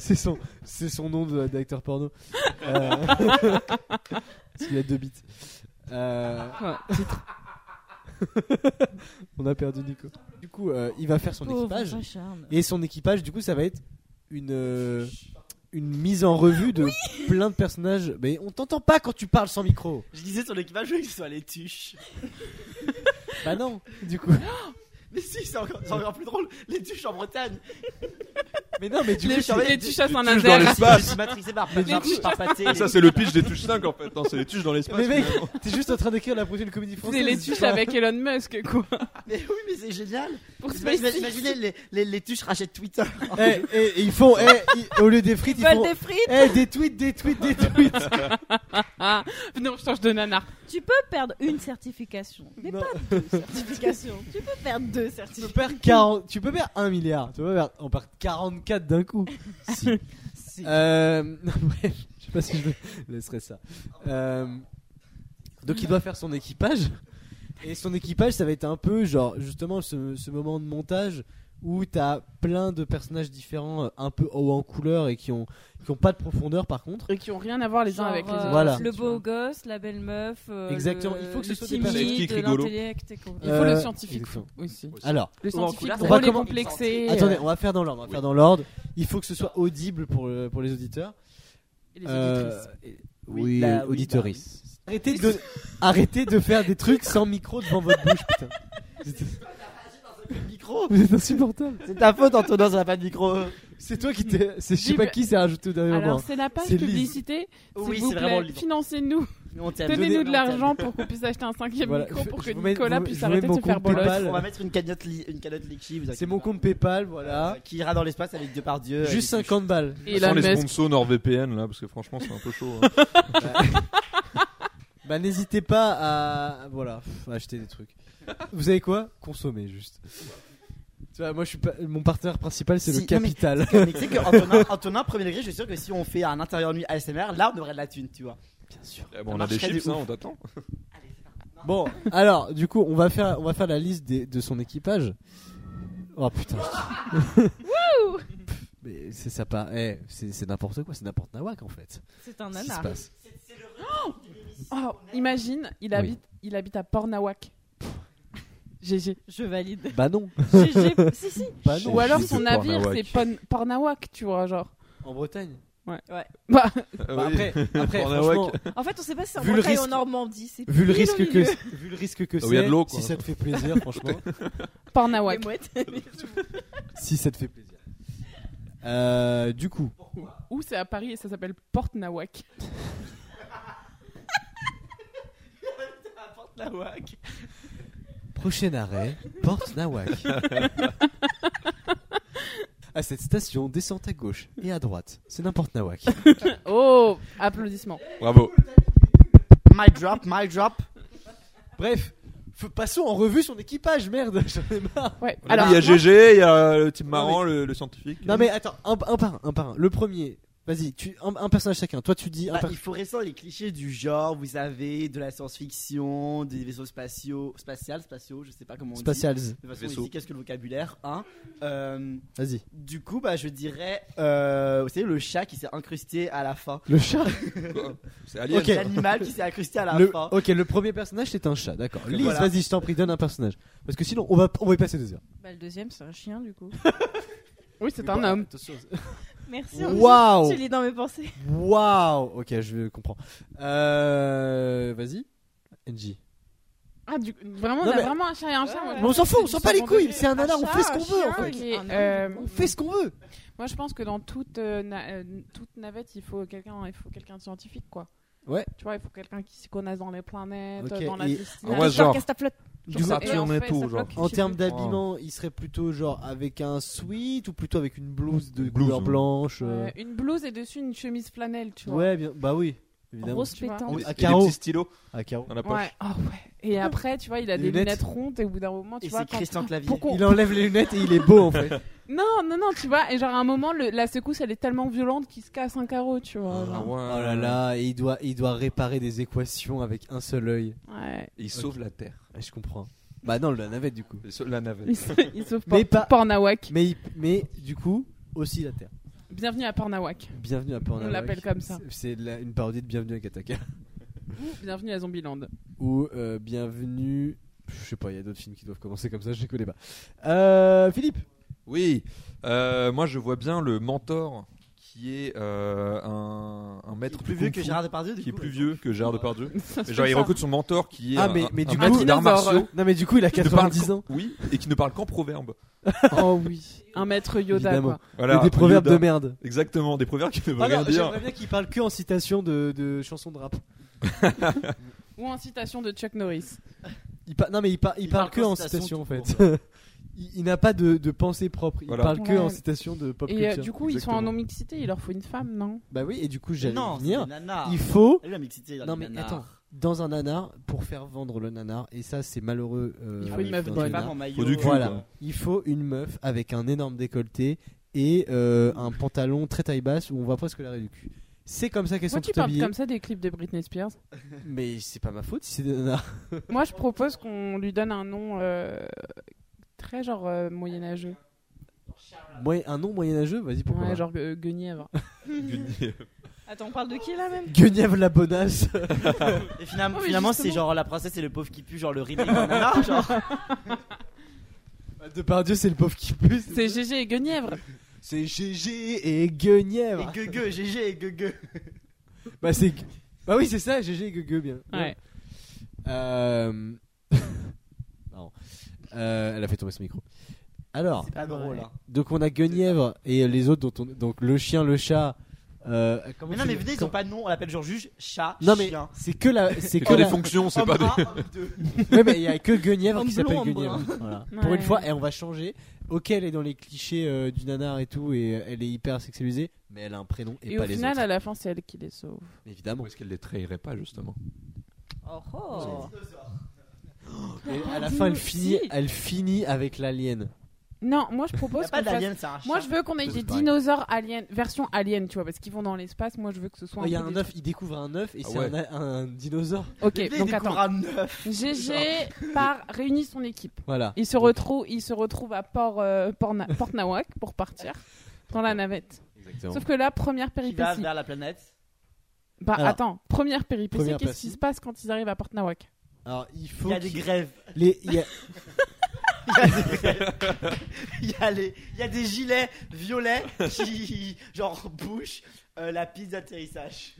C'est son, c'est son nom de- d'acteur porno. Euh, Parce qu'il a deux bites. Euh, on a perdu Nico. Du coup, euh, il va faire son
Pauvre
équipage.
Richard.
Et son équipage, du coup, ça va être une, euh, une mise en revue de plein de personnages. Mais on t'entend pas quand tu parles sans micro.
Je disais sur l'équipage, je voulais que ce soit les tuches.
Bah non, du coup.
Mais si, c'est encore, c'est encore plus drôle, les tuches en Bretagne.
Mais non, mais du coup,
Les
c'est-
tuches- les tuches à
Les tuches
Ah,
dans
Saint-Nazaire.
l'espace.
Matricé par
Mais du
par-
coup-
par pâté.
Et ça, c'est le pitch des touches 5 en fait. Non, c'est les tuches dans l'espace.
Mais mec,
finalement.
t'es juste en train d'écrire la prochaine comédie
C'est
française.
les tuches avec Elon Musk, quoi.
Mais oui, mais c'est génial.
Pour
Ima- ima-
SpaceX.
Imaginez, les, les, les tuches rachètent Twitter.
Eh, eh, ils font, eh, ils- au lieu des frites,
Ils
ils
veulent
font.
des frites.
Eh, des tweets, des tweets, des tweets.
Ah, non, je change de nanar.
Tu peux perdre une certification, mais
Non.
pas deux certifications. tu peux perdre deux
Tu peux
certifications.
perdre 40, tu peux perdre 1 milliard, tu peux perdre, on perd 44 d'un coup. Si. Euh, non, bref, je sais pas si je laisserai ça. Euh, donc il doit faire son équipage. Et son équipage, ça va être un peu genre justement ce, ce moment de montage où t'as plein de personnages différents, euh, un peu haut en couleur et qui ont, qui ont pas de profondeur par contre.
Et qui ont rien à voir les uns avec les
Genre,
autres.
euh,
Voilà.
Le
Tu
beau
vois.
gosse, la belle meuf. euh,
Exactement,
le-
il faut que ce
le
soit des
personnages
timide,
qui rigolent.
l'intellect et compagnie.
Il faut
Euh,
le scientifique
il faut.
aussi.
Alors,
Le
Ou en
scientifique
couleur,
on va
drôle et
comment-
complexé. euh,
attendez, on va faire dans l'ordre. On va
oui.
faire dans l'ordre. Il faut que ce soit audible pour, le- pour les auditeurs.
et les
Euh,
auditrices.
et-
Oui,
oui,
là, oui,
auditorice. Arrêtez de, arrêtez de faire des trucs sans micro devant votre bouche, putain.
Micro
Vous êtes insupportable.
C'est ta faute, Antonin, ça n'a pas de micro.
C'est toi qui t'es. c'est- Je sais pas
Dis-
qui s'est rajouté au dernier
Alors
moment.
c'est la page
C'est Lise.
publicité. s'il
Oui,
vous
c'est vraiment
plaît,
Lise.
Financez-nous,
Nous, on t'a donné-
donnez-nous de
on t'a-
l'argent pour qu'on puisse acheter un cinquième
Voilà,
micro
je-
pour
je
que
vous mets-
Nicolas
vous- je
puisse
vous
arrêter
mets
de
mon
se faire
compte
bolosse.
PayPal.
On va mettre une cagnotte, li- une cagnotte liquide. vous
C'est
inquiétez
mon
pas.
compte PayPal,
Euh,
voilà.
qui ira dans l'espace avec Depardieu. euh, avec
Juste
des
50 balles.
Et
Sans
la
les
Musk.
sponsors NordVPN là, parce que franchement c'est un peu chaud. hein.
Bah n'hésitez pas à voilà pff, à acheter des trucs. Vous savez quoi Consommer juste. Tu vois, moi je suis pas- mon partenaire principal c'est
Si,
le
non, mais-
capital.
cheveux. Mais tu sais que Antonin, Antonin, premier degré, je suis sûr que si on fait un intérieur nuit ASMR, là on aurait de la thune, tu vois.
Bien sûr.
Eh ben, on a des
marcherait de
chips, hein,
ouf.
on t'attend.
Bon, alors du coup on va faire on va faire la liste des- de son équipage. Oh putain. je- Mais c'est ça pas. Eh, c'est c'est n'importe quoi, c'est n'importe nawak en fait.
C'est un
Ce qui se
nanar.
passe.
Oh, imagine, il habite, il habite à Pornawak. GG.
Je valide.
Bah non.
GG. Si, si.
Bah
Chez-
non.
Ou alors
de
son navire,
Pornawak.
c'est Pon- Pornawak, tu vois, genre.
En Bretagne.
Bah,
Ah
Bah, après après franchement,
En fait, on sait pas si c'est en
Vu le
Bretagne ou en
risque-
Normandie. c'est
vu le
pile au
risque que
milieu.
vu le risque que
Là où Ah il y a de l'eau,
c'est
quoi.
si ça te fait plaisir franchement.
Les
Pornawak.
mouettes.
si ça te fait plaisir. Euh, du coup,
Ou c'est à Paris et ça s'appelle Portnawak.
La WAC.
prochain arrêt, Porte Nawak. à cette station, descente à gauche et à droite. C'est n'importe Nawak.
Oh, applaudissements.
Bravo.
My drop, my drop.
Bref, f- passons en revue son équipage, merde, j'en ai marre.
Ouais.
Alors,
Alors,
il y a GG, il y a euh, le team marrant,
marrant,
le, scientifique. Euh,
Non mais attends, un, un par un, un par un. Le premier, vas-y, tu un, un personnage chacun. Toi tu dis un
Bah,
par-
il faut rester dans les clichés du genre, vous savez, de la science-fiction, des vaisseaux spatiaux, spatial, spatiaux, je sais pas comment on
Spatials.
dit. De toute façon,
Vaisseau.
ici, qu'est-ce que le vocabulaire hein Euh,
Vas-y.
Du coup, bah, je dirais, euh, vous savez, le chat qui s'est incrusté à la fin.
Le chat.
C'est Alien.
Ok.
L'animal qui s'est incrusté à la
Le- Oh.
fin.
ok, le premier personnage c'est un chat, d'accord. Lise,
Voilà.
vas-y, je t'en prie, donne un personnage. Parce que sinon, on va, on va y passer deux heures.
Bah, le deuxième, c'est un chien, du coup.
oui, c'est un homme.
Merci. on-
Waouh
Tu lis dans mes pensées.
Waouh Ok, je comprends. Euh, Vas-y, NJ.
Ah, du... vraiment,
Non,
on a
mais-
vraiment un chat et un chat. moi, je
Mais
on s'en
pense
fout,
que
on
c'est
s'en
du
bat les
second
couilles,
degré.
c'est un nanar, on fait ce qu'on veut, en
fait.
Et,
Un
euh,
On fait ce qu'on veut
Moi, je pense que dans toute, euh, na- euh, toute navette, il faut quelqu'un, il faut quelqu'un de scientifique, quoi.
Ouais.
Tu vois, il faut quelqu'un qui s'y connaisse dans les planètes,
Ok,
dans la
et-
destinée.
Ah, moi, genre,
Castaflotte.
Du coup,
et en
Saturne et
fait, ça
tout, genre.
bloque.
En
Je sais
termes
plus.
d'habillement, il serait plutôt genre avec un sweat ou plutôt avec une blouse de
Blouse,
couleur
ouais.
blanche euh,
Ouais, une blouse et dessus une chemise flanelle, tu
Ouais,
vois.
bien, bah oui, évidemment.
Grosse
Tu vois.
pétante.
Et-
des
à carreaux.
petits stylos
À carreau.
dans la poche.
Ouais. Ah ouais. Et après, tu vois, il a
Des
des
lunettes.
lunettes, rondes et au bout d'un moment, tu
Et
vois.
c'est
quand-
Christian Clavier.
Pourquoi
Il enlève les lunettes et il est beau en fait.
Non, non, non, tu vois. Et genre, à un moment, le- la secousse, elle est tellement violente qu'il se casse un carreau, tu vois.
Ah
genre.
ouais.
Oh là là, et il doit, il doit réparer des équations avec un seul œil.
Ouais.
Et il sauve la Terre.
Ah, Je comprends. Bah non, la navette du coup.
Il sauve la navette.
Il se- il sauve
Mais
por-
pas-
Pornawak.
Mais, il- mais du coup, aussi la Terre.
Bienvenue à Pornawak.
Bienvenue à Pornhub.
On l'appelle comme ça.
C'est- C'est la- une parodie de Bienvenue à Kataka.
Bienvenue à Zombieland.
ou euh, Bienvenue. Je sais pas, il y a d'autres films qui doivent commencer comme ça, je les connais pas. Euh, Philippe
Oui, euh, moi je vois bien le mentor qui est euh, un, un maître
plus
de
vieux
kung
que
fu,
Gérard Depardieu, du
qui est
coup.
plus vieux que Gérard Depardieu.
Ça se
Et genre
fait
il
ça.
recrute son mentor qui est
Ah,
un,
mais- mais
un
du coup-
maître d'arts
Dinosaure.
martiaux
Non, mais du coup, il a
qui ne parle
90
qu'en-
ans.
Oui, et qui ne parle qu'en proverbe.
Oh oui. Un maître Yoda,
Évidemment.
quoi.
Voilà,
Et des proverbes
Yoda.
de merde.
Exactement, des proverbes qui ne veulent
Ah
rien
non,
dire.
J'aimerais bien qu'il parle que en citation de, de chansons de rap.
Ou en citation de Chuck Norris.
Il par- Non, mais il, par- il
Il parle
parle que
qu'en
en citation
citation,
en fait. il il n'a pas de, de pensée propre. Il
hein. Voilà.
parle que
Ouais.
en citation de pop
Et euh,
culture.
du coup, ils sont en
Exactement.
non-mixité, il leur faut une femme, non
Bah oui, et du coup, j'allais
Non,
venir.
nanar.
Il faut.
La mixité dans
Non,
les
mais
nanars.
attends.
Ah
Dans un nanar, pour faire vendre le nanar, et ça, c'est malheureux. euh,
Il faut une meuf
dans
Une
le
bonne.
nanar.
femme en maillot.
Faut du cul,
Voilà,
quoi.
il faut une meuf avec un énorme décolleté et euh, un pantalon très taille basse où on voit presque l'arrêt du cul. C'est comme ça qu'elles
Moi,
sont
tu
toutes
parles
habillées.
comme ça des clips de Britney Spears.
Mais c'est pas ma faute si c'est des nanas.
Moi, je propose qu'on lui donne un nom euh, très genre euh, moyenâgeux.
Moyen- un nom moyenâgeux Vas-y, pourquoi
Ouais,
pas.
genre euh, Guenièvre.
Attends, on parle de qui là même
Guenièvre la bonasse.
Et finalement,
Oh, mais
finalement c'est
justement.
genre la princesse et le pauvre qui pue, genre le remake de Nana, genre.
Depardieu, c'est le pauvre qui pue. c'est-
C'est GG et Guenièvre.
C'est GG et Guenièvre.
Et gueugue, GG, et gueugue.
Bah, c'est. Bah oui, c'est ça, GG et Gueugue, bien.
Ouais.
Euh... non. Euh, elle a fait tomber son micro. Alors,
C'est pas drôle, hein.
donc on a Guenièvre et les autres dont on... Donc le chien, le chat. Euh, comment
Mais non,
tu-
mais venez, ils ont
comment-
pas de nom, on l'appelle genre juge, chat,
Non mais
chien.
c'est que la c'est
C'est
que
que des
la...
fonctions, c'est
Homme
pas des.
un, homme deux.
Ouais, mais il y a que Guenièvre
Homme
qui s'appelle
blond, homme brun.
Guenièvre.
hein.
Voilà. Pour une
Ouais.
fois et on va changer. OK, elle est dans les clichés euh, du nanar et tout et euh, elle est hyper sexualisée, mais elle a un prénom et,
Et,
pas
au
les
final,
autres.
à la fin, c'est elle qui les sauve.
Évidemment.
Est-ce qu'elle les trahirait pas justement
Oh oh
Et à
Ah,
la fin, elle finit, elle finit avec l'alien.
Non, moi je
Y
propose.
a pas
qu'on fasse-
d'alien, c'est un chat.
Moi je veux qu'on ait
C'est
des
pareil.
dinosaures aliens, version alien, tu vois, parce qu'ils vont dans l'espace. Moi je veux que ce soit.
Il Oh, y a
peu
un
des-
œuf, il découvre un œuf et
Ah
c'est
ouais.
un, un dinosaure.
Mais
Ok,
venez,
donc
il découvre
attends.
un neuf.
GG par réunit son équipe.
Voilà.
Il se retrouve, il se retrouve à Port, euh, Port Na- Port Nawak pour partir dans la navette.
Exactement.
Sauf que là, première
Qui va
péripétie.
vers la planète.
Bah
Alors,
attends, première péripétie,
première
qu'est-ce qui
péripétie.
se passe quand ils arrivent à Port Nawak
Alors, il faut
Il y a des
qu'il-
grèves.
les- il y a-
Il y, a les- il y a des gilets violets qui, genre, bouchent euh, la piste d'atterrissage.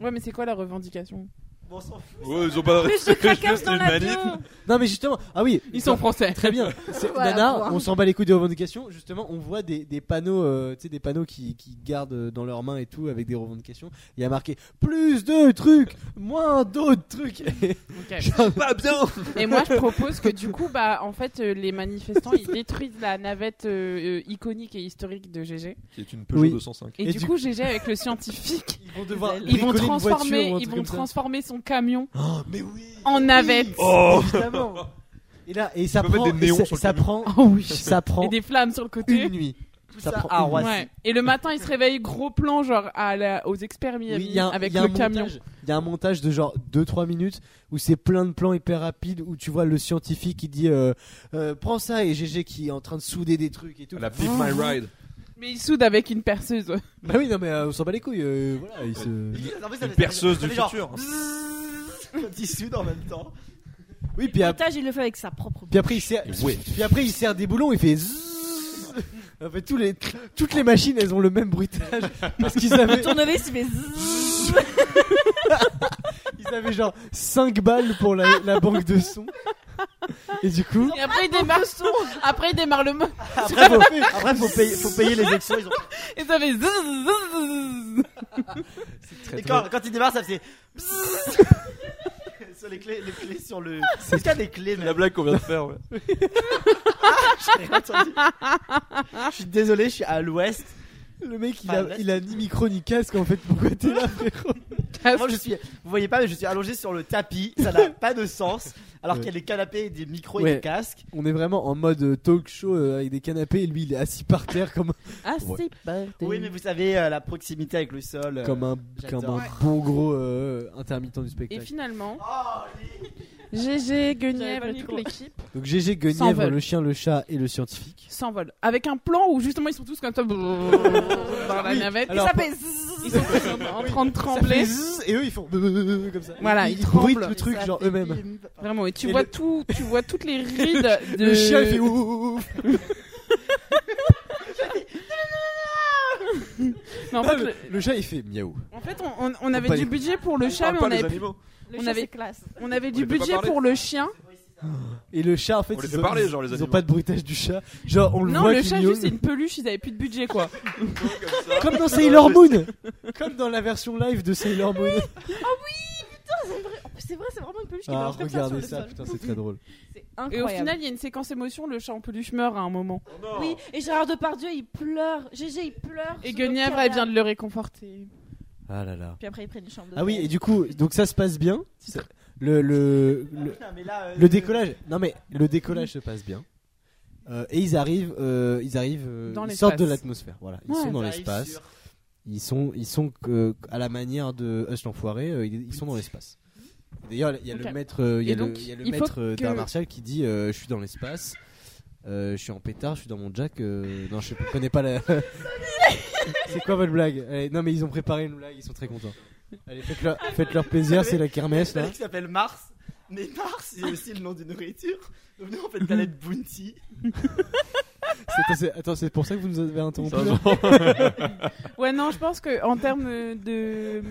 Ouais, mais c'est quoi la revendication
Bon, on s'en fout.
Ouais, ils ont pas.
Plus de craquage dans
une
l'avion
Non mais justement, ah oui,
Ils sont français.
très bien. C'est-
Voilà,
Nana,
point.
on s'en bat les couilles des revendications. Justement, on voit des, des panneaux, euh, tu sais, des panneaux qui, qui gardent euh, dans leurs mains et tout avec des revendications. Il y a marqué plus de trucs, moins d'autres trucs.
Ok.
Genre, pas bien.
Et moi, je propose que du coup, bah, en fait, euh, les manifestants, ils détruisent la navette euh, euh, iconique et historique de GG.
Qui est une Peugeot
Oui.
205.
Et,
Et
du
du-
coup, GG avec le scientifique,
Ils vont devoir
ils
bricoler une
vont
voiture
transformer,
ou un
ils
truc
vont
comme ça.
transformer son camion
mais oui.
en navette.
Oh
Évidemment. Et là, et ça
peux mettre
prend,
des néons
et ça,
sur le
ça
camion.
prend,
Oh oui.
ça prend
Et des flammes sur le
une
côté.
nuit. Ça,
ça Ah,
prend
à
une
Roissy.
Ouais. Et le matin, il se réveille gros plan, genre à la- aux experts
Oui,
Miami
il y a un-
avec
il y a un
le camion.
montage- Il y a un montage de genre 2-3 minutes où c'est plein de plans hyper rapides où tu vois le scientifique qui dit euh, euh, prends ça et GG qui est en train de souder des trucs et tout.
La Big My Ride.
Mais il soude avec une perceuse.
Bah oui, non mais euh, on s'en bat les couilles. euh, voilà, il se-
En fait, ça fait-
perceuse
ça fait
du
genre
futur.
bzzz, Quand ils soudent en même temps.
Oui, puis, ap-
Otage, il le fait avec sa propre
puis après il serre, puis après il serre des boulons, il fait. zzzz. En fait, tous les, toutes les machines, elles ont le même bruitage parce qu'ils avaient,
tournevis, il fait zzzz.
ils avaient genre 5 balles pour la, la banque de son. Et du coup,
Et après, il démarre, après, il démarre le mot.
Après, faut,
Ah,
après, faut payer, faut payer les extras. Ils ont...
Et ça fait. zzzz, zzzz, zzzz.
Et quand, quand ils démarrent, ça fait. bzzz. sur les clés, les clés sur le. Est-ce qu'il y a des clés,
La
même
blague qu'on vient de faire, ouais.
J'ai rien entendu. Je suis désolé, je suis à l'ouest.
le mec, il
Enfin,
a,
reste-
il a ni micro ni casque en fait. Pourquoi t'es là, frérot
Moi, je suis. Vous voyez pas, mais je suis allongé sur le tapis. Ça n'a pas de sens. Alors
Ouais.
qu'il y a des canapés, des micros et
Ouais.
des casques.
On est vraiment en mode euh, talk show euh, avec des canapés et lui il est assis par terre comme,
Ah,
Ouais.
c'est pas.
Oui, mais vous savez, euh, la proximité avec le sol. euh,
comme un,
j'adore.
comme un bon gros euh, intermittent du
Et
spectacle.
finalement, GG, Guenièvre et toute
micro.
l'équipe
Donc GG
S'envole.
Guenièvre, le chien, le chat et le scientifique.
s'envolent. Avec un plan où justement ils sont tous comme ça dans la navette.
alors,
Et ça fait zzzz. ils sont tous en en train de trembler.
zzzz et eux ils font comme ça.
Voilà,
ils,
ils
ils bruitent
tremblent.
le truc
ça
genre
fait
eux-mêmes.
bim.
Vraiment, et tu
Et
vois
le-
tout, tu vois toutes les rides de.
Le chien il fait ouf.
Mais en
Ah,
fait,
le,
le-
le chat il fait miaou.
en fait, on, on- on avait
pas
du
les-
budget pour le chat, mais
parle pas
on
des
avait,
animaux.
Le
On
on avait...
avait-
classe.
on avait
les
du
fait pas
budget
parler.
pour le chien.
Et le chat en fait
On les
ils
fait
ont,
parler, genre, les
ils ont
animaux.
pas de bruitage du chat. Genre on le
Non,
voit
le
qu'il
chat,
miaule.
juste, c'est une peluche, ils avaient plus de budget, quoi.
comme dans Sailor Moon. comme dans la version live de Sailor Moon.
C'est vrai, c'est vrai, c'est vraiment une peluche qui
Ah
marche comme ça sur
regardez
le
ça,
sol.
putain c'est très drôle.
C'est
Et au
incroyable.
final, il y a une séquence émotion, le chat en peluche meurt à un moment.
oui, et Gérard Depardieu, il pleure. GG, il pleure.
Et
sur le
Guenièvre, elle
cadavre.
vient de le réconforter.
Ah là là.
Puis après, ils prennent une chambre.
Ah oui,
d'hôtel.
et du coup, donc ça se passe bien. Le, le,
Ah,
le,
putain, mais là, euh,
le décollage. Non mais le décollage se passe bien. Euh, et ils arrivent, euh, ils arrivent, euh,
Dans
ils sortent de
l'espace.
l'atmosphère. Voilà, ils
Ouais.
sont dans
ça arrive
l'espace.
sur-
Ils sont, ils sont que- à la manière de Hush l'enfoiré. euh, ils, ils sont dans l'espace. D'ailleurs, il y a
Ok.
le maître, euh, il y a
Et
le,
donc,
il y a le
il faut
maître euh, d'art
que-
martial qui dit euh, je suis dans l'espace. Euh, je suis en pétard, je suis dans mon jack. euh, Non, je connais pas la. c'est quoi votre blague Allez, Non, mais ils ont préparé une blague, ils sont très contents. Allez, faites leur,
Ah,
faites leur plaisir, c'est la kermesse là.
qui s'appelle Mars. Mais Mars, c'est aussi le nom d'une nourriture. Donc nous, on
Mhm.
fait une planète Bounty.
C'est- c'est- Attends, c'est pour ça que vous nous avez interrompu là
Ouais, non, je pense que en termes de.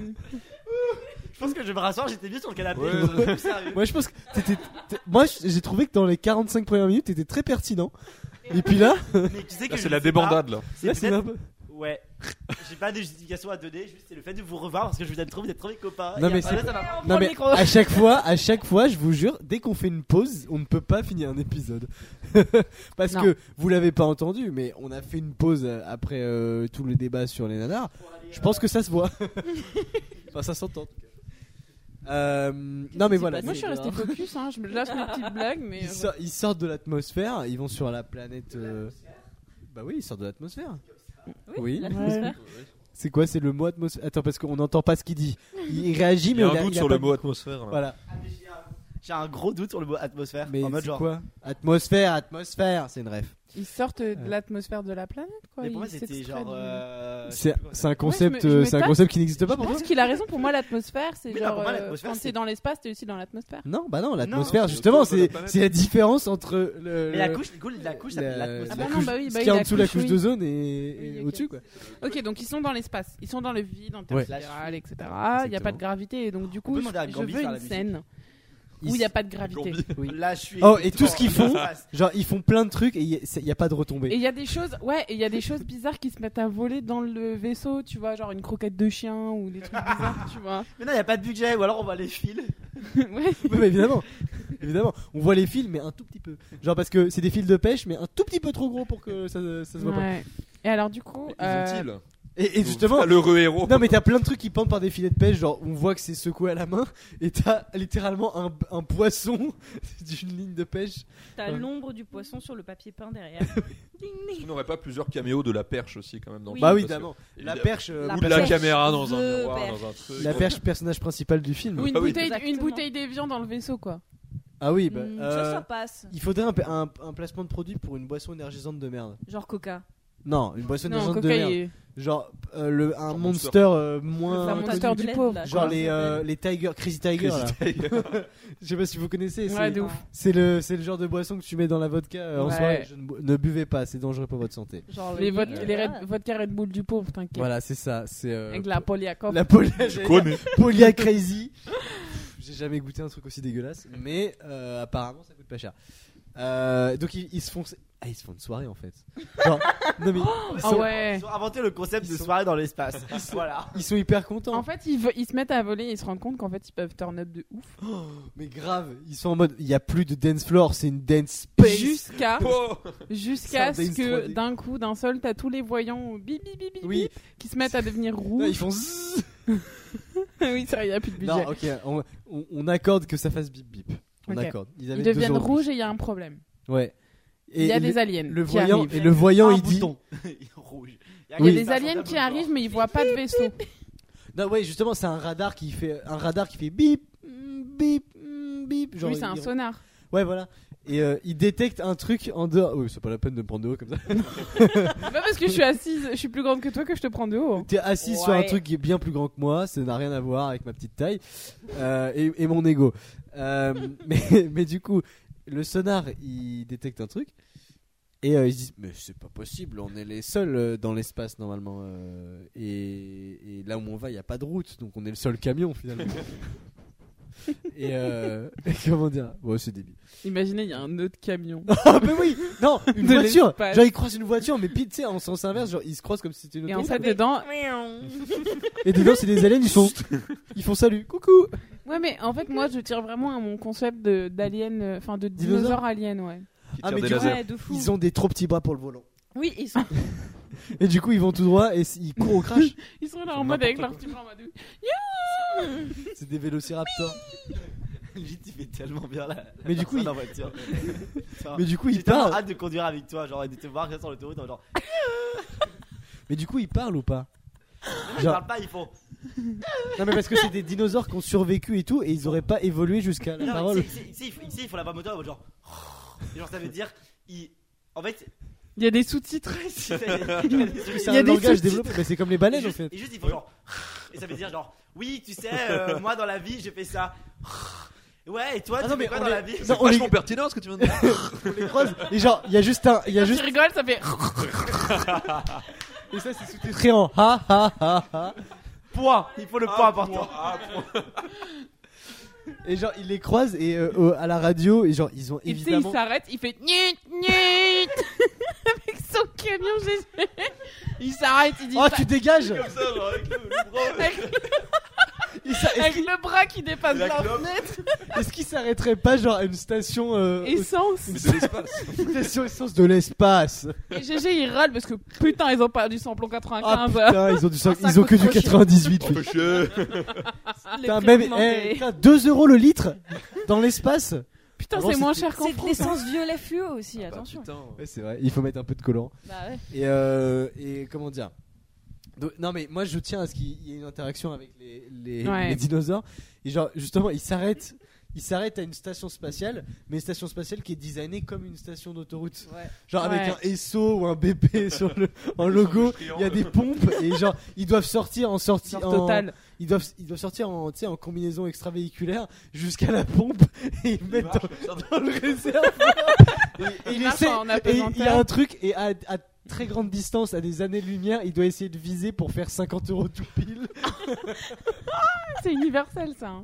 Je pense que je vais me rasseoir, j'étais bien sur le canapé.
Ouais.
je suis sérieux.
Moi, je pense que t'étais- t'es- Moi, j'ai trouvé que dans les 45 premières minutes, t'étais très pertinent. Et puis là,
Mais tu sais que
Là,
je
c'est
ne
la
sais
débandade, là.
pas,
là,
C'est
c'est
peut-être...
un peu-
Ouais. J'ai pas de justification à donner, juste c'est le fait de vous revoir parce que je vous aime trop, vous êtes trop mes copains.
Non,
Et
mais
après,
c'est-
ça m'a-
Non mais
micro.
à chaque fois, à chaque fois, je vous jure, dès qu'on fait une pause, on ne peut pas finir un épisode parce
Non.
que vous l'avez pas entendu, mais on a fait une pause euh, après euh, tout le débat sur les nanars. Je pense que ça se voit. enfin, ça s'entend. en tout cas. Euh, non mais voilà.
Moi, je suis euh, restée focus, hein. je me lâche mes petites blagues, mais.
Ils, sor- ils sortent de l'atmosphère, ils vont sur la planète. euh, Bah oui, ils sortent de l'atmosphère. Oui.
l'atmosphère.
C'est quoi C'est le mot atmosphère Attends, parce qu'on n'entend pas ce qu'il dit. Il il réagit,
Il
mais
y a
on
un doute
il a
sur
pas
le
de-
mot atmosphère. là.
Voilà.
J'ai un gros doute sur le mot atmosphère.
Mais
en mode
c'est
genre.
quoi Atmosphère, atmosphère, c'est une ref.
Ils sortent de l'atmosphère de la planète, quoi.
mais pour moi,
Ils
c'était
s'extraient
genre.
du-
euh, je sais
C'est
plus comment ça
c'est un
Ouais,
concept,
je me- je
euh,
me
c'est un
tape.
concept qui n'existe
Je
pas pour toi
pense qu'il a raison, pour moi, l'atmosphère, c'est
Oui, non,
genre.
pour moi,
euh,
l'atmosphère,
Quand
c'est-
t'es dans l'espace, t'es aussi dans l'atmosphère.
Non, bah non,
Non,
l'atmosphère,
c'est
justement,
autour de la
c'est
planète.
c'est la différence entre le.
s'appelle. Mais la
le-
couche, du coup, la couche, ça
la-
s'appelle
la
l'atmosphère.
Ah bah non,
couche-
bah oui, bah
ce
oui,
qui est en
la
dessous de la
couche,
couche
oui.
d'ozone et,
Oui,
et
ok.
au-dessus, quoi.
Ok, donc ils sont dans l'espace, ils sont dans le vide intersidéral, etc. Il n'y a pas de gravité, et donc du
peut
coup, je,
demander à
je
Gambi de
veux
faire
une
la musique.
scène
Ils-
où il n'y a pas de gravité.
Oui.
Là, je suis.
Oh, et tout ce qu'ils
dans
font-
l'espace.
Genre, ils font plein de trucs et il n'y a pas de
Et
retombée.
il y a des choses, ouais, et il y a des choses bizarres qui se mettent à voler dans le vaisseau, tu vois, genre une croquette de chien ou des trucs bizarres, tu vois.
Mais non, il a pas de budget, ou alors on va les fils.
Ouais.
Oui, mais évidemment. évidemment. On voit les fils, mais un tout petit peu. Genre, parce que c'est des fils de pêche, mais un tout petit peu trop gros pour que ça, ça se voit pas.
Ouais. Et alors du coup, euh,
Ils ont-ils
Et, et justement,
L'heureux héros.
Non mais t'as plein de trucs qui pendent par des filets de pêche, genre on voit que c'est secoué à la main et t'as littéralement un, un poisson d'une ligne de pêche.
T'as
Ouais.
l'ombre du poisson sur le papier peint derrière. Ding, ding.
On n'aurait pas plusieurs caméos de la perche aussi, quand même. Dans le
Oui.
Bah
film,
oui,
parce que-
évidemment. La
évidemment.
perche, euh,
La
Ou de la
perche.
caméra dans un
The
miroir,
perche.
dans un truc.
la perche personnage principal du film.
ou une
Ah oui.
bouteille, une
Exactement.
bouteille d'évian dans le vaisseau, quoi.
Ah oui, bah,
Hmm,
euh,
Ça, ça passe.
il faudrait un, pa- un- un placement de produit pour une boisson énergisante de merde.
Genre Coca.
Non, une boisson
Non,
énergisante de merde.
cocaïne.
Genre euh, le, un
Genre
monster,
Monster.
euh,
La
moins
Le
monster
connu.
fameux
du
bled,
pauvre.
là,
Genre
comment
les
ça
euh,
s'appelle
les Tiger, Crazy Tiger. là. Je sais pas si vous connaissez.
Ouais,
c'est-
de ouf.
C'est le c'est le genre de boisson que tu mets dans la vodka euh, en
Ouais.
soirée. Je ne bo- ne buvez pas, c'est dangereux pour votre santé.
Genre euh,
Les
le-
vod- les
Ah.
Red, vodka Red Bull du pauvre, t'inquiète.
Voilà, c'est ça. C'est euh,
Avec la Ah Poliakov.
la polia, j'allais dire, polia crazy. J'ai jamais goûté un truc aussi dégueulasse, mais euh, apparemment ça coûte pas cher. Euh, donc ils, ils se font, ah, ils se font une soirée en fait. Genre, non mais ils
Ah
sont,
ouais.
Ils ont inventé le concept
Ils
de
sont-
soirée dans l'espace. Voilà.
ils sont hyper contents.
En fait, ils, ve- ils se mettent à voler, ils se rendent compte qu'en fait, ils peuvent turn up de ouf.
mais grave, ils sont en mode, il y a plus de dance floor, c'est une dance space.
Jusqu'à
Oh
jusqu'à
C'est un
ce
dance 3D.
que d'un coup, d'un seul, t'as tous les voyants bip, bip, bip, bip,
Oui,
bip, qui se mettent à devenir
Non, ils
rouges.
font. zzzz.
oui, ça, il n'y a plus de budget.
Non, ok, on, on- on accorde que ça fasse bip bip. On
Ok.
accorde. avaient
ils
deux
deviennent
euros.
rouges et il y a un problème.
Ouais.
Il y a
le-
des aliens.
le
qui
voyant
arrivent.
et le voyant
Un
il dit
bouton. Rouge.
Il y a
Oui.
des aliens qui arrivent, mais ils voient pas de vaisseau.
Non, ouais, justement, c'est un radar qui fait un radar qui fait bip mm, bip mm, bip. Genre,
oui, c'est un
il-
sonar.
Ouais, voilà. Et euh, il détecte un truc en dehors. Oui, c'est pas la peine de me prendre de haut comme ça.
C'est pas parce que je suis assise, je suis plus grande que toi que je te prends de haut.
T'es assis sur un
Ouais.
truc qui est bien plus grand que moi. Ça n'a rien à voir avec ma petite taille euh, et, et mon ego. Euh, mais, mais du coup, le sonar, il détecte un truc. Et euh, ils se disent, mais c'est pas possible, on est les seuls euh, dans l'espace normalement. euh, et, et là où on va, il n'y a pas de route, donc on est le seul camion finalement. et euh, comment dire Ouais, c'est débile.
Imaginez, il y a un autre camion.
Ah, mais oui Non, une
De
voiture
l'espace.
Genre, ils croisent une voiture, mais pile, tu sais, en sens inverse, genre, ils se croisent comme si c'était une
Et
autre.
en fait, dedans.
Et dedans, c'est des aliens, ils font. ils font salut, coucou
Ouais, mais en fait, moi, je tire vraiment à mon concept de- d'alien, euh, enfin de
Dinosaure
dinosaure alien, ouais.
Qui
Ah,
tire
mais
des
tu
lasers.
Ouais, de fou.
Ils ont des trop petits bras pour le volant.
Oui, ils sont.
Et du coup, ils vont tout droit et s- ils courent au crash.
Ils sont
Ils
là
font
en mode
n'importe
avec
quoi.
leur petit bras en mode.
c'est des vélociraptors.
Lit, il fait tellement bien la. la
Mais du coup,
personne en voiture.
Mais du coup,
J'ai
ils
tellement
parlent.
hâte de conduire avec toi, genre, et de te voir sur l'autoroute, en genre,
Mais du coup, ils parlent ou pas
ils
Genre-
parlent pas, ils font.
Non, mais parce que c'est des dinosaures qui ont survécu et tout, et ils auraient pas évolué jusqu'à la
Non, mais
parole.
tu sais- tu sais- tu sais, ils font- ils sais, ils font la voix moto, en mode genre. Et genre, ça veut dire, ils, En fait,
Il y a des sous-titres.
C'est
Il y a
un
des
langage
sous-titres.
développé, mais c'est comme les baleines en
juste,
fait.
et juste, il faut genre. Et ça veut dire genre, oui, tu sais, euh, moi dans la vie, j'ai fait ça. Ouais, et toi,
Ah
tu
non,
fais
mais
quoi
on
dans
est-
la vie
Non,
C'est
on les-
vachement pertinent ce que tu viens de dire.
on les croise. Et genre, il y a juste un. Il y a
Tu
juste.
rigoles, ça fait.
Et ça, c'est sous-titré en ha ha ha ha.
Point, il faut le point important.
Et genre, ils les croisent et euh, euh, à la radio, et genre, ils ont
Et tu sais, il
évidemment.
s'arrête, il fait niet niet avec son camion GG. Il s'arrête, il dit
Oh,
ça
tu dégages
Comme ça, genre, avec le, le bras.
avec,
Et ça- Est-ce
avec
qu'ils-
le bras qui dépasse
La
la
clope.
fenêtre
est-ce qu'ils s'arrêteraient pas, genre, à une station. euh,
et sens.
Mais c'est l'espace.
une station essence de l'espace
Et GG il râle parce que putain, ils ont perdu samplon
Ah
95.
putain, ils ont, du sang-
ça
ils ont que du
coûte trop cher.
98.
Oh, chier.
Les
Putain,
prix
même.
augmentés.
eh, putain, 2 euros le litre dans l'espace
Putain,
Avant,
c'est moins
c'était-
cher qu'en
C'est de
France.
l'essence violet fluo aussi,
Ah
Bah,
attention.
putain.
Ouais, c'est vrai, il faut mettre un peu de collant.
Bah ouais.
Et, euh, et comment dire Donc, Non, mais moi je tiens à ce qu'il y ait une interaction avec les, les,
Ouais.
les dinosaures. Et genre, justement, ils s'arrêtent. Ils s'arrêtent à une station spatiale, mais une station spatiale qui est designée comme une station d'autoroute.
Ouais.
Genre avec
Ouais.
un SO ou un BP sur le, en logo, il y a des pompes et genre ils doivent sortir en sortie.
Genre
en-
total.
Ils doivent, ils doivent sortir en, tu sais, en combinaison extravéhiculaire jusqu'à la pompe et ils mettent dans, dans le réservoir. et, et il
marche
essaie-
en
et il y a
apesanteur.
un truc et à, à très grande distance, à des années-lumière, il doit essayer de viser pour faire 50 euros tout pile.
C'est universel ça. hein.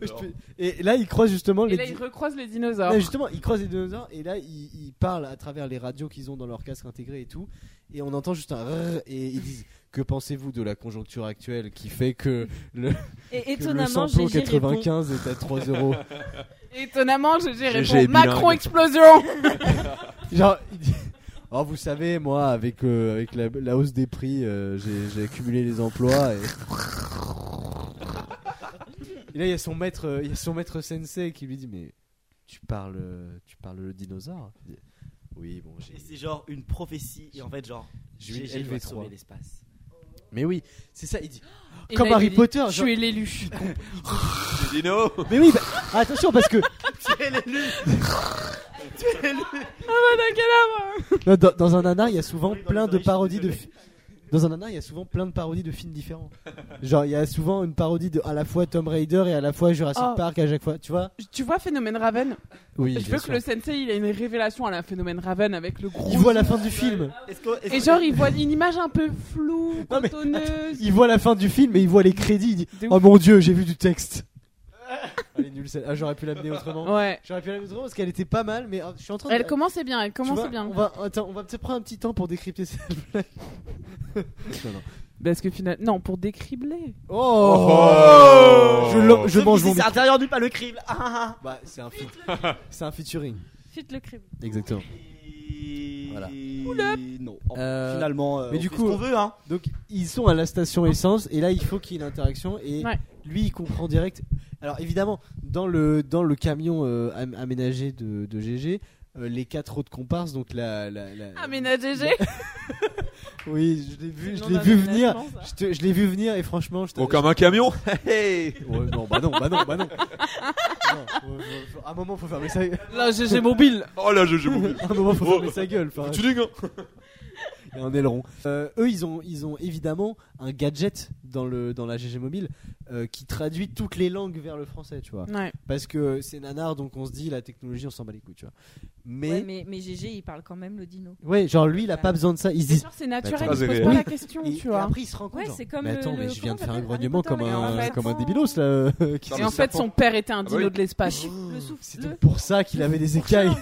Je te- Et là, il croise justement
Et
les.
là,
di-
il recroise les dinosaures.
Là, justement, il croise les dinosaures et là, il, il parle à travers les radios qu'ils ont dans leur casque intégré et tout. Et on entend juste un rrr et ils disent Que pensez-vous de la conjoncture actuelle qui fait que le,
Et
que le
étonnamment,
samplon
j'ai
95 est à 3 euros
Étonnamment, GG
GG
répond
bilingue.
Macron explosion.
Genre, il dit, oh, vous savez, moi, avec, euh, avec la, la hausse des prix, euh, j'ai j'ai accumulé les emplois. Et... Et là, il y a son maître, euh, il y a son maître sensei qui lui dit, mais tu parles, euh, tu parles le dinosaure Il dit, Oui, bon, j'ai-
Et c'est genre une prophétie, et en fait, genre,
j'ai eu
GG doit
LV3.
sauver l'espace.
Mais oui, c'est ça, il dit.
Et
Comme
là, il
Harry
dit,
Potter, genre-
Je suis l'élu.
Les dinos.
Mais oui, bah, attention, parce que
bah,
Non, dans, dans un nanar, il y a souvent
Oui, dans
plein
les
de
riches,
parodies de.
désolé.
fi- Dans un nanar, il y a souvent plein de parodies de films différents. Genre, il y a souvent une parodie de à la fois Tomb Raider et à la fois Jurassic
Oh.
Park à chaque fois, tu vois
Tu vois Phénomène Raven
Oui.
Je veux que le sensei il a une révélation à la Phénomène Raven avec le gros.
Il voit la fin du film.
Est-ce que- est-ce
Et
que-
genre il voit une image un peu floue,
Non, mais-
cotonneuse.
Il voit la fin du film et il voit les crédits. Il dit
De
Oh mon dieu, j'ai vu du texte. Elle est nulle celle. Ah, j'aurais pu l'amener autrement.
Ouais.
J'aurais pu l'amener autrement parce qu'elle était pas mal, mais ah, je suis en train de.
Elle commençait bien, elle
Tu
commençait
vois,
bien.
On va, attends, on va peut-être prendre un petit temps pour décrypter cette blague. Non, non.
Parce Bah, que finalement, non, pour décribler.
Oh, Je, l'en- je mange mon
C'est intérieur du pas le crible. Ah, ah, ah.
Bah, c'est un feat- c'est un featuring.
Fit le crime.
Exactement.
Et-
Voilà.
Non.
Euh,
Finalement, euh,
mais
on
du
fait
coup-
ce qu'on veut, hein.
Donc ils sont à la station essence et là il faut qu'il y ait une interaction et
Ouais.
lui il comprend direct. Alors évidemment dans le dans le camion euh, am- aménagé de, de GG euh, les quatre autres comparses donc la, la, la-
Ah mais na GG.
oui je l'ai vu je
Non,
l'ai vu venir
aménagement, ça.
je, te- je l'ai vu venir et franchement je te-
Bon, comme un camion.
Ouais, non bah non bah non bah non, Non, faut- faut- faut- à un moment faut fermer sa
Là GG mobile.
Oh là, je je m'oublie.
à un moment faut
Oh.
fermer sa gueule enfin,
Tu hein. dis quoi
il y a un aileron. Euh, eux, ils ont, ils ont évidemment un gadget dans, le, dans la GG Mobile euh, qui traduit toutes les langues vers le français, tu vois.
Ouais.
Parce que c'est nanar, donc on se dit la technologie, on s'en bat les couilles, tu vois. Mais,
Ouais, mais, mais GG, il parle quand même le dino.
ouais, genre lui, il a pas besoin de ça. Il se
Mais
dit.
genre, c'est naturel,
Ah,
il
c'est
pose pas
réel.
la question,
Et,
tu
et
vois.
après, il se rend compte.
Ouais,
genre,
c'est comme
mais
le-
attends, mais
le-
je viens de
comment
faire un
s'appelle
grognement
Harry
comme
Potter,
un,
les serpents.
comme un débilos là. euh, qui
Non,
se-
Et
mais
en
c'est
fait,
serpent.
son père était
Ah,
un
bah
dino
oui.
de l'espace.
Le
Oh,
Oh, souffle.
C'était pour ça qu'il avait des écailles.
Non,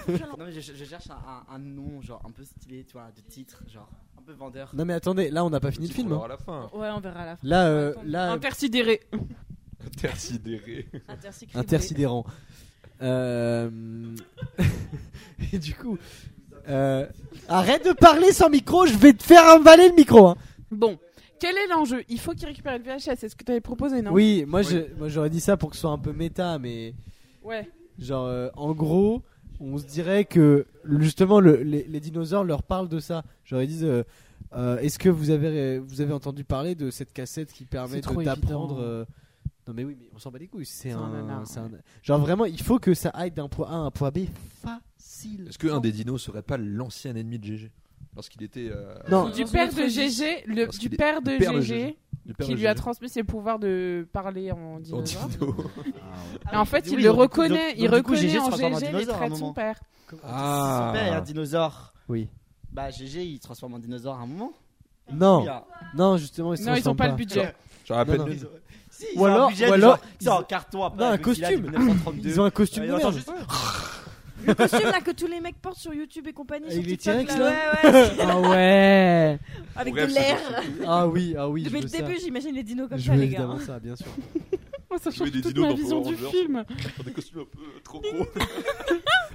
mais je, je- je cherche un, un- un nom, genre un peu stylé, tu vois, de titre, genre un peu vendeur.
Non, mais attendez, là, on n'a pas fini le film. hein.
à la fin.
Ouais, on verra à la fin.
Là, euh,
Attends,
là,
Intersidéré.
Intersidéré.
Intercyclibré.
intersidérant. Euh... Et du coup, euh, arrête de parler sans micro, je vais te faire avaler le micro. hein.
Bon. Quel est l'enjeu Il faut qu'il récupère une VHS. C'est ce que t'avais proposé, non
Oui, moi, je- moi, j'aurais dit ça pour que ce soit un peu méta, mais
Ouais.
genre euh, en gros, on se dirait que justement le- les, les dinosaures leur parlent de ça. J'aurais dit. euh, euh, Est-ce que vous avez, vous avez entendu parler de cette cassette qui permet
C'est trop
de- d'apprendre
évident.
euh, Non mais oui, mais on s'en bat les couilles. C'est
C'est un
un,
nanar,
c'est un- genre vraiment, il faut que ça aille d'un point A à un point B facile.
Est-ce qu'un des dinos serait pas l'ancien ennemi de GG Lorsqu'il était. euh,
Non.
Du
Dans
père
une
de
autre
GG, le,
Parce
du
qu'il est-
père de
le père de
GG,
du père
qui
de
lui a
GG,
transmis ses pouvoirs de parler en
en
dinosaure.
dino.
Et en fait,
Ah Oui,
il
oui,
le
donc-
reconnaît,
donc-
il
donc du coup,
reconnaît
GG se
en
transforme en
GG les
dinosaure à un
traits de son
moment.
père.
Son père est
Ah.
un dinosaure.
Oui.
Bah, GG, il se transforme en dinosaure à un moment.
Non,
Oui, hein.
non, justement, ils
Non, ils ont pas le budget.
Je rappelle.
Non, non.
Ils ont- Si, ils
Ou
ont un
alors-
budget
ou
du
alors-
genre- ils ont un carton après.
Non, un
le Godzilla de
costume.
1932.
Ils ont un costume
Ouais,
de
il entend
merde.
juste-
Le costume là que tous les mecs portent sur YouTube et compagnie.
Ah,
sur
il est
TikTok,
T-Rex,
Ouais, ouais.
Ah ouais.
Avec
Bref,
de
c'est
l'air.
Ah oui, ah oui. je
Depuis
veux
le
ça.
début, j'imagine les dinos comme
je
ça,
veux
les gars.
évidemment ça, bien sûr.
Oh, ça
Jouer
change
des
toute
dinos
ma
dans
vision
Power
du
Rangers.
film.
Dans des costumes un peu trop gros.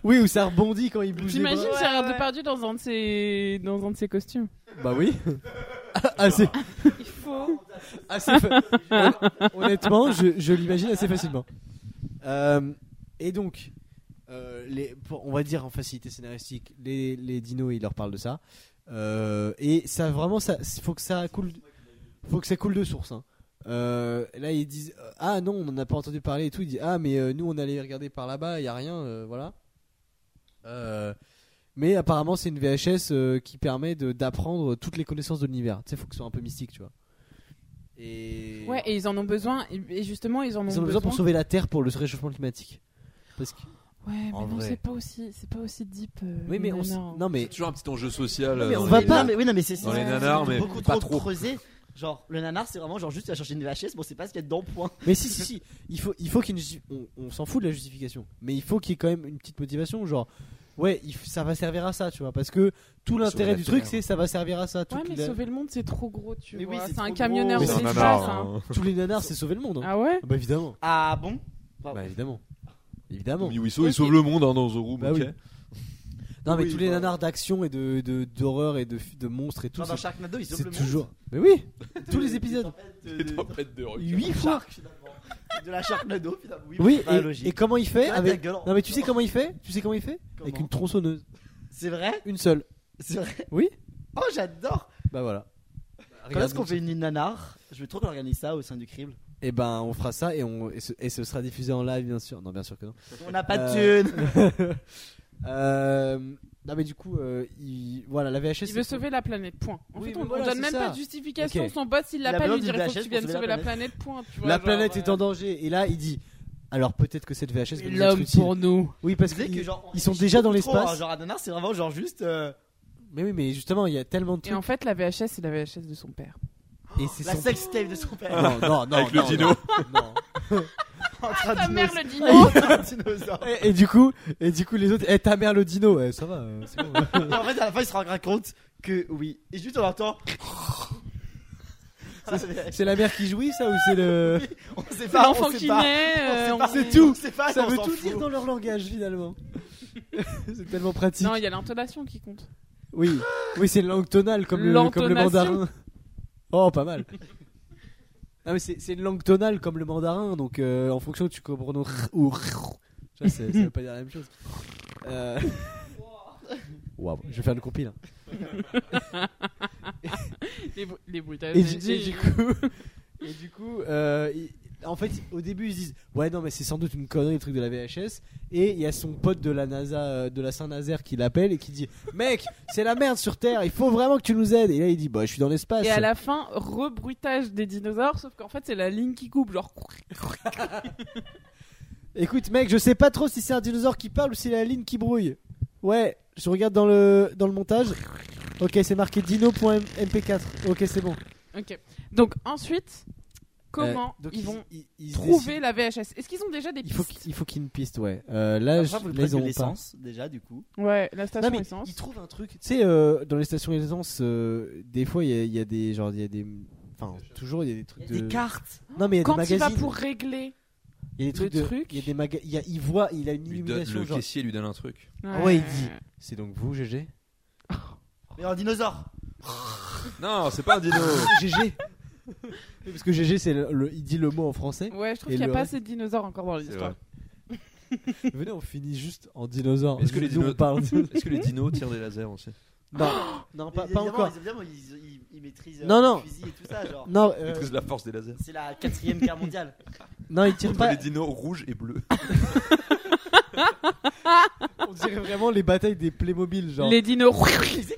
Oui, où ça rebondit quand il bouge. les
J'imagine
bras.
Ouais,
Gérard
ouais.
Depardieu dans un de ses dans un de ses costumes.
Bah oui. assez,
Il faut.
assez fa- Hon- Honnêtement, je, je l'imagine assez facilement. Euh, et donc, euh, les, pour- on va dire en facilité scénaristique, les, les dinos, ils leur parlent de ça. Euh, et ça, vraiment, ça, faut que ça coule, faut que ça coule de source. hein. Euh, là, ils disent euh, ah non, on n'en a pas entendu parler et tout. Ils disent ah mais euh, nous on allait regarder par là-bas, il y a rien, euh, voilà. Euh, mais apparemment, c'est une VHS euh, qui permet de- d'apprendre toutes les connaissances de l'univers. Tu sais, faut que ce soit un peu mystique, tu vois. Et
Ouais, et ils en ont besoin. et- Et justement, ils en ont, Euh,
ils en ont besoin pour sauver la Terre pour le réchauffement climatique. Parce que...
Ouais, mais
En
non,
vrai.
c'est pas aussi, c'est pas aussi deep. euh,
Oui, mais
les
on s-
nanas, hein.
non mais
Toujours un petit enjeu social.
Non, mais
euh,
on
dans
va
les-
pas-
Non, mais oui, non, mais c'est
Dans les
c'est-
nanars,
c'est
mais
beaucoup
pas
trop,
trop.
creusé. Genre, le nanar, c'est vraiment genre juste tu vas chercher une VHS, bon, c'est pas ce qu'il y a dedans, point.
Mais si, si, si, il faut, il faut qu'il y ait une justi- on, on s'en fout de la justification, mais il faut qu'il y ait quand même une petite motivation, genre, ouais, il f- ça va servir à ça, tu vois, parce que tout l'intérêt
la
du
Terre.
truc, c'est ça va servir à ça.
Ouais,
Toutes
mais
les-
sauver le monde, c'est trop gros, tu
Mais oui,
vois.
c'est
c'est un
trop
camionneur
gros.
de
Mais c'est
un
l'espace.
nanar,
hein.
hein.
Tous les nanars, c'est sauver le monde. hein.
Ah ouais
Bah évidemment,
Ah bon
bah évidemment, évidemment.
Tommy Wiseau, il sauve le monde hein, dans The Room.
Ah Bah oui.
ok.
Non mais
Oui,
tous les
bah.
nanars d'action et de de- d'horreur et de, fi- de monstres et tout,
Genre dans
c'est-
Sharknado, ils
c'est
sauvent le
toujours. Mais oui,
monde.
tous
De-
les épisodes.
des
Des
tempêtes
tempêtes de rock.
de-
Huit
de
fois.
Shark, finalement. De la Sharknado, finalement. Oui,
Oui.
c'est pas
Et,
logique.
et comment il fait
Ah, ta
avec
gueule.
Non mais tu sais comment il fait Tu sais comment il fait Avec
Comment
une tronçonneuse,
C'est vrai
une seule.
C'est vrai
Oui.
Oh, j'adore
Bah voilà.
Quand
Regarde,
est-ce qu'on fait une nanar Je veux trop qu'on organise ça au sein du crible.
Et ben on fera ça et, on, et, ce, et ce sera diffusé en live bien sûr. Non bien sûr que non.
On n'a pas de
Euh,
thune
Euh, non mais du coup euh, il- voilà la VHS.
Il veut sauver la planète, point. En
Oui,
fait,
mais
on, on
voilà,
donne
c'est
même
ça.
pas de justification.
Ok.
Son boss, il
Il a
l'appelle,
besoin
il dit
d'une
il faut que
VHS
tu viennes
pour
sauver la planète, point. tu vois,
La
genre, euh,
planète
ouais.
est en danger et là il dit alors peut-être que cette VHS. va nous être
L'homme
utile.
pour nous.
Oui parce
Vous savez
qu'ils
genre, on
ils sont
réfléchit
déjà dans
beaucoup trop,
l'espace.
hein, genre, un nanar, c'est vraiment genre juste. euh,
Mais oui mais justement il y a tellement de
Et
trucs
en fait, la VHS, c'est la VHS de son père.
et c'est
La
son-
sex tape de son père.
Non non non.
Avec le
non,
dino.
non, non.
Ah, Ta mère le dit non
le dinosaure.
Et, et du coup et du coup les autres. Eh ta mère le dino. Eh, ça va. euh, c'est bon, ouais.
Et en fait, à la fin, il se rend compte que oui. Et juste, on entend. Ah, mais-
c'est la mère qui jouit ça ou c'est le.
on sait
C'est
pas,
l'enfant
on sait
qui
pas.
naît. euh,
On sait pas,
c'est
on
tout.
sait pas,
Ça
Ah on
veut
s'en
tout
fout.
dire dans leur langage finalement. c'est tellement pratique.
Non, il y a l'intonation qui compte.
Oui, oui, c'est une langue tonale comme le, comme le
L'entonation.
mandarin. Oh, pas mal. Ah mais c'est c'est une langue tonale comme le mandarin, donc euh, en fonction tu comprends nos rrr ou rrr. Tu vois, c'est- ça veut pas dire la même chose. Euh, Waouh, je vais faire le compil. hein.
Les, bru- les bruitages.
Et,
de
du- et
Gigi.
du coup, et du coup euh, il- en fait, au début, ils se disent Ouais, non, mais c'est sans doute une connerie le truc de la VHS. Et il y a son pote de la NASA, euh, de la Saint-Nazaire, qui l'appelle et qui dit Mec, c'est la merde sur Terre, il faut vraiment que tu nous aides. Et là, il dit Bah, je suis dans l'espace.
Et à la fin, rebruitage des dinosaures, sauf qu'en fait, c'est la ligne qui coupe, genre.
Écoute, mec, je sais pas trop si c'est un dinosaure qui parle ou si c'est la ligne qui brouille. Ouais, je regarde dans le, dans le montage. Ok, c'est marqué dino.mp4. Ok, c'est bon.
Ok. Donc ensuite, comment
Euh, donc
ils, vont
ils- ils décident-
trouver la VHS Est-ce qu'ils ont déjà des
Il faut
pistes
qu'il il faut qu'il y ait une piste, ouais. Euh, là,
Après,
je,
vous le
là, ils
prenez de
auront pas.
l'essence, déjà, du coup.
Ouais, la station
Non, mais
essence.
ils trouvent un truc. Tu sais, euh, dans les stations essence, euh, des fois, il y, a- il y a des. Genre, il y a des. Enfin, toujours, il y a des trucs de.
Des cartes.
Non, mais il y a
Quand
des
il va
magazines.
pour régler.
Il y a des
le
trucs de.
truc.
Il y a des maga- Il, y a- il voit, il a une
Lui donne-
illumination.
le
genre.
caissier lui donne un truc.
Ah ouais, il dit. C'est donc vous, GG
Mais en dinosaure.
Non, c'est pas un dino.
GG Ah, Oui, Parce que GG, c'est le- le- il dit le mot en français.
Ouais, je trouve
Et
qu'il n'y a
le
pas
reste-
assez de dinosaures encore dans l'histoire.
Venez, on finit juste en dinosaure.
Est-ce que les
Nous, on
dinos-
parle de-
Est-ce que les dinos tirent des lasers aussi
Non, non pas,
Mais
pas
évidemment,
encore.
Ils, évidemment, ils, ils- ils maîtrisent euh,
Non,
le
non.
fusil et tout ça, genre.
Non,
Ils
euh,
maîtrisent la force des lasers.
C'est la quatrième guerre mondiale.
Non, il tire
Entre
pas.
les dinos rouges et bleus.
On dirait vraiment les batailles des Playmobil, genre.
Les dinos.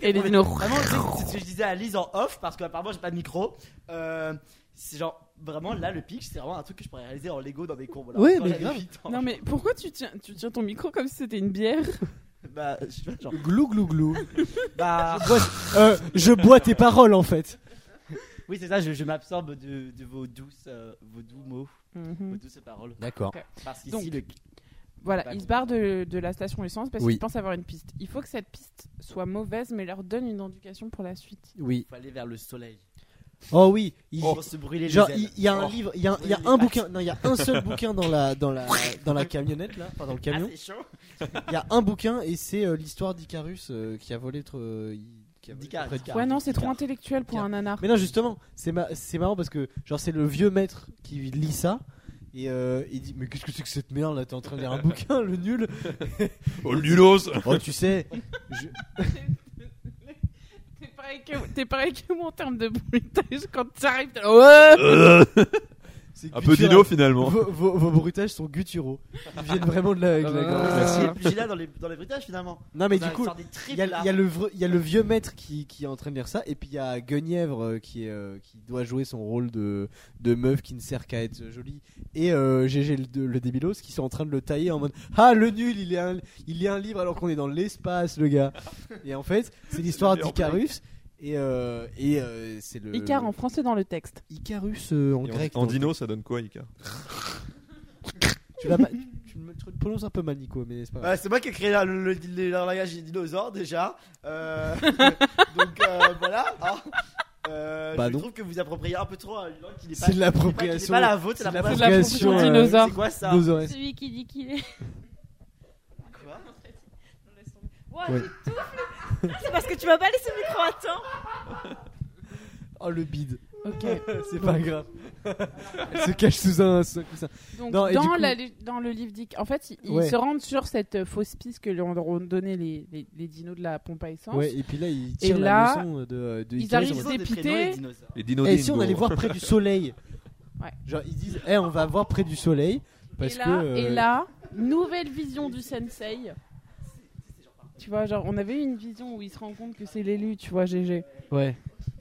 Et les dinos.
Vraiment, tu sais, c'est ce que je disais à Lise en off, parce qu'apparemment j'ai pas de micro. Euh, c'est genre, vraiment là, le pitch, c'est vraiment un truc que je pourrais réaliser en Lego dans mes cours. Voilà,
Ouais,
Quand
mais
j'avais
grave.
huit ans.
Non mais pourquoi tu tiens, tu tiens ton micro comme si c'était une bière
Bah, je sais pas, genre.
Glou glou glou.
Bah,
Euh, je bois tes paroles en fait.
oui, c'est ça, je, je m'absorbe de, de vos, douces, euh, vos doux mots, vos
Mm. Mhm.
douces paroles.
D'accord.
Parce qu'ici,
Donc,
le.
Voilà,
Bah,
ils se barrent de, de la station essence parce
Oui.
qu'ils pensent avoir une piste. Il faut que cette piste soit mauvaise mais leur donne une indication pour la suite.
Oui.
Faut aller vers le soleil.
Oh oui, il,
Pour se brûler
genre,
les ailes.
il il y a un
Oh.
livre, il y a, un- il y a
Oui, les
un
pattes.
bouquin, non, il y a un seul bouquin dans la, dans la, dans la camionnette là, enfin dans le
Ah,
camion.
c'est chaud.
Il y a un bouquin et c'est euh, l'histoire d'Icarus euh, qui a volé. Entre, euh, il- qui a volé
D'Icarus.
auprès de-
Car-
ouais non, c'est trop
car-
intellectuel pour
car-
un nanar.
Mais non, justement, c'est ma- c'est marrant parce que genre c'est le vieux maître qui lit ça et euh, il dit mais qu'est-ce que c'est que cette merde là t'es en train de lire un bouquin le nul.
Oh, nulos
Oh tu sais,
T'es pareil, que- t'es pareil que moi en termes de bruitage quand t'arrives. t'es là,
Euh.
Ouais
c'est
Un peu
guttural.
dino finalement.
Vos, vos, vos bruitages sont gutturaux. Ils viennent vraiment de la, de
Ah.
la grande classe.
C'est plus gênant dans les, dans les bruitages finalement.
Non mais
On a-
du coup,
sort des tripes,
il y a,
là.
il y a le vre- il y a le vieux maître qui, qui est en train de lire ça, et puis il y a Guenièvre euh, qui, est, euh, qui doit jouer son rôle de, de meuf qui ne sert qu'à être jolie, et euh, GG le, de- le débilos qui sont en train de le tailler en mode Ah le nul, il est un, il est un livre alors qu'on est dans l'espace, le gars. et en fait, c'est l'histoire
meilleure
d'Icarus, et, euh, et euh, c'est le.
Icar en français dans le texte.
Icarus euh, en
Et
grec.
en, en
donc.
dino, ça donne quoi, Ika
Tu, l'as pas- tu me- tu le prononces un peu mal, Nico, mais c'est pas grave.
Euh, c'est moi qui ai créé la- le, le, le- le langage des dinosaures déjà. Euh, donc euh, voilà. hein. Euh,
Bah
je
non.
trouve que vous appropriez un peu trop à une langue qui n'est pas,
C'est
qui
de
n'est pas, qui n'est
l'appropriation.
pas la hein. vôtre, c'est
C'est de
l'appropriation.
l'appropriation,
L'appropriation
euh,
dinosaure.
C'est quoi ça
nos oreilles.
Celui qui dit qu'il est.
Quoi
Ouah,
Ouais.
tu touffles C'est parce que tu m'as pas laissé le micro à temps
Oh le bide.
Ok.
C'est pas grave. Elle se cache sous un, sous un coussin.
Donc,
Non, et
dans,
du coup-
la li- dans le livre d'Ic, en fait, ils, ils
Ouais.
se rendent sur cette euh, fausse piste que lui ont donné les, les, les dinos de la pompe à essence.
Ouais, et puis là, il tire
là,
la leçon de, de
ils
Icarus
Ils
en
arrivent-
mode,
ont des
Dépité.
prénoms, les dinosaures.
Les dinos
Eh, si on allait voir près du soleil
Ouais.
Genre, ils disent, eh, on va voir près du soleil. Parce
et, là,
que. euh,
et là, nouvelle vision du sensei. Tu vois, genre, on avait eu une vision où il se rend compte que c'est l'élu, tu vois, GG.
euh, Ouais.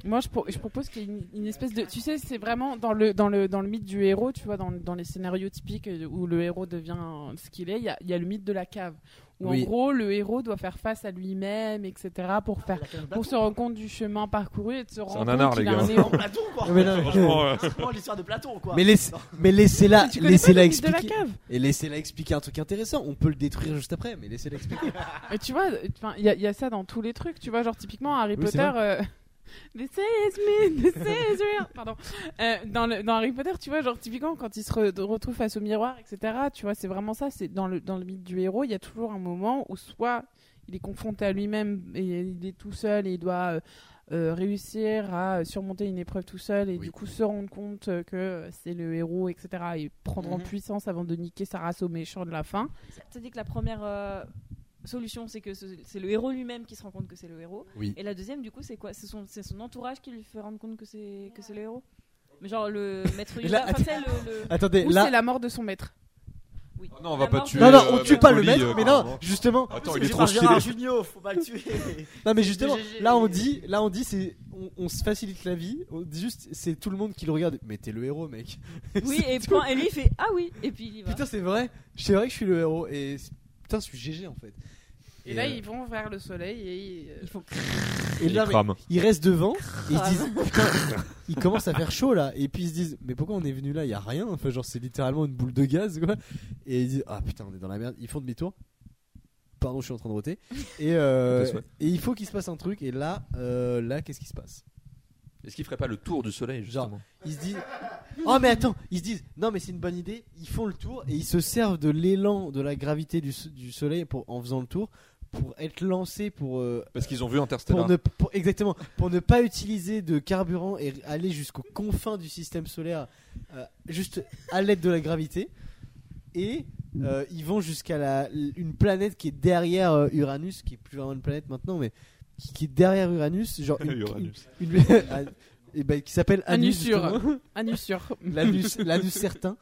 Moi, je, pro- je propose qu'il y ait une, une espèce de. Tu sais, c'est vraiment dans le, dans, le, dans le mythe du héros, tu vois, dans, dans les scénarios typiques euh, où le héros devient ce qu'il est, il y a, il y a le mythe de la cave. Où
Oui.
en gros, le héros doit faire face à lui-même, etc., pour faire pour se rendre compte du chemin parcouru et de se rendre
Bah, un nanar,
compte qu'il
les
a
gars.
un néant.
Platon quoi.
Mais non,
Oh,
C'est vraiment l'histoire de Platon quoi.
mais laisse- mais laissez-la
Mais tu connais
Ah, laissez-la
pas le mythe de la
expliquer.
cave.
Et laissez-la expliquer un truc intéressant. On peut le détruire juste après, mais laissez-la expliquer.
Et tu vois, euh, enfin, il y, a- il y a ça dans tous les trucs. Tu vois, genre typiquement Harry
Oui, c'est
Potter. euh, This is me, this is real. Pardon. Euh, dans, le- dans Harry Potter, tu vois, genre typiquement quand il se re- retrouve face au miroir, etc. Tu vois, c'est vraiment ça. C'est dans le dans le mythe du héros, il y a toujours un moment où soit il est confronté à lui-même et il est tout seul et il doit euh, euh, réussir à surmonter une épreuve tout seul et
Oui.
du coup se rendre compte euh, que c'est le héros, etc. Et prendre en
Mhm.
puissance avant de niquer sa race au méchant de la fin.
T'as dit que la première euh, solution, c'est que ce- c'est le héros lui-même qui se rend compte que c'est le héros.
Oui.
Et la deuxième, du coup, c'est quoi C'est son, c'est son entourage qui lui fait rendre compte que c'est que c'est le héros Mais genre le maître
Et là,
Yoda, enfin, tu sais, le, le-
Attendez,
Ou
là.
c'est la mort de son maître.
oui.
Non, on va
La
pas
mort-
tuer,
Non, non, on
euh,
tue pas le
Broly,
maître,
euh, Ah,
mais non,
carrément.
justement.
Attends,
C'est
il est
joué
trop
par
stylé.
Gérard Jugnot, faut pas le tuer.
Non mais justement,
GG.
là on dit, là on dit, c'est, on, on se facilite la vie. On dit juste, c'est tout le monde qui le regarde. Mais t'es le héros, mec.
Oui,
C'est
et,
tout.
point, et lui, il fait Ah oui Et puis il y va.
Putain, c'est vrai. C'est vrai que je suis le héros et c'est- putain, je suis GG en fait.
Et là,
euh,
ils vont vers le soleil et euh,
Ils font
et là, mais
crame.
ils restent devant et ils se disent, putain, ils commencent à faire chaud là. Et puis ils se disent, mais pourquoi on est venu là Il y a rien. Enfin, genre c'est littéralement une boule de gaz quoi. Et ils disent, ah putain, on est dans la merde. Ils font demi-tour. Pardon, je suis en train de roter. Et, euh,
À tes souhaits.
et il faut qu'il se passe un truc. Et là, euh, là, qu'est-ce qui se passe
Est-ce qu'il ferait pas le tour du soleil, justement
Ils se disent Oh mais attends, ils se disent non mais c'est une bonne idée, ils font le tour et ils se servent de l'élan de la gravité du, so- du soleil pour en faisant le tour pour être lancés pour euh,
Parce qu'ils ont vu Interstellar.
pour ne pour- exactement pour ne pas utiliser de carburant et aller jusqu'aux confins du système solaire euh, juste à l'aide de la gravité et euh, ils vont jusqu'à la une planète qui est derrière euh, Uranus qui est plus vraiment une planète maintenant mais qui, qui est derrière Uranus genre une-
Uranus.
une- ah, et ben, qui s'appelle
Anus
Anus.
sûr.
justement.
Anus sûr.
L'anus, l'anus certain.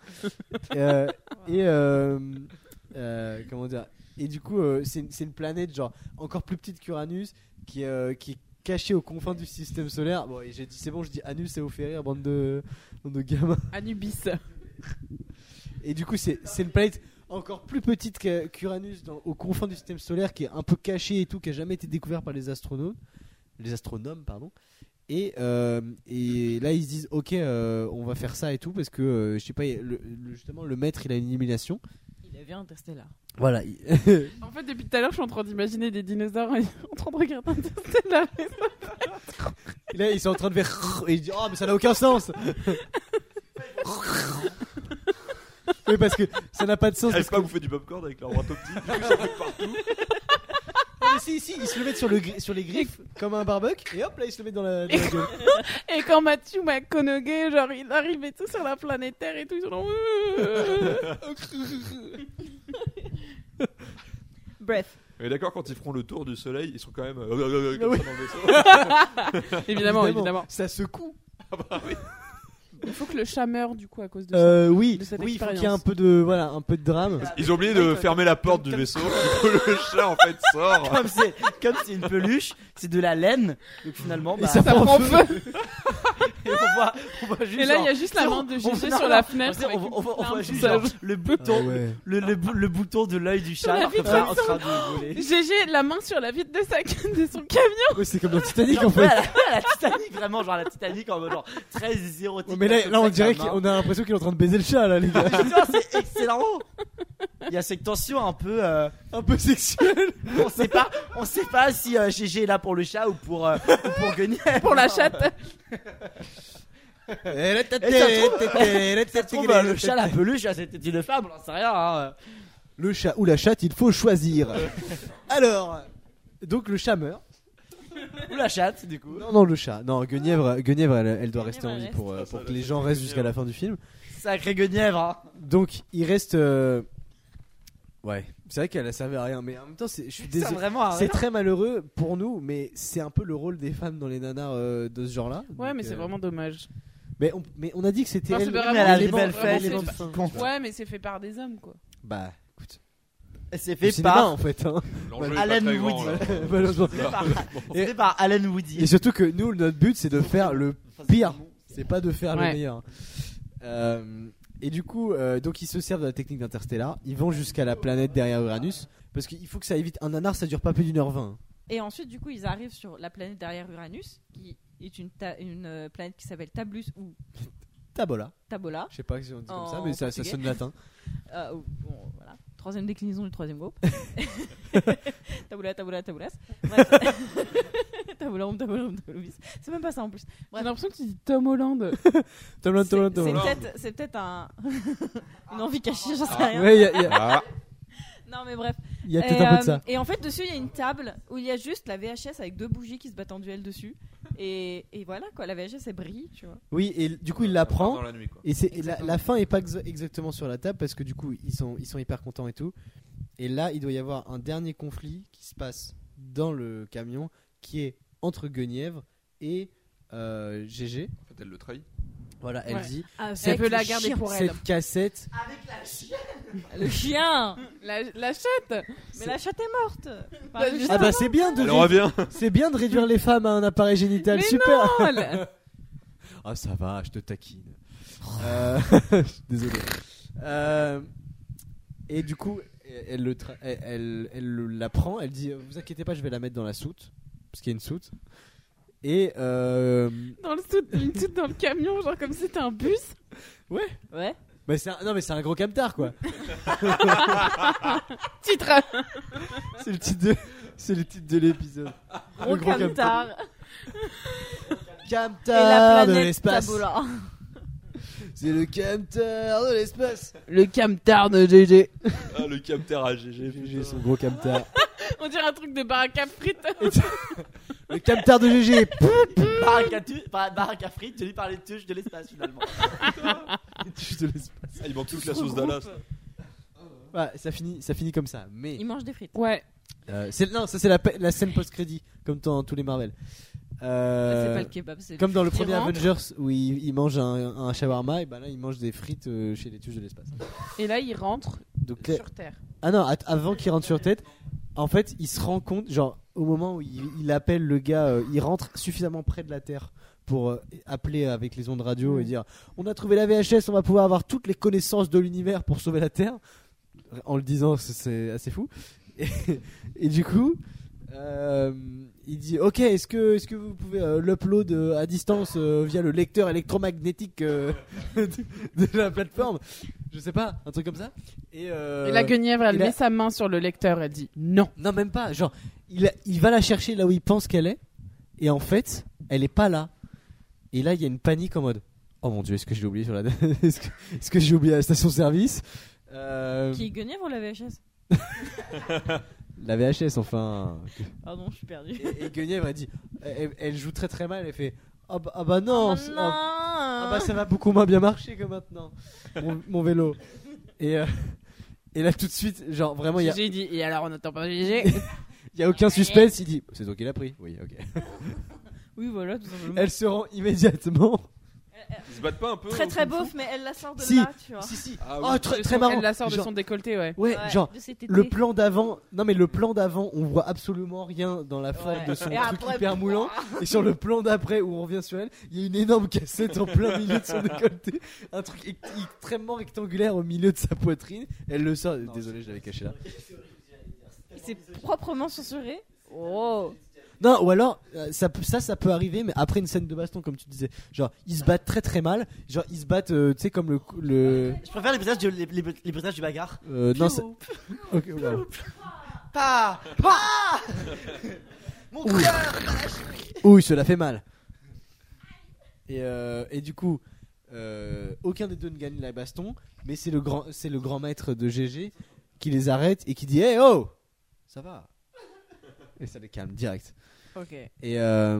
Euh, et euh, euh, comment dire Et du coup, euh, c'est, une- c'est une planète genre encore plus petite qu'Uranus qui est, euh, qui est cachée aux confins du système solaire. Bon, et j'ai dit c'est bon, je dis Anus et vous fait rire, bande de, bande de gamins.
Anubis.
Et du coup, c'est c'est une planète encore plus petite que- qu'Uranus dans- aux confins du système solaire, qui est un peu cachée et tout, qui a jamais été découvert par les astronomes, les astronomes pardon. Et, euh, et là, ils se disent, ok, euh, on va faire ça et tout, parce que euh, je sais pas, le- le- justement, le maître, il a une illumination.
Il avait Interstellar.
Voilà. il-
En fait, depuis tout à l'heure, je suis en train d'imaginer des dinosaures et- en train de regarder Interstellar.
Et là, ils sont en train de faire. Et ils disent Oh, mais ça n'a aucun sens Oui, parce que ça n'a pas de sens.
Ils
Parce
pas
que...
bouffer du popcorn avec leur bras tout petit.
Mais si, si, ils se le mettent sur, le gri- sur les griffes comme un barbecue, et hop, là, ils se le mettent dans la, dans la gueule.
Et quand Mathieu McConaughey, genre, il arrive et tout sur la planète Terre et tout, ils sont là.
Bref.
Mais d'accord, quand ils feront le tour du soleil, ils sont quand même. euh,
oui.
comme ça dans le vaisseau.
évidemment, évidemment.
Ça secoue.
Il faut que le chat meure, du coup, à cause de ça.
Euh, oui,
de cette
oui, il faut
expérience.
qu'il y ait un peu de, voilà, un peu de drame.
Ils ont oublié de fermer la porte du vaisseau. Du coup, le chat en fait sort.
Comme c'est comme c'est une peluche, c'est de la laine. Donc finalement, bah,
ça
Ça prend feu.
et on voit, on voit juste
Et là,
genre-
il y a juste la main de
on-
Gégé
non, non,
sur la
on,
fenêtre.
sait, on-
avec
on- on- on
plein
voit
de
juste
visages.
genre le
Ah
bouton, le, le bou- le bouton de l'œil du chat
la
comme ça,
vitre
en train de voler.
Gégé, la main sur la vitre de, sa... de son camion.
Ouais, c'est comme dans Titanic
Genre,
en
ouais,
fait.
à la, à la Titanic, vraiment, genre à la Titanic en mode genre très érotique.
Ouais, mais là, là, on dirait qu'on a l'impression qu'il est en train de baiser le chat, là, les gars.
Putain, c'est hein. excellent! Il y a cette tension un peu. euh,
Un peu sexuel.
on sait pas, on sait pas si euh, GG est là pour le chat ou pour, euh, ou pour Guenièvre.
Pour la chatte.
Et ça
Ça se trouve, euh, le chat, la peluche, euh, c'était une femme, on n'en sait rien. Hein.
Le chat ou la chatte, il faut choisir. Alors, donc le chat meurt.
Ou la chatte, du coup.
Non, non, le chat. Non, Guenièvre, Guenièvre elle, elle doit
Guenièvre,
rester en
elle
vie
reste.
pour, euh, pour que les gens restent jusqu'à la fin du film.
Sacré Guenièvre. Hein.
Donc, il reste. euh, Ouais. C'est vrai qu'elle a servi à rien, mais en même temps, c'est- je suis
Putain,
désolé.
Ah,
vraiment. hein.
C'est très malheureux pour nous, mais c'est un peu le rôle des femmes dans les nanas euh, de ce genre-là.
Ouais,
Donc,
mais c'est
euh,
vraiment dommage.
Mais on, mais on a dit que c'était.
Non, c'est
elle-
pas
Mais elle a des
vraiment-
belles
vraiment,
fesses.
c'est
elle est con.
Ouais, mais c'est fait par des hommes, quoi.
Bah, écoute.
Elle s'est
Le
fait
cinéma,
par.
en fait. hein.
L'enjeu est
Alan
pas très grand,
Wood.
là.
Malheureusement.
par-
Et-
C'est fait par Alan Woody.
Et surtout que nous, notre but, c'est de faire le pire. C'est pas de faire
Ouais.
le meilleur. Euh, et du coup, euh, donc ils se servent de la technique d'Interstellar. Ils vont jusqu'à la planète derrière Uranus. Parce qu'il faut que ça évite. Un nanar, ça dure pas plus d'une heure vingt.
Et ensuite, du coup, ils arrivent sur la planète derrière Uranus, qui est une, ta- une euh, planète qui s'appelle Tablus ou
Tabola.
Tabola.
Je sais pas si on dit comme
Oh,
En
ça, mais ça, ça
portugais.
sonne latin.
Euh, ou- bon, voilà. Troisième déclinaison du troisième groupe. taboula, taboula, taboulas. Bref. Taboulam, taboulam, tabouloubis. C'est même pas ça en plus.
J'ai
Ouais.
l'impression que tu dis Tom Holland.
Tomlin,
C'est
tomlin,
c'est
tomlin.
peut-être c'est peut-être un... une envie cachée, j'en sais rien.
Ouais, il y a, y a-
Ah,
Non, mais bref.
y a
Et,
peut-être un peu de
euh,
ça.
et en fait, dessus, il y a une table où il y a juste la VHS avec deux bougies qui se battent en duel dessus. Et, et voilà, quoi. La VHS, elle brille, tu vois.
Oui, et du coup, il
on part
l'apprend.
Dans la nuit, quoi.
Et, c'est- et la, la fin est pas exa- exactement sur la table parce que du coup ils sont, ils sont hyper contents et tout. Et là il doit y avoir un dernier conflit qui se passe dans le camion qui est entre Guenièvre et euh, GG.
En fait, elle le trahit.
Voilà, elle
Ouais.
dit
Elle
Cette- Ah,
peut la garder pour elle.
cette cassette.
Le chien
La, la chatte
Mais la chatte est morte Enfin,
Bah,
juste-
Ah bah c'est bien de
Elle
ré-
revient.
c'est bien de réduire les femmes à un appareil génital
Mais
super.
non, la-
Ah ça va, je te taquine. Euh, Désolé. Euh, et du coup, elle le tra- elle, elle, elle le- la prend, elle dit vous inquiétez pas, je vais la mettre dans la soute parce qu'il y a une soute. Et euh,
dans le soute, une soute dans le camion, genre comme si c'était un bus.
Ouais.
bah, c'est un- non mais c'est un gros camtar quoi.
Titre
C'est le titre de c'est le titre de l'épisode.
Gros
gros
camtar. Et la
Camtar de
planète
l'espace.
Tabola.
C'est le camtar de l'espace.
Le camtar de GG.
Ah, le capteur à GG.
GG
putain.
son gros camtar.
On dirait un truc de baraque à frites.
Le camtar de GG.
Baraque à tu- par- baraque à frites, bah, tenu par les touches de l'espace finalement.
Je te laisse pas.
Ah, il manque toute la sauce Dallas.
Ouais, ça finit ça finit comme ça. Mais
Il mange des frites.
Ouais.
Euh, c'est- non, ça c'est la, pa- la scène post-crédit, comme dans tous les Marvel. Euh,
C'est pas le kebab, c'est
Comme dans le
Il
premier
rentre.
Avengers où il, il mange un, un shawarma, et ben là il mange des frites euh, chez les tuches de l'espace.
Et là, il rentre
Donc les-
sur Terre.
ah non, at- avant qu'il rentre sur tête, en fait il se rend compte, genre au moment où il, il appelle le gars, euh, il rentre suffisamment près de la Terre pour euh, appeler avec les ondes radio et
Mm.
dire on a trouvé la VHS, on va pouvoir avoir toutes les connaissances de l'univers pour sauver la Terre. En le disant, c'est- c'est assez fou. Et, et du coup, euh, il dit ok, est-ce que est-ce que vous pouvez euh, l'upload euh, à distance euh, via le lecteur électromagnétique euh, de, de la plateforme Je sais pas, un truc comme ça. Et, euh,
Et la guenièvre, elle
il a-
met sa main sur le lecteur, elle dit non.
non, même pas. Genre, il, il va la chercher là où il pense qu'elle est, et en fait, elle est pas là. Et là, il y a une panique en mode Oh mon dieu, est-ce que j'ai oublié sur la. est-ce que, est-ce que j'ai oublié à la station-service Euh,
Qui est Guenièvre ou la VHS
La VHS, enfin.
Ah non, je suis perdue.
Et, et Guenièvre, elle dit elle, elle joue très très mal, elle fait Ah bah, ah bah non
Ah
c'est-
non
ah- Ah bah ça va beaucoup moins bien marcher que maintenant, mon, mon vélo. Et, euh, et là, tout de suite, genre vraiment, il y a,
J'ai dit, et alors on n'entend pas GG
il y a aucun suspense, il dit C'est toi qui l'as pris Oui, ok.
Oui, voilà, tout simplement.
Elle se rend immédiatement.
Ils se battent pas un peu hein,
Très
au
très
Kung Fu
beauf, mais elle la sort de
Si.
là, tu vois.
Si, si.
Ah oui.
Oh, très,
De
très
son-
marrant.
Elle la sort de
Genre-
son décolleté, ouais.
Ouais,
Ouais,
genre,
de cet été.
le plan d'avant. Non, mais le plan d'avant, on voit absolument rien dans la forme
Ouais.
de son
Et
truc
après,
hyper moulant. Et sur le plan d'après, où on revient sur elle, il y a une énorme cassette en plein milieu de son décolleté. Un truc ex- extrêmement rectangulaire au milieu de sa poitrine. Elle le sort. Désolé, je l'avais caché là.
C'est proprement censuré. Oh
Non, ou alors, euh, ça, peut- ça, ça peut arriver, mais après une scène de baston, comme tu disais. Genre, ils se battent très très mal. Genre, ils se battent, euh, tu sais, comme le. le
Je préfère les brisages, de- les, les, les brisages du bagarre.
euh, non, ça- Ok, wow.
Pa Pa Mon cœur
Ouh, cela fait mal. Et, euh, et du coup, euh, aucun des deux ne gagne la baston, mais c'est le grand, c'est le grand maître de GG qui les arrête et qui dit Hey oh Ça va Et ça les calme direct.
Ok.
Et euh,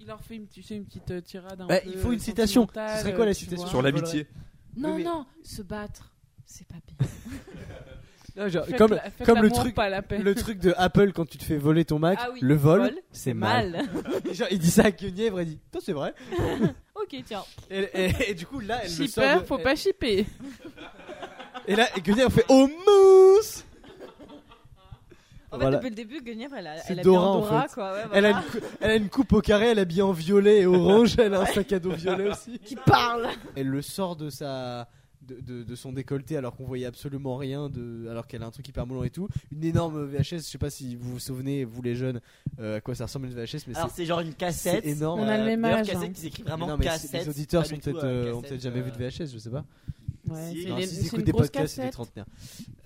Il leur fait une, tu sais, une petite euh, tirade. Un
Bah,
peu
il faut une citation.
sentimentale,
Ce serait quoi la
tu
citation
vois.
Sur l'amitié.
Non,
Oui, mais-
non, se battre, c'est pas bien.
non, genre,
Faites
comme,
la- faites
comme le,
l'amour,
truc,
pas la paix.
le truc de Apple quand tu te fais voler ton Mac,
Ah oui,
le vol,
vol,
c'est mal.
Mal
Genre, il dit ça à Guenièvre, il dit Toi, c'est vrai.
Ok, tiens.
Et, et- et du coup, là, elle le sort.
Shipper,
de-
faut
elle-
pas shipper.
Et là, Guenièvre fait Oh mince
En
Voilà.
fait, depuis le début, Guenièvre, elle a,
C'est
elle a
Dora,
bien
en
Dora,
fait.
quoi. ouais,
Elle a,
voilà.
une cou- elle a une coupe au carré, elle est habillée en violet et orange, elle a un sac à dos violet aussi.
Qui parle
Elle le sort de sa de, de- de son décolleté alors qu'on voyait absolument rien de alors qu'elle a un truc hyper moulant et tout une énorme VHS je sais pas si vous vous souvenez vous les jeunes euh, à quoi ça ressemble une VHS mais
Alors
c'est-
c'est genre une cassette.
c'est énorme
On a le
Euh,
même
d'ailleurs,
âge,
cassette
hein.
qui s'écrit
Mais
vraiment
non, mais c'est-
cassette.
les auditeurs
pas du
sont
tout, euh,
peut-être euh, ont
cassette,
peut-être jamais
euh,
vu de VHS je sais pas
Ouais,
Si,
c'est
non,
une-
s'ils
c'est
écoutent
une
des
grosse
podcasts c'est des
cassette.
trentenaires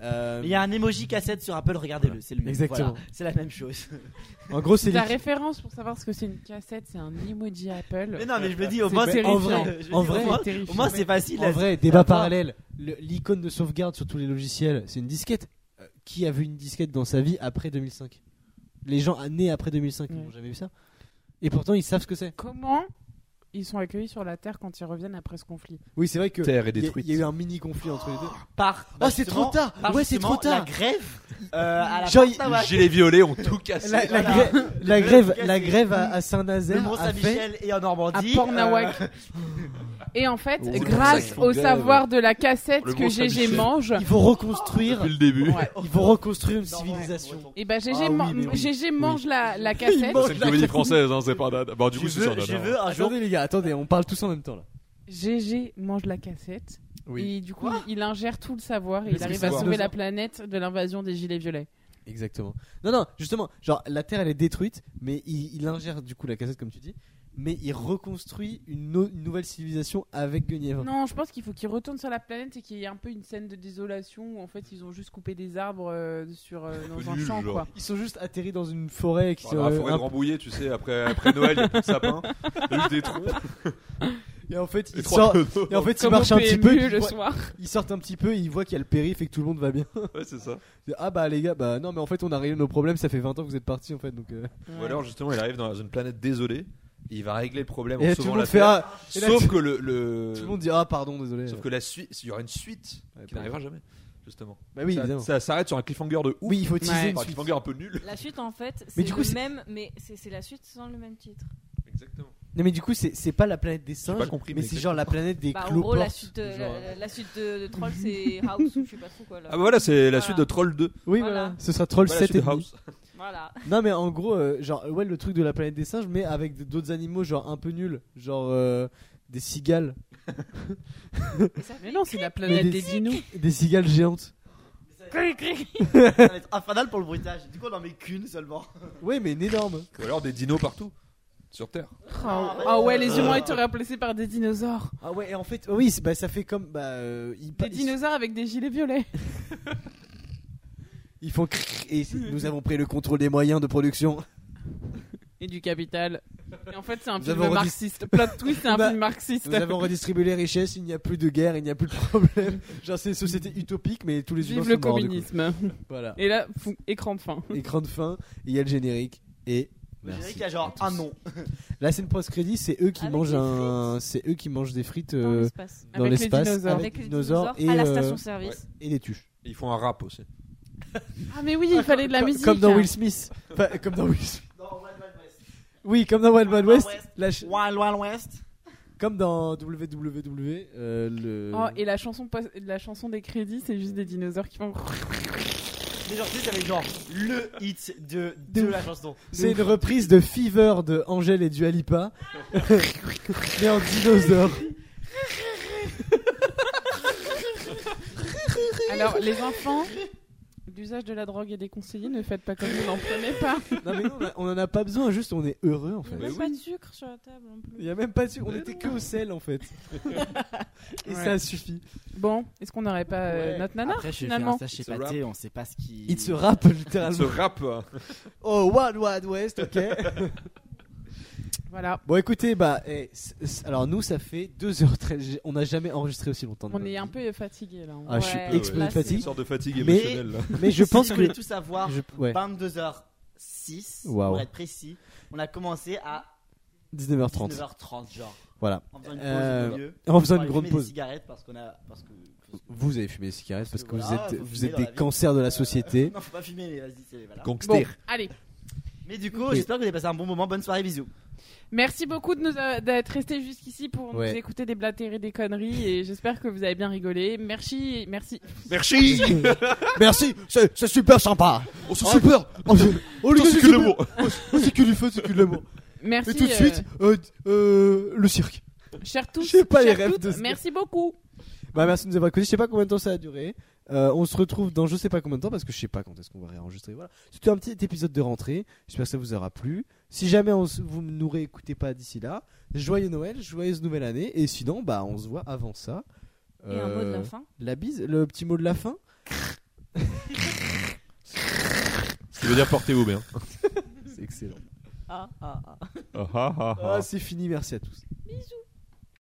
Euh,
Mais Il y a un emoji cassette sur Apple, regardez-le, c'est le même.
Exactement.
Voilà, c'est la même chose.
en gros c'est
Bah,
C'est la
les-
référence pour savoir ce que c'est une cassette, c'est un emoji Apple.
Mais non, mais je me dis au
C'est
moins
pas
c'est
terrifiant.
vrai.
En vrai,
au moins,
terrifiant.
au moins, c'est facile.
En
à-
vrai, débat
voir.
parallèle. Le- L'icône de sauvegarde sur tous les logiciels, c'est une disquette. Euh, Qui a vu une disquette dans sa vie après 2005 Les gens ah, nés après 2005
Ouais.
n'ont jamais vu ça. Et pourtant, ils savent ce que c'est.
Comment ils sont accueillis sur la Terre quand ils reviennent après ce conflit
Oui, c'est vrai que
Terre est
il y, a-
détruite.
il y a eu un mini conflit entre les deux.
Par.
Oh, c'est trop tard.
par
Ouais, c'est
justement
trop tard.
La grève euh, à la
Genre, il-
Porte-Navac.
Les gilets violets ont tout cassé.
La, la
Voilà.
grève, la
Le
grève,
podcast,
la
c'est-
grève à, à
le
Saint-Nazaire a fait.
Mont-Saint-Michel et en
À
Normandie. euh,
Pornawak. Et en fait,
C'est pour ça qu'ils
grâce
font
au
grève.
savoir de la cassette
Le
que
gros
GG
Saint-Michel.
mange,
Ils vont reconstruire.
Depuis le début.
Ouais.
Ils vont reconstruire une
euh,
civilisation.
et ben GG,
Ah oui,
man-
mais oui.
GG mange la, la cassette.
mange.
C'est une comédie française, hein, c'est pas date. Bon, du
Je
coup, c'est sur hein.
veux, je
date.
veux un jour.
Attendez les gars, attendez, on parle tous en même temps là.
GG mange la cassette.
Oui.
Et du coup, il, il ingère tout le savoir et
Parce
il
que
arrive
ça
à
va.
sauver
Deux
la
ans.
planète de l'invasion des gilets violets.
Exactement. Non, non, justement, genre la Terre elle est détruite, mais il, il ingère du coup la cassette comme tu dis, mais il reconstruit une, no- une nouvelle civilisation avec Guenièvre.
Non, je pense qu'il faut qu'ils retournent sur la planète et qu'il y ait un peu une scène de désolation où en fait ils ont juste coupé des arbres euh, sur euh, dans un
nul,
champ
genre.
quoi.
Ils sont juste atterris dans une forêt qui
Dans
se-
la forêt
euh, un-
de Rambouillet, tu sais, après, après Noël, il y a plus de sapin, il y a juste des troncs,
et en fait
des
ils
trois
sortent,
pneus.
et en fait ils
Comme au
marchent un petit
PMU
peu,
le
ils, voient-
soir.
ils sortent un petit peu, et ils voient qu'il y a le périph et que tout le monde va bien.
Ouais, c'est ça.
ah bah les gars, bah non mais en fait on a réglé nos problèmes, ça fait 20 ans que vous êtes partis en fait donc. euh.
Ou alors, justement, il arrive dans une planète désolée, et il va régler le problème
Et
en
là, tout le
sauvant
monde
la
fait
Terre.
ah, et là,
Sauf
tout-
que le, le-
tout le monde dit ah pardon désolé.
sauf que la suite, il y aura une suite
Ouais,
qui n'arrivera jamais, justement.
Bah oui
Ça-
évidemment.
Ça s'arrête sur un cliffhanger de ouf.
Oui il faut teaser
Ouais.
une
Enfin, un
suite.
cliffhanger un peu nul.
La suite, en fait,
Mais
c'est
du coup,
le
c'est-
même, mais c'est c'est la suite sans le même titre.
Non, mais du coup, c'est c'est pas la planète des singes,
pas compris,
mais
mais
c'est genre la planète des
Bah, en gros, la
cloportes,
suite de,
genre.
la, la suite de, de Troll, c'est House ou je sais pas trop quoi là.
Ah bah voilà, c'est la
Voilà.
suite de Troll 2.
Oui,
Voilà.
voilà. Ce sera Troll
Voilà,
7 et
suite de
demi.
House.
Voilà.
Non, mais en gros, euh, genre, ouais, le truc de la planète des singes, mais avec d- d'autres animaux, genre un peu nuls, genre euh, des cigales.
Et ça
Mais
fait
non, c'est la
Mais
planète des dinos.
Des cigales géantes.
cri, cri.
Ça va être infernal pour le bruitage. Du coup, on en met qu'une seulement.
Oui, mais une énorme.
Ou alors des dinos partout. Sur Terre.
Ah ah ouais, les humains étaient remplacés par des dinosaures.
Ah ouais, et en fait, oui, c'est- bah, ça fait comme. Bah, euh, ils, pa-
Des dinosaures avec des gilets violets.
ils font cric, et c'est- nous avons pris le contrôle des moyens de production.
Et du capital. Et en fait, c'est un
Nous
film
avons redis-
marxiste. Plot twist, c'est un
Bah,
film marxiste.
Nous avons redistribué les richesses, il n'y a plus de guerre, il n'y a plus de problème. Genre, c'est une société utopique, mais tous les humains
Vive
sont
le
morts, du coup.
communisme.
Voilà.
Et là, fou, écran de fin.
Écran de fin, il y a le générique, et.
Je dirais
merci
qu'il y a genre
à
un
tous.
nom.
La scène post-crédit, c'est eux qui
Avec
mangent
des
un, c'est eux qui mangent des frites
dans
euh,
l'espace.
dans
Avec les
l'espace
dinosaures.
Avec les
dinosaures
dinosaures à la
euh,
station-service.
et des tuches.
Et ils font un rap aussi.
Ah, mais oui, il fallait de la
Co-
musique.
Comme dans Will Smith. Enfin, comme dans Will Smith. Oui, comme dans Wild Wild
Wild
West.
West.
la ch-
Wild Wild West.
Comme dans WWW. euh, le...
Oh, et la chanson, post- la chanson des crédits, c'est juste des dinosaures qui font.
Mais genre, tu sais, t'avais genre le hit de, de la chanson.
C'est une reprise de Fever de Angèle et Dualipa. mais en dinosaure.
Alors, les enfants, l'usage de la drogue est déconseillé, ne faites pas comme vous, n'en prenez pas.
Non, mais non, on a- on en a pas besoin, juste on est heureux en fait.
Il n'y a pas de sucre sur la table non
Il
plus.
y a même pas de- On était que au sel en fait. et
Ouais.
ça suffit.
Bon, est-ce qu'on n'aurait pas euh,
Ouais.
notre nana
Après, je vais faire
finalement.
un stage chez
It's a rap.
Pathé, on sait pas ce qui.
Il se rappe littéralement.
Ce rap. euh,
Oh, Wild Wild West, ok.
Voilà.
bon, écoutez, bah, eh, c- c- alors nous, ça fait 2h13. J'ai- On n'a jamais enregistré aussi longtemps. de
On
ma
est
vie.
un peu fatigué là.
Ah, je suis
Ouais,
explosé
Euh, là,
de
c'est-
Une
fatigue.
sorte de fatigue
Mais-
émotionnelle. là.
Mais je
Si
pense
vous
que.
voulez tout savoir,
je- ouais,
22h06,
Waouh.
pour être précis, on a commencé à
19h30.
19h30, genre.
Voilà.
En faisant une pause
Euh,
au milieu.
En faisant
On
une
a
grande
fumé des
pause.
cigarettes parce qu'on a. Parce que, parce que-
Vous avez fumé des cigarettes parce que vous
voilà,
êtes,
faut
vous
fumer
êtes
dans
des
la vie. Euh,
cancers de la société.
Non, faut pas fumer, mais vas-y, c'est. Voilà.
Bon,
Gangster.
allez.
Mais du coup, j'espère que vous avez passé un bon moment. Bonne soirée, bisous.
Merci beaucoup de nous euh, d'être restés jusqu'ici pour
Ouais.
nous écouter des blatérer des conneries et j'espère que vous avez bien rigolé. Merci, merci.
Merci
Merci, c'est c'est super sympa.
On se
super. Oh,
Ça, c'est que de l'amour.
C'est que du feu, c'est que de l'amour.
Merci.
Et tout de suite, euh, euh, le cirque.
Cher tous,
Je sais pas les
chères
rêves
toutes,
de ce-
Merci beaucoup.
Bah merci de nous avoir écoutés. Je sais pas combien de temps ça a duré. Euh, on se retrouve dans je sais pas combien de temps parce que je sais pas quand est-ce qu'on va réenregistrer. Voilà. C'était un petit épisode de rentrée. J'espère que ça vous aura plu. Si jamais on s- vous ne nous réécoutez pas d'ici là, joyeux Noël, joyeuse nouvelle année. Et sinon, bah on se voit avant ça.
Et un mot de
Euh,
la fin.
La bise, le petit mot de la fin.
Ce qui veut dire portez-vous bien.
C'est excellent.
Ah, ah, ah.
Ah, ah, ah, ah.
Ah, c'est fini. Merci à tous.